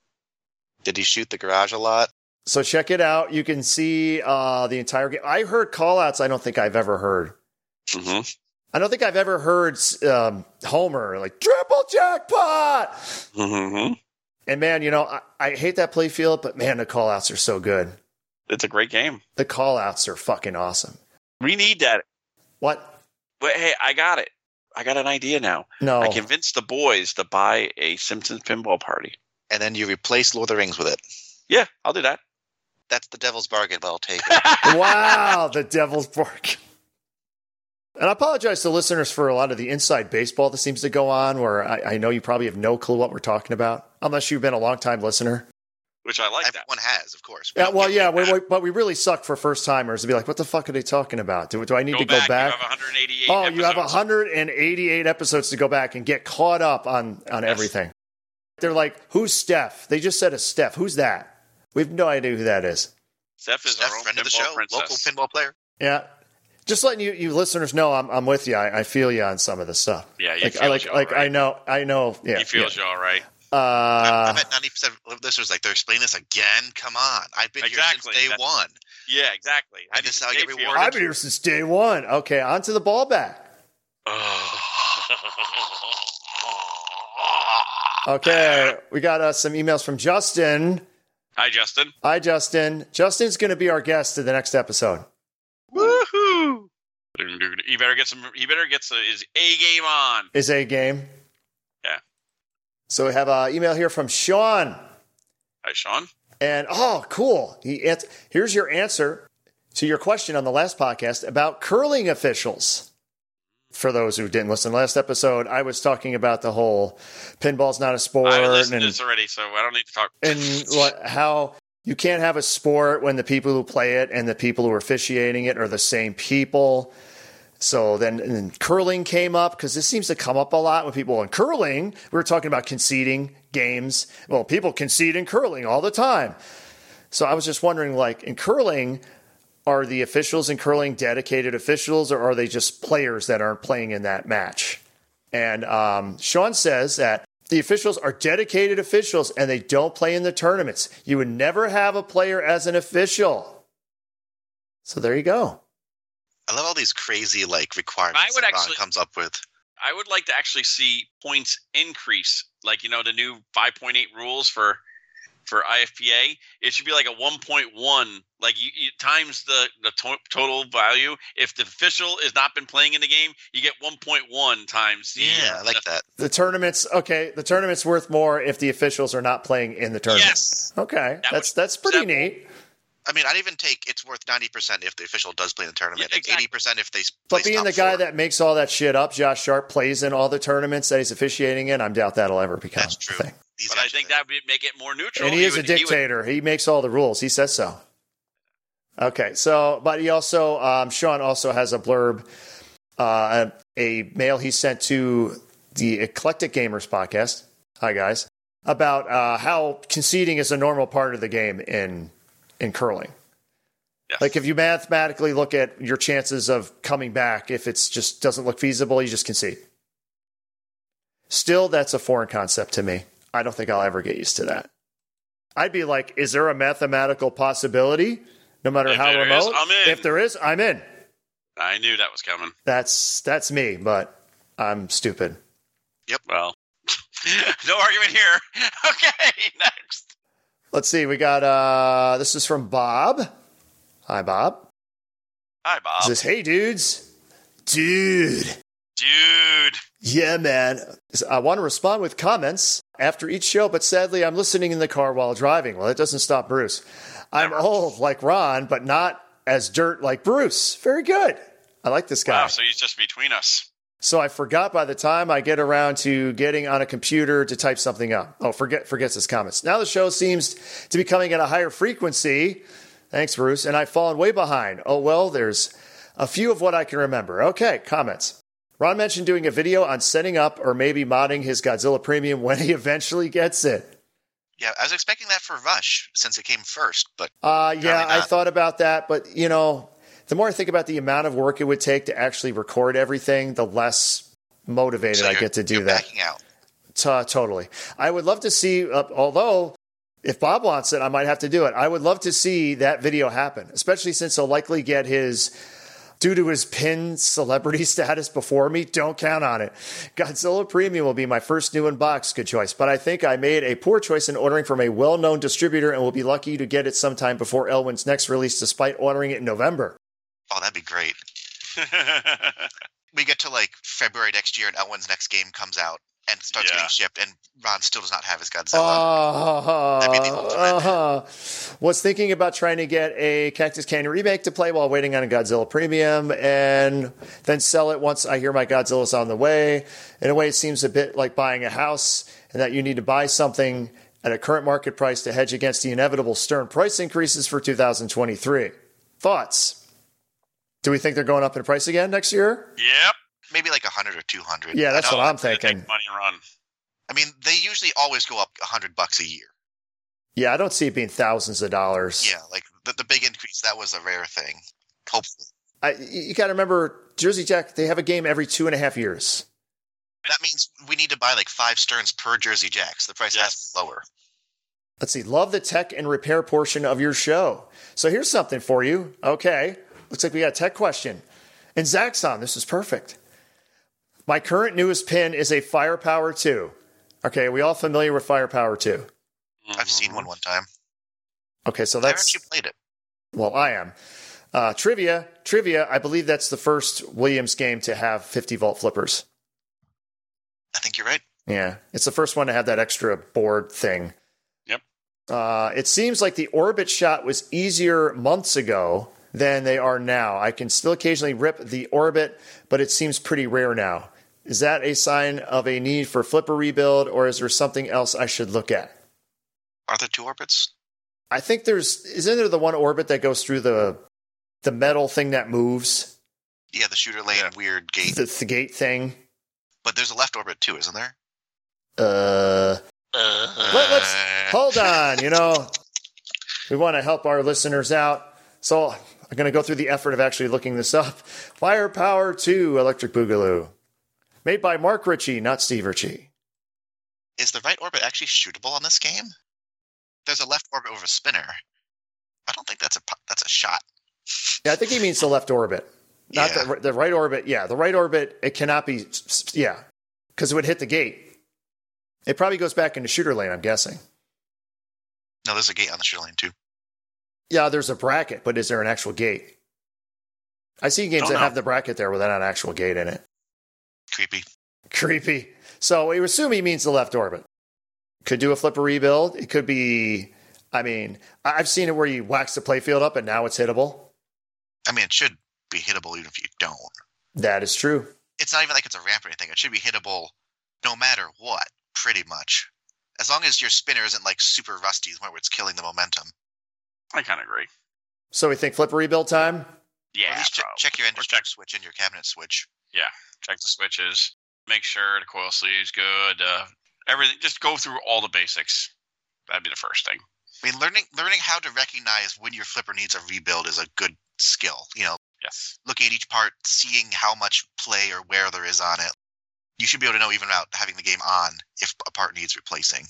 [SPEAKER 6] Did he shoot the garage a lot?
[SPEAKER 4] So check it out. You can see uh, the entire game. I heard callouts. I don't think I've ever heard.
[SPEAKER 5] hmm
[SPEAKER 4] I don't think I've ever heard um, Homer like triple jackpot.
[SPEAKER 5] hmm
[SPEAKER 4] And man, you know I, I hate that play field, but man, the callouts are so good.
[SPEAKER 5] It's a great game.
[SPEAKER 4] The callouts are fucking awesome.
[SPEAKER 5] We need that.
[SPEAKER 4] What?
[SPEAKER 5] But hey, I got it. I got an idea now.
[SPEAKER 4] No,
[SPEAKER 5] I convinced the boys to buy a Simpsons pinball party.
[SPEAKER 6] And then you replace Lord of the Rings with it.
[SPEAKER 5] Yeah, I'll do that.
[SPEAKER 6] That's the devil's bargain, but
[SPEAKER 5] [laughs]
[SPEAKER 6] I'll take
[SPEAKER 4] [laughs]
[SPEAKER 6] it.
[SPEAKER 4] wow, the devil's bark. And I apologize to listeners for a lot of the inside baseball that seems to go on, where I, I know you probably have no clue what we're talking about, unless you've been a long time listener.
[SPEAKER 5] Which I like that.
[SPEAKER 6] Everyone has, of course.
[SPEAKER 4] Yeah, well, yeah, we, we, but we really suck for first timers to be like, what the fuck are they talking about? Do, do I need to go back?
[SPEAKER 5] You have 188.
[SPEAKER 4] oh, you have
[SPEAKER 5] episodes.
[SPEAKER 4] 188 episodes to go back and get caught up on, on
[SPEAKER 5] Yes.
[SPEAKER 4] everything. They're like, who's Steph? They just said a Steph. Who's that? We have no idea who that is.
[SPEAKER 5] Steph is
[SPEAKER 6] Steph,
[SPEAKER 5] our own
[SPEAKER 6] friend of the
[SPEAKER 5] pinball
[SPEAKER 6] show,
[SPEAKER 5] princess.
[SPEAKER 6] local pinball player.
[SPEAKER 4] Yeah. Just letting you, you listeners know I'm, I'm with you. I, I feel you on some of this stuff.
[SPEAKER 5] Yeah, he
[SPEAKER 4] Like, I,
[SPEAKER 5] feels
[SPEAKER 4] like,
[SPEAKER 5] you,
[SPEAKER 4] like
[SPEAKER 5] alright.
[SPEAKER 4] I know, I know. Yeah.
[SPEAKER 5] He feels you all right.
[SPEAKER 4] yeah.
[SPEAKER 6] I, I
[SPEAKER 4] Uh,
[SPEAKER 6] bet 90% of listeners like, they're explaining this again? Come on. I've been
[SPEAKER 5] Exactly,
[SPEAKER 6] here since day
[SPEAKER 5] that's-
[SPEAKER 6] one.
[SPEAKER 5] Yeah, exactly.
[SPEAKER 6] I just
[SPEAKER 5] think
[SPEAKER 6] saw
[SPEAKER 5] they
[SPEAKER 6] you get
[SPEAKER 5] feel
[SPEAKER 6] rewarded.
[SPEAKER 4] I've been here since day one. Okay, on to the ball back. Okay, we got uh, some emails from Justin.
[SPEAKER 5] [laughs] Hi, Justin.
[SPEAKER 4] Hi, Justin. Justin's going to be our guest in the next episode.
[SPEAKER 5] Woohoo! You better get some. He better get some, his A game on.
[SPEAKER 4] Is a game.
[SPEAKER 5] Yeah.
[SPEAKER 4] So we have an email here from Sean.
[SPEAKER 5] Hi, Sean.
[SPEAKER 4] And oh, cool. He ans- Here's your answer to your question on the last podcast about curling officials. For those who didn't listen last episode, I was talking about the whole pinball's not a sport
[SPEAKER 5] I listened
[SPEAKER 4] and,
[SPEAKER 5] to this already, so I don't need to talk.
[SPEAKER 4] and what, how you can't have a sport when the people who play it and the people who are officiating it are the same people. So then and then curling came up because this seems to come up a lot when people in curling, we were talking about conceding games. Well, people concede in curling all the time. So I was just wondering, like in curling, are the officials in curling dedicated officials, or are they just players that aren't playing in that match? And um, Sean says that the officials are dedicated officials and they don't play in the tournaments. You would never have a player as an official. So there you go.
[SPEAKER 6] I love all these crazy like requirements
[SPEAKER 5] I would
[SPEAKER 6] that Ron
[SPEAKER 5] actually-
[SPEAKER 6] comes up with.
[SPEAKER 5] I would like to actually see points increase, like you know the new 5.8 rules for for IFPA. It should be like a 1.1, like you, you times the the to- total value. If the official has not been playing in the game, you get 1.1 times. The,
[SPEAKER 6] Yeah, I like that.
[SPEAKER 4] The tournaments, okay, the tournament's worth more if the officials are not playing in the tournament.
[SPEAKER 5] Yes.
[SPEAKER 4] Okay,
[SPEAKER 5] That
[SPEAKER 4] that's that's pretty
[SPEAKER 5] that-
[SPEAKER 4] neat.
[SPEAKER 6] I mean, I'd even take it's worth ninety percent if the official does play in the tournament,
[SPEAKER 5] Yeah,
[SPEAKER 6] and eighty percent if they. s-
[SPEAKER 4] But
[SPEAKER 6] place
[SPEAKER 4] being
[SPEAKER 6] top
[SPEAKER 4] the guy
[SPEAKER 6] four.
[SPEAKER 4] that makes all that shit up, Josh Sharp plays in all the tournaments that he's officiating in. I doubt that'll ever become
[SPEAKER 6] that's
[SPEAKER 4] a
[SPEAKER 6] true.
[SPEAKER 4] thing.
[SPEAKER 6] These
[SPEAKER 5] But
[SPEAKER 6] guys
[SPEAKER 5] I
[SPEAKER 6] are
[SPEAKER 5] think
[SPEAKER 6] the-
[SPEAKER 5] that would make it more neutral.
[SPEAKER 4] and he is a
[SPEAKER 5] would- would-
[SPEAKER 4] dictator. He, makes all the rules. He says so. Okay, so but he also um, Sean also has a blurb, uh, a, a mail he sent to the Eclectic Gamers podcast. Hi guys, about uh, how conceding is a normal part of the game in in curling.
[SPEAKER 5] Yes.
[SPEAKER 4] Like if you mathematically look at your chances of coming back, if it's just doesn't look feasible, you just concede. Still, that's a foreign concept to me. I don't think I'll ever get used to that. I'd be like, is there a mathematical possibility? No matter
[SPEAKER 5] If
[SPEAKER 4] how
[SPEAKER 5] there is,
[SPEAKER 4] remote,
[SPEAKER 5] I'm in.
[SPEAKER 4] if there is, I'm in.
[SPEAKER 5] I knew that was coming.
[SPEAKER 4] That's that's me, but I'm stupid.
[SPEAKER 5] Well, [laughs] no argument here. [laughs] Okay, next.
[SPEAKER 4] Let's see. We got uh this is from Bob. Hi Bob.
[SPEAKER 5] Hi, Bob.
[SPEAKER 4] Says, "Hey dudes, dude,
[SPEAKER 5] Dude.
[SPEAKER 4] yeah, man. I want to respond with comments after each show, but sadly, I'm listening in the car while driving. Well, that doesn't stop Bruce. I'm old like Ron, but not as dirt like Bruce. Very good. I like this guy.
[SPEAKER 5] Wow, so he's just between us. [laughs]
[SPEAKER 4] So I forgot by the time I get around to getting on a computer to type something up. Oh, forget forgets his comments. Now the show seems to be coming at a higher frequency. Thanks, Bruce. And I've fallen way behind. Oh well, there's a few of what I can remember. Okay, comments. Ron mentioned doing a video on setting up or maybe modding his Godzilla Premium when he [laughs] eventually gets it.
[SPEAKER 6] Yeah, I was expecting that for Rush since it came first, but
[SPEAKER 4] Uh, yeah,
[SPEAKER 6] Apparently
[SPEAKER 4] I
[SPEAKER 6] not.
[SPEAKER 4] thought about that, but you know, the more I think about the amount of work it would take to actually record everything, the less motivated
[SPEAKER 6] so
[SPEAKER 4] I
[SPEAKER 6] you're-
[SPEAKER 4] get to do
[SPEAKER 6] you're
[SPEAKER 4] that.
[SPEAKER 6] Backing out.
[SPEAKER 4] T- totally. I would love to see, uh, although if Bob wants it, I might have to do it. I would love to see that video happen, especially since he'll likely get his, due to his pin celebrity [laughs] status before me, don't count on it. Godzilla Premium will be my first new inbox. Good choice. But I think I made a poor choice in ordering from a well known distributor and will be lucky to get it sometime before Elwin's next release, despite ordering it in November.
[SPEAKER 6] Oh, that'd be great. We get to like February next year, and Elwin's next game comes out and starts
[SPEAKER 5] Yeah.
[SPEAKER 6] getting shipped, and Ron still does not have his Godzilla.
[SPEAKER 4] Uh,
[SPEAKER 6] That'd be the ultimate.
[SPEAKER 4] uh, was thinking about trying to get a Cactus Canyon remake to play while waiting on a Godzilla Premium and then sell it once I hear my Godzilla's on the way. In a way, it seems a bit like buying a house and that you need to buy something at a current market price to hedge against the inevitable stern price increases for 2023. Thoughts? Do we think they're going up in price again next year?
[SPEAKER 5] yep.
[SPEAKER 6] Maybe like hundred or two hundred.
[SPEAKER 4] Yeah, that's
[SPEAKER 6] I
[SPEAKER 4] what
[SPEAKER 6] know-
[SPEAKER 4] I'm
[SPEAKER 5] They take
[SPEAKER 4] thinking.
[SPEAKER 5] Money and run.
[SPEAKER 6] I mean, they usually always go up hundred bucks a year.
[SPEAKER 4] Yeah, I don't see it being thousands of dollars.
[SPEAKER 6] Yeah, like the, the big increase that was a rare thing. Hopefully,
[SPEAKER 4] I, you got to remember, Jersey Jack, they have a game every two and a half years.
[SPEAKER 6] that means we need to buy like five sterns per Jersey Jacks. The price has
[SPEAKER 5] Yes.
[SPEAKER 6] to be lower.
[SPEAKER 4] Let's see, love the tech and repair portion of your show. So here's something for you. Okay, looks like we got a tech question. And Zach's on, this is perfect. My current newest pin is a Firepower 2. Okay, are we all familiar with Firepower 2?
[SPEAKER 6] I've
[SPEAKER 5] Mm-hmm.
[SPEAKER 6] seen one one time.
[SPEAKER 4] Okay, so
[SPEAKER 6] I never
[SPEAKER 4] that's,
[SPEAKER 6] actually played it.
[SPEAKER 4] well, I am. Uh, trivia, trivia, I believe that's the first Williams game to have 50 volt flippers.
[SPEAKER 6] I think you're right.
[SPEAKER 4] Yeah, it's the first one to have that extra board thing.
[SPEAKER 5] Yep.
[SPEAKER 4] Uh, it seems like the orbit shot was easier months ago than they are now. I can still occasionally rip the orbit, but it seems pretty rare now. Is that a sign of a need for flipper rebuild, or is there something else I should look at?
[SPEAKER 6] Are there two orbits?
[SPEAKER 4] I think there's isn't there the one orbit that goes through the the metal thing that moves
[SPEAKER 6] Yeah, the shooter lane weird gate.
[SPEAKER 4] the, the gate thing.
[SPEAKER 6] But there's a left orbit too, isn't there?
[SPEAKER 4] Uh, Let, let's hold on. You know, we want to help our listeners out, so I'm going to go through the effort of actually looking this up. Firepower Two Electric Boogaloo, made by Mark Ritchie, not Steve Ritchie.
[SPEAKER 6] Is the right orbit actually shootable on this game? There's a left orbit with a spinner. I don't think that's a pu- that's a shot.
[SPEAKER 4] Yeah, I think he means the left orbit, not
[SPEAKER 6] Yeah.
[SPEAKER 4] the, the right orbit. Yeah, the right orbit. It cannot be. s- s- Yeah, because it would hit the gate. It probably goes back into shooter lane. I'm guessing.
[SPEAKER 6] No, there's a gate on the shooter lane too.
[SPEAKER 4] Yeah, there's a bracket, but is there an actual gate? I see games
[SPEAKER 5] Don't
[SPEAKER 4] that
[SPEAKER 5] know.
[SPEAKER 4] have the bracket there without an actual gate in it.
[SPEAKER 6] Creepy.
[SPEAKER 4] creepy. So we assume he means the left orbit. Could do a flipper rebuild. It could be. I mean, I- I've seen it where you wax the playfield up and now it's hittable.
[SPEAKER 6] I mean, it should be hittable even if you don't.
[SPEAKER 4] That is true.
[SPEAKER 6] It's not even like it's a ramp or anything. It should be hittable no matter what, pretty much. As long as your spinner isn't like super rusty, to the point where it's killing the momentum.
[SPEAKER 5] I kind of agree.
[SPEAKER 4] So we think flipper rebuild time.
[SPEAKER 5] Yeah.
[SPEAKER 6] Or at least che-
[SPEAKER 5] probably.
[SPEAKER 6] check your ender
[SPEAKER 5] Or check-
[SPEAKER 6] switch and your cabinet switch.
[SPEAKER 5] check the switches, make sure the coil sleeve's good, uh, everything. Just go through all the basics. That'd be the first thing.
[SPEAKER 6] I mean, learning learning how to recognize when your flipper needs a rebuild is a good skill. You know,
[SPEAKER 5] Yes.
[SPEAKER 6] looking at each part, seeing how much play or wear there is on it. You should be able to know even without having the game on if a part needs replacing.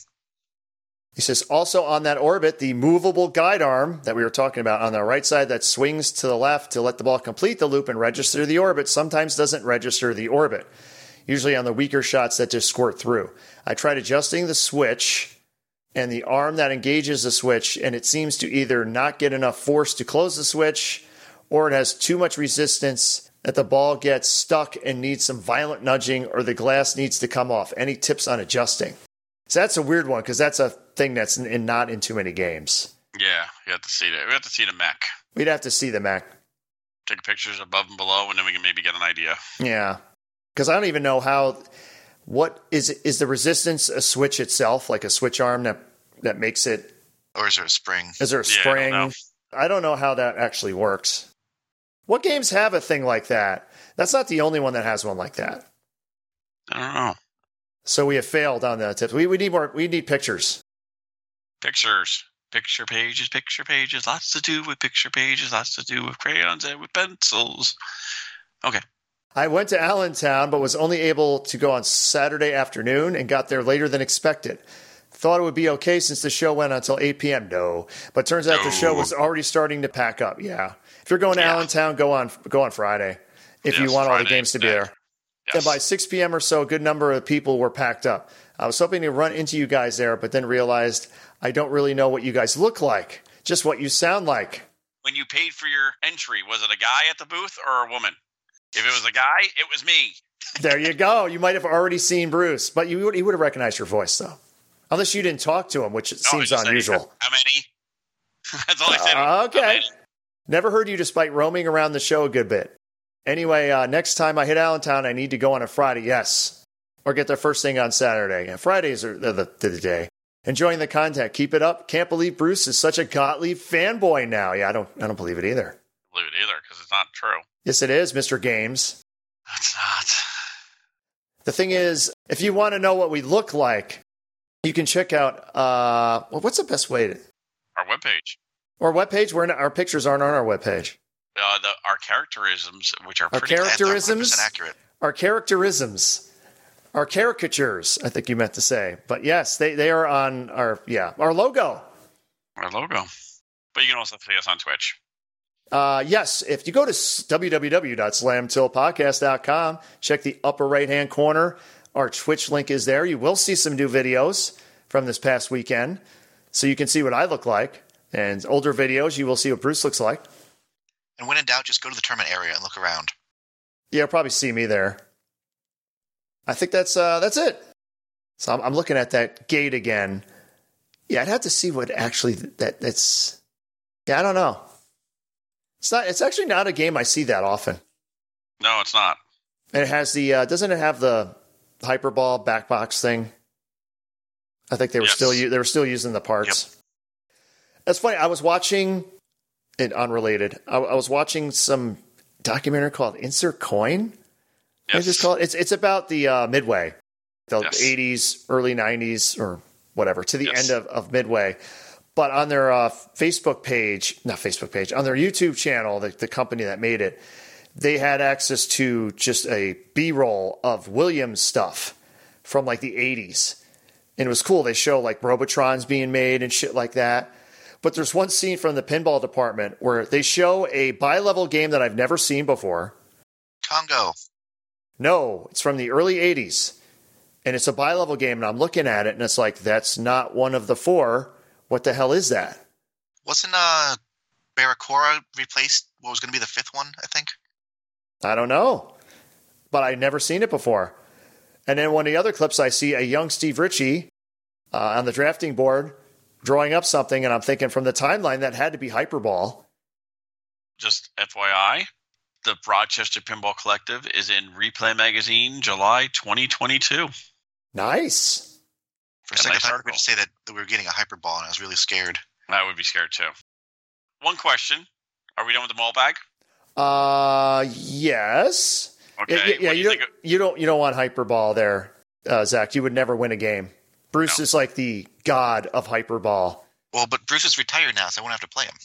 [SPEAKER 4] He says also on that orbit, the movable guide arm that we were talking about on the right side that swings to the left to let the ball complete the loop and register the orbit sometimes doesn't register the orbit, usually on the weaker shots that just squirt through. I tried adjusting the switch and the arm that engages the switch, and it seems to either not get enough force to close the switch or it has too much resistance that the ball gets stuck and needs some violent nudging or the glass needs to come off. Any tips on adjusting? So that's a weird one because that's a thing that's in, in not in too many games.
[SPEAKER 5] Yeah, we have to see that. We have to see the mech.
[SPEAKER 4] We'd have to see the Mac.
[SPEAKER 5] Take pictures above and below, and then we can maybe get an idea.
[SPEAKER 4] Yeah, because I don't even know how. What is is the resistance a switch itself, like a switch arm that that makes it?
[SPEAKER 6] Or is there a spring?
[SPEAKER 4] Is there a
[SPEAKER 5] Yeah, I don't
[SPEAKER 4] spring?
[SPEAKER 5] know.
[SPEAKER 4] I don't know how that actually works. What games have a thing like that? That's not the only one that has one like that.
[SPEAKER 5] I don't know.
[SPEAKER 4] So we have failed on the tips. We, we need more. We need pictures.
[SPEAKER 5] Pictures, picture pages, picture pages. Lots to do with picture pages. Lots to do with crayons and with pencils.
[SPEAKER 4] I went to Allentown, but was only able to go on Saturday afternoon and got there later than expected. Thought it would be okay since the show went until 8 p.m. No, but turns out the show
[SPEAKER 5] No.
[SPEAKER 4] was already starting to pack up. Yeah, if you're going to
[SPEAKER 5] Yeah.
[SPEAKER 4] Allentown, go on go on Friday if you
[SPEAKER 5] Yes,
[SPEAKER 4] want all the
[SPEAKER 5] Friday,
[SPEAKER 4] games to be
[SPEAKER 5] yeah.
[SPEAKER 4] there. And by 6 p.m. or so, a good number of people were packed up. I was hoping to run into you guys there, but then realized I don't really know what you guys look like, just what you sound like.
[SPEAKER 5] When you paid for your entry, was it a guy at the booth or a woman? If it was a guy, it was me.
[SPEAKER 4] There you go. You might have already seen Bruce, but you would, he would have recognized your voice though, unless you didn't talk to him, which
[SPEAKER 5] No, I
[SPEAKER 4] seems
[SPEAKER 5] just say,
[SPEAKER 4] unusual.
[SPEAKER 5] [laughs] How many? That's all I said.
[SPEAKER 4] Uh,
[SPEAKER 5] How
[SPEAKER 4] okay.
[SPEAKER 5] many?
[SPEAKER 4] Never heard you despite roaming around the show a good bit. Anyway, uh, next time I hit Allentown, I need to go on a Friday. Yes, or get there first thing on Saturday. And Fridays are the, the, the day. Enjoying the content. Keep it up. Can't believe Bruce is such a Gottlieb fanboy now. Yeah, I don't. I don't believe it either.
[SPEAKER 5] believe it either because it's not true.
[SPEAKER 4] Yes, it is, Mister Games.
[SPEAKER 5] It's not.
[SPEAKER 4] The thing is, if you want to know what we look like, you can check out uh, well, what's the best way to
[SPEAKER 5] Our webpage,
[SPEAKER 4] our webpage. We're not, our pictures aren't on our webpage.
[SPEAKER 5] uh, the, our characterisms, which are
[SPEAKER 4] Our
[SPEAKER 5] pretty.
[SPEAKER 4] character- Characterisms?
[SPEAKER 6] That's 100% accurate.
[SPEAKER 4] Our characterisms, our caricatures. I think you meant to say, but yes, they they are on our yeah our logo.
[SPEAKER 5] our logo, but you can also see us on Twitch.
[SPEAKER 4] Uh, yes, if you go to s- www.slamtillpodcast.com, check the upper right hand corner. Our Twitch link is there. You will see some new videos from this past weekend. So you can see what I look like. And older videos, you will see what Bruce looks like.
[SPEAKER 6] And when in doubt, just go to the tournament area and look around.
[SPEAKER 4] Yeah, you'll probably see me there. I think that's uh, that's it. So I'm, I'm looking at that gate again. Yeah, I'd have to see what actually th- that that's. Yeah, I don't know. It's not. It's actually not a game I see that often.
[SPEAKER 5] No, it's not.
[SPEAKER 4] And it has the uh, doesn't it have the hyperball backbox thing? I think they were
[SPEAKER 5] Yes.
[SPEAKER 4] still u- they were still using the parts. That's funny. I was watching it unrelated. I, I was watching some documentary called Insert Coin.
[SPEAKER 5] Yes.
[SPEAKER 4] It's just called it's it's about the uh, Midway, the
[SPEAKER 5] Yes.
[SPEAKER 4] eighties, early nineties, or whatever, to the
[SPEAKER 5] Yes.
[SPEAKER 4] end of, of Midway. But on their uh, Facebook page, not Facebook page, on their YouTube channel, the, the company that made it, they had access to just a B roll of Williams stuff from like the eighties, and it was cool. They show like Robotrons being made and shit like that. But there's one scene from the pinball department where they show a bi-level game that I've never seen before.
[SPEAKER 6] Congo.
[SPEAKER 4] No, it's from the early 80s. And it's a bi level game. And I'm looking at it and it's like, that's not one of the four. What the hell is that?
[SPEAKER 6] Wasn't uh, Barracora replaced what was going to be the fifth one, I think?
[SPEAKER 4] I don't know. But I'd never seen it before. And then one of the other clips, I see a young Steve Ritchie uh, on the drafting board drawing up something. And I'm thinking from the timeline, that had to be Hyperball.
[SPEAKER 5] Just FYI, the Rochester Pinball Collective is in Replay Magazine, July 2022.
[SPEAKER 4] Nice.
[SPEAKER 6] For a
[SPEAKER 5] Yeah,
[SPEAKER 6] second,
[SPEAKER 5] nice
[SPEAKER 6] I thought you
[SPEAKER 5] article.
[SPEAKER 6] were going to say that, that we were getting a hyperball, and I was really scared.
[SPEAKER 5] I would be scared too. One question: Are we done with the mall bag?
[SPEAKER 4] Uh, yes.
[SPEAKER 5] Okay.
[SPEAKER 4] Yeah, yeah, yeah,
[SPEAKER 5] what do
[SPEAKER 4] you,
[SPEAKER 5] you
[SPEAKER 4] don't,
[SPEAKER 5] think?
[SPEAKER 4] you don't you don't want hyperball there, uh, Zach. You would never win a game. Bruce
[SPEAKER 5] No.
[SPEAKER 4] is like the god of hyperball.
[SPEAKER 6] Well, but Bruce is retired now, so I won't have to play him.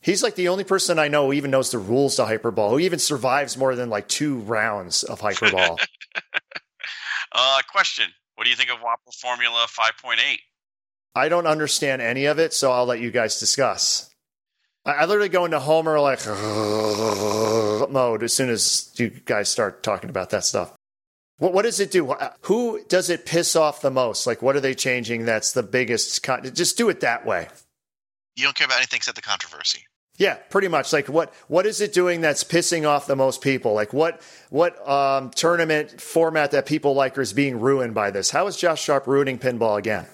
[SPEAKER 4] He's like the only person I know who even knows the rules to hyperball, who even survives more than like two rounds
[SPEAKER 5] [laughs]
[SPEAKER 4] of hyperball.
[SPEAKER 5] Uh, question: What do you think of Whopper Formula 5.8?
[SPEAKER 4] I don't understand any of it, so I'll let you guys discuss. I, I literally go into Homer like [laughs] mode as soon as you guys start talking about that stuff. What, what does it do? Wh- Who does it piss off the most? Like, what are they changing? That's the biggest. Con- Just do it that way.
[SPEAKER 6] You don't care about anything except the controversy.
[SPEAKER 4] Yeah, pretty much. Like what what is it doing that's pissing off the most people? Like what what um, tournament format that people like is being ruined by this? How is Josh Sharp ruining pinball again?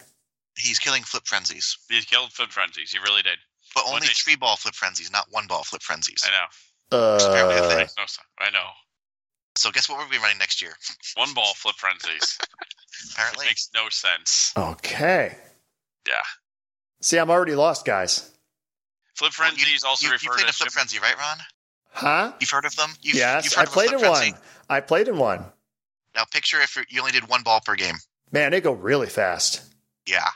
[SPEAKER 6] He's killing flip frenzies,
[SPEAKER 5] He killed Flip Frenzies. He really did.
[SPEAKER 6] but
[SPEAKER 5] Well,
[SPEAKER 6] only
[SPEAKER 5] they-
[SPEAKER 6] three ball flip frenzies, not one ball flip frenzies.
[SPEAKER 5] I know.
[SPEAKER 6] Apparently a
[SPEAKER 4] Uh,
[SPEAKER 6] thing.
[SPEAKER 5] Makes no sense. I know.
[SPEAKER 6] So guess what we'll be running next year?
[SPEAKER 5] One ball Flip
[SPEAKER 6] [laughs]
[SPEAKER 5] Frenzies.
[SPEAKER 6] Apparently,
[SPEAKER 5] Makes no sense.
[SPEAKER 4] Uh, okay.
[SPEAKER 5] Yeah.
[SPEAKER 4] See, I'm already lost, guys.
[SPEAKER 5] Flip
[SPEAKER 6] Well, you-
[SPEAKER 5] Frenzies also
[SPEAKER 6] you, you
[SPEAKER 5] refer
[SPEAKER 6] played
[SPEAKER 5] to
[SPEAKER 6] a flip
[SPEAKER 5] shim-
[SPEAKER 6] frenzy, right, Ron?
[SPEAKER 4] Huh?
[SPEAKER 6] You've heard of them? You've, you've
[SPEAKER 4] yes,
[SPEAKER 6] heard
[SPEAKER 4] I
[SPEAKER 6] of a
[SPEAKER 4] played in
[SPEAKER 6] flip
[SPEAKER 4] one.
[SPEAKER 6] frenzy.
[SPEAKER 4] I played in one.
[SPEAKER 6] Now picture if you only did one ball per game.
[SPEAKER 4] Man, they go really fast.
[SPEAKER 6] Yeah.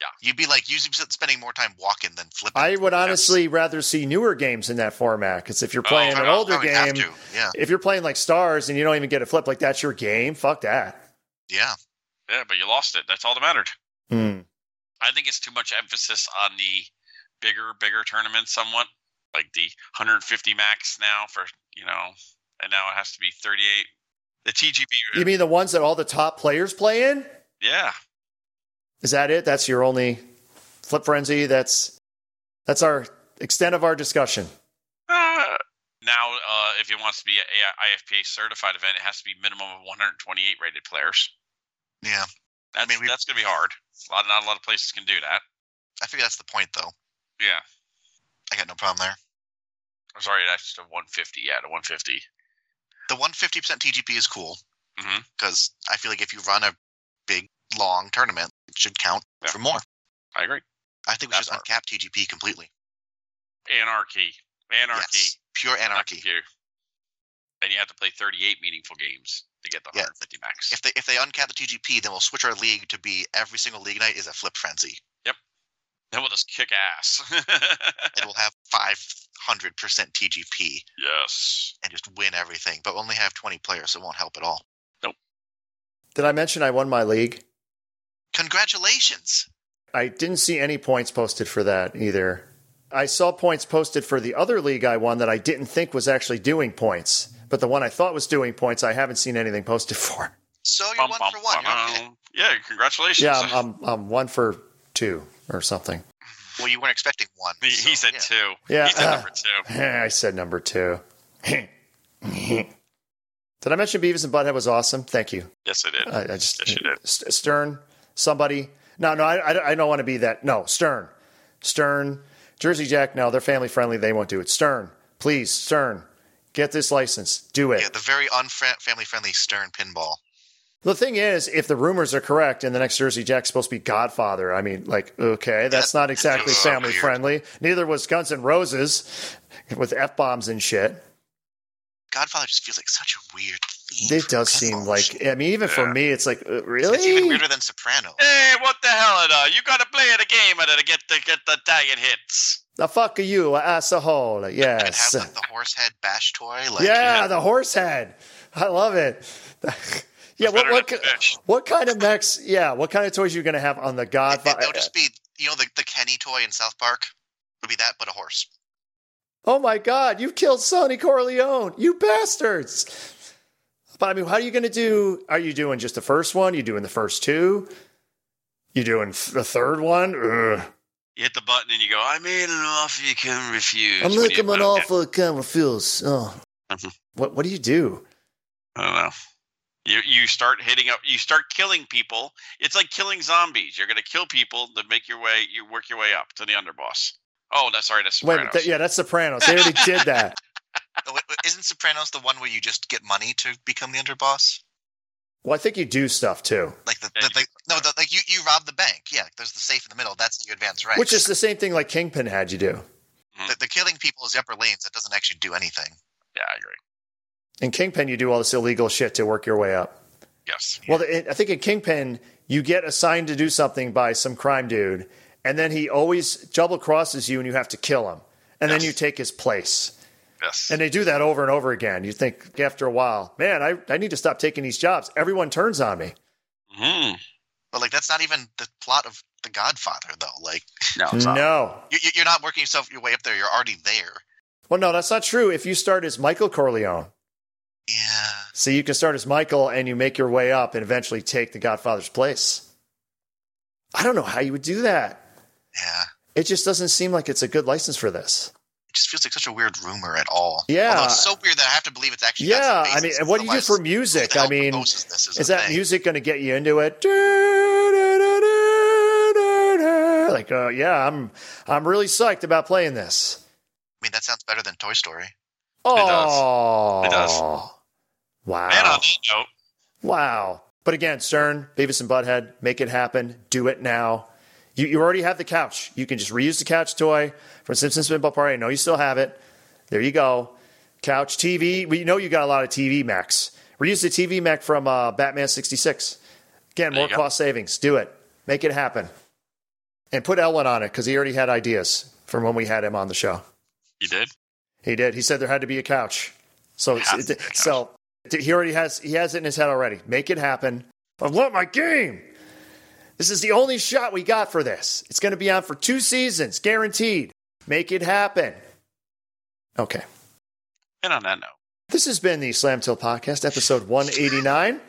[SPEAKER 5] Yeah.
[SPEAKER 6] You'd be like, you'd be spending more time walking than flipping.
[SPEAKER 4] I would honestly rather see newer games in that format because if you're
[SPEAKER 5] Oh,
[SPEAKER 4] playing
[SPEAKER 5] I
[SPEAKER 4] an
[SPEAKER 5] would- I
[SPEAKER 4] older
[SPEAKER 6] Probably have
[SPEAKER 4] game,
[SPEAKER 6] to. Yeah.
[SPEAKER 4] if you're playing like Stars and you don't even get a flip, like that's your game. Fuck that.
[SPEAKER 6] Yeah.
[SPEAKER 5] Yeah, but you lost it. That's all that mattered.
[SPEAKER 4] Hmm.
[SPEAKER 5] I think it's too much emphasis on the bigger, bigger tournaments, somewhat like the 150 max now for you know, and now it has to be 38. The TGB.
[SPEAKER 4] You mean the ones that all the top players play in?
[SPEAKER 5] yeah.
[SPEAKER 4] Is that it? That's your only flip frenzy. That's that's our extent of our discussion.
[SPEAKER 5] Uh, now, uh, if it wants to be a a IFPA certified event, it has to be minimum of 128 rated players.
[SPEAKER 6] Yeah.
[SPEAKER 5] That's,
[SPEAKER 6] mean, we-
[SPEAKER 5] that's going to be hard. A lot, not a lot of places can do that.
[SPEAKER 6] I figure that's the point, though.
[SPEAKER 5] Yeah.
[SPEAKER 6] I got no problem there.
[SPEAKER 5] I'm sorry, that's to 150. Yeah, to 150.
[SPEAKER 6] The 150% TGP is cool
[SPEAKER 5] Mhm.
[SPEAKER 6] because I feel like if you run a big, long tournament, it should count
[SPEAKER 5] Yeah.
[SPEAKER 6] for more.
[SPEAKER 5] I agree.
[SPEAKER 6] I think we
[SPEAKER 5] That
[SPEAKER 6] should
[SPEAKER 5] part.
[SPEAKER 6] uncap TGP completely.
[SPEAKER 5] Anarchy. Anarchy.
[SPEAKER 6] Yes. Pure
[SPEAKER 5] not
[SPEAKER 6] anarchy.
[SPEAKER 5] computer. And you have to play 38 meaningful games to get the
[SPEAKER 6] Yeah.
[SPEAKER 5] 150 max.
[SPEAKER 6] If they if they uncap the TGP, then we'll switch our league to be every single league night is a flip frenzy,
[SPEAKER 5] [laughs] [laughs] Then we'll just kick ass. [laughs]
[SPEAKER 6] and we'll have 500% TGP
[SPEAKER 5] yes.
[SPEAKER 6] and just win everything, but only have 20 players, so it won't help at all.
[SPEAKER 4] Did I mention I won my league?
[SPEAKER 6] Congratulations!
[SPEAKER 4] I didn't see any points posted for that either. I saw points posted for the other league I won that I didn't think was actually doing points, but the one I thought was doing points, I haven't seen anything posted for. [laughs]
[SPEAKER 6] So Oh, you're
[SPEAKER 5] Bum,
[SPEAKER 6] one
[SPEAKER 5] bum,
[SPEAKER 6] for one. You're
[SPEAKER 5] bum.
[SPEAKER 6] okay.
[SPEAKER 5] Yeah, congratulations.
[SPEAKER 4] Yeah, I'm, I'm, I'm one for two or something. [laughs]
[SPEAKER 6] Well, you weren't expecting one.
[SPEAKER 5] [laughs] he, he
[SPEAKER 6] so,
[SPEAKER 5] said
[SPEAKER 6] yeah.
[SPEAKER 5] two.
[SPEAKER 4] Yeah,
[SPEAKER 5] He said
[SPEAKER 4] uh,
[SPEAKER 5] number
[SPEAKER 4] [laughs]
[SPEAKER 5] two.
[SPEAKER 4] I said number two. [laughs] Did I mention Beavis and Butthead was awesome? Thank you.
[SPEAKER 5] Yes, I did.
[SPEAKER 4] I, I just
[SPEAKER 5] Yes,
[SPEAKER 4] [laughs]
[SPEAKER 5] you did.
[SPEAKER 4] St- Stern, somebody. No, no, I, I, I don't want to be that. No, Stern, Stern, Jersey Jack. No, they're family friendly. They won't do it. Stern, please, Stern, get this license. Do it.
[SPEAKER 6] Yeah, the very unfamily friendly Stern pinball.
[SPEAKER 4] the thing is, if the rumors are correct, and the next Jersey Jack's supposed to be Godfather, I mean, like, okay, that's not exactly
[SPEAKER 6] that's
[SPEAKER 4] family
[SPEAKER 6] weird.
[SPEAKER 4] friendly. Neither was Guns N' Roses with f bombs and shit.
[SPEAKER 6] Godfather just feels like such a weird theme.
[SPEAKER 4] It
[SPEAKER 6] for
[SPEAKER 4] does
[SPEAKER 6] pinball.
[SPEAKER 4] seem like. I mean, even for
[SPEAKER 5] Yeah.
[SPEAKER 4] me, it's like uh, really.
[SPEAKER 6] It's even weirder than Soprano.
[SPEAKER 5] Hey, what the hell? It, uh, you got to play it a game and to get the get the Italian hits.
[SPEAKER 4] The fuck are you, a asshole?
[SPEAKER 6] And have
[SPEAKER 4] Yes. [laughs]
[SPEAKER 6] like, the horse head bash toy. Like,
[SPEAKER 4] yeah, the horse head. I love it. [laughs] yeah, what
[SPEAKER 5] better
[SPEAKER 4] what,
[SPEAKER 5] than
[SPEAKER 4] ki-
[SPEAKER 5] fish.
[SPEAKER 4] what kind of mechs? Yeah, what kind of toys are you going to have on the
[SPEAKER 6] It, it,
[SPEAKER 4] Godfather?
[SPEAKER 6] will just be, you know, the, the Kenny toy in South Park. Would be that, but a horse.
[SPEAKER 4] oh my God, you killed Sonny Corleone, you bastards! But I mean, how are you going to do? Are you doing just the first one? You doing the first two? You doing th- the third one? Ugh.
[SPEAKER 5] You hit the button and you go, I made an offer you can refuse.
[SPEAKER 4] I'm
[SPEAKER 5] What do you-
[SPEAKER 4] looking
[SPEAKER 5] I
[SPEAKER 4] an
[SPEAKER 5] don't-
[SPEAKER 4] awful kind of feels. Oh,
[SPEAKER 5] Mhm.
[SPEAKER 4] what what do you do?
[SPEAKER 5] I don't know. You you start hitting up. You start killing people. It's like killing zombies. You're gonna kill people to make your way. You work your way up to the underboss. Oh, that's sorry. That's
[SPEAKER 4] Wait,
[SPEAKER 5] Sopranos.
[SPEAKER 4] but that- yeah, that's Sopranos. They already did
[SPEAKER 5] [laughs]
[SPEAKER 4] that.
[SPEAKER 6] Oh, wait, wait, isn't Sopranos the one where you just get money to become the underboss?
[SPEAKER 4] Well, I think you do stuff too.
[SPEAKER 6] Like the,
[SPEAKER 5] Yeah, you
[SPEAKER 6] the, like no, the, like you, you rob the bank. Yeah, there's the safe in the middle. That's how you advance ranks.
[SPEAKER 4] Which is the same thing like Kingpin had you do.
[SPEAKER 5] Mm-hmm.
[SPEAKER 6] the, the killing people is the upper lanes. That doesn't actually do anything.
[SPEAKER 5] yeah, I agree.
[SPEAKER 4] In Kingpin, you do all this illegal shit to work your way up.
[SPEAKER 5] Yes.
[SPEAKER 4] Well, the- I think in Kingpin, you get assigned to do something by some crime dude, and then he always double crosses you and you have to kill him. And then
[SPEAKER 5] Yes.
[SPEAKER 4] you take his place.
[SPEAKER 5] Yes.
[SPEAKER 4] And they do that over and over again. You think after a while, man, I, I need to stop taking these jobs. Everyone turns on me.
[SPEAKER 5] Mhm.
[SPEAKER 6] But like that's not even the plot of The Godfather, though. Like
[SPEAKER 5] No, it's not.
[SPEAKER 4] No.
[SPEAKER 6] you, you- you're not working yourself your way up there. You're already there.
[SPEAKER 4] Well, no, that's not true. If you start as Michael Corleone,
[SPEAKER 6] Yeah.
[SPEAKER 4] so you can start as Michael and you make your way up and eventually take the Godfather's place. I don't know how you would do that.
[SPEAKER 6] Yeah.
[SPEAKER 4] It just doesn't seem like it's a good license for this.
[SPEAKER 6] It just feels like such a weird rumor at all.
[SPEAKER 4] Yeah.
[SPEAKER 6] Although it's so weird that I have to believe it's actually. that's the
[SPEAKER 4] yeah, I
[SPEAKER 6] basis,
[SPEAKER 4] mean, and what do you do
[SPEAKER 6] otherwise,
[SPEAKER 4] for
[SPEAKER 6] who
[SPEAKER 4] music?
[SPEAKER 6] the hell
[SPEAKER 4] I mean,
[SPEAKER 6] proposes this is,
[SPEAKER 4] is
[SPEAKER 6] the
[SPEAKER 4] that
[SPEAKER 6] thing.
[SPEAKER 4] music going to get you into it? Like, uh, yeah, I'm I'm really psyched about playing this.
[SPEAKER 6] I mean, that sounds better than Toy Story.
[SPEAKER 5] does.
[SPEAKER 4] Oh,
[SPEAKER 5] It does.
[SPEAKER 4] Wow.
[SPEAKER 5] And on that note,
[SPEAKER 4] Wow. But again, CERN, Beavis and Butthead, make it happen. Do it now. You, you already have the couch. You can just reuse the couch toy from Simpsons Pinball Party. I know you still have it. There you go. Couch TV. We know you got a lot of TV Macs. Reuse the TV Mac from uh, Batman 66. Again,
[SPEAKER 5] There
[SPEAKER 4] more
[SPEAKER 5] you go.
[SPEAKER 4] cost savings. Do it. Make it happen. And put Ellen on it because he already had ideas from when we had him on the show.
[SPEAKER 5] you did.
[SPEAKER 4] He did. He said there had to be a couch. So
[SPEAKER 5] Has to be a couch.
[SPEAKER 4] so he already has he has it in his head already. Make it happen. I want my game. This is the only shot we got for this. It's going to be on for two seasons, guaranteed. Make it happen. Okay.
[SPEAKER 5] And on that note,
[SPEAKER 4] This has been the Slam Till Podcast, episode 189.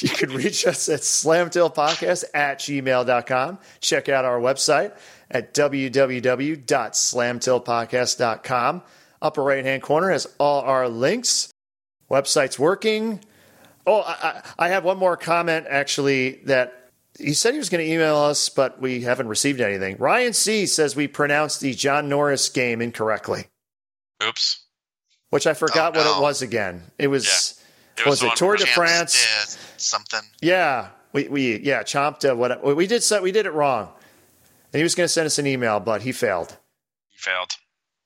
[SPEAKER 4] you can reach us at slamtillpodcast at gmail.com. Check out our website at www.slamtillpodcast.com. Upper right hand corner has all our links. Website's working. Oh, I, I I have one more comment actually that he said he was going to email us, but we haven't received anything. Ryan C says we pronounced the John Norris game incorrectly
[SPEAKER 5] oops.
[SPEAKER 4] which I forgot
[SPEAKER 6] Oh,
[SPEAKER 4] what
[SPEAKER 6] no.
[SPEAKER 4] it was again. It was
[SPEAKER 5] It
[SPEAKER 4] was,
[SPEAKER 5] was
[SPEAKER 4] it
[SPEAKER 5] on
[SPEAKER 4] Tour de
[SPEAKER 6] Champs
[SPEAKER 4] France?
[SPEAKER 6] did something.
[SPEAKER 4] Yeah, we we yeah Chomped. Uh, what we did so we did it wrong, and he was going to send us an email, but he failed.
[SPEAKER 5] You failed.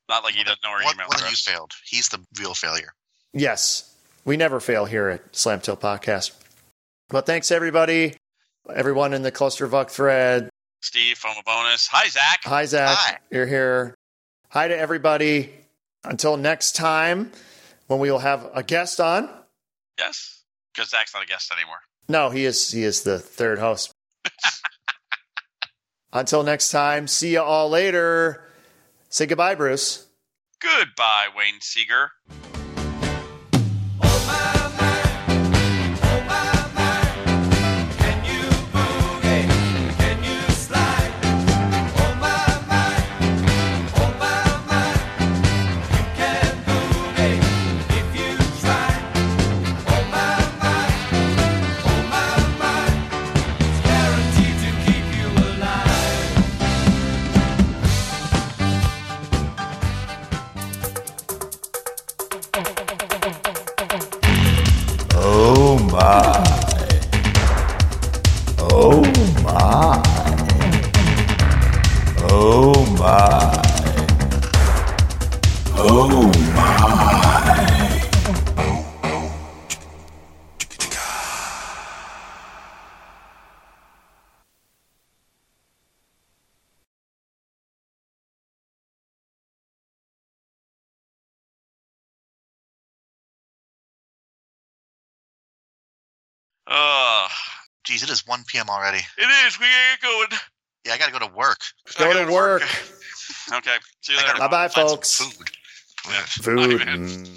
[SPEAKER 5] Not like he doesn't know our
[SPEAKER 6] One,
[SPEAKER 5] email
[SPEAKER 6] one of you
[SPEAKER 5] address.
[SPEAKER 6] failed. He's the real failure.
[SPEAKER 4] Yes, we never fail here at Slam Till Podcast. But thanks everybody, everyone in the Clusterfuck thread.
[SPEAKER 5] Steve, phone bonus. Hi, Zach.
[SPEAKER 4] Hi Zach,
[SPEAKER 6] Hi.
[SPEAKER 4] you're here. Hi to everybody. Until next time, when we will have a guest on.
[SPEAKER 5] Yes. Because Zach's not a guest anymore.
[SPEAKER 4] No, he is he is the third host. Until next time, see you all later. Say goodbye, Bruce.
[SPEAKER 5] Goodbye, Wayne Seeger.
[SPEAKER 7] Oh my. Oh my. Oh my. Oh my.
[SPEAKER 5] Ugh.
[SPEAKER 6] Geez, it is 1 p.m. already.
[SPEAKER 5] It is. We ain't going.
[SPEAKER 6] Yeah, I got to go to work.
[SPEAKER 4] Go
[SPEAKER 5] I
[SPEAKER 4] to
[SPEAKER 5] gotta
[SPEAKER 4] work.
[SPEAKER 5] Okay. See you
[SPEAKER 6] I
[SPEAKER 5] later.
[SPEAKER 6] gotta
[SPEAKER 4] Bye bye,
[SPEAKER 6] find some
[SPEAKER 4] folks.
[SPEAKER 6] Food.
[SPEAKER 5] Yeah.
[SPEAKER 4] Food.
[SPEAKER 5] Adios.
[SPEAKER 4] Mm.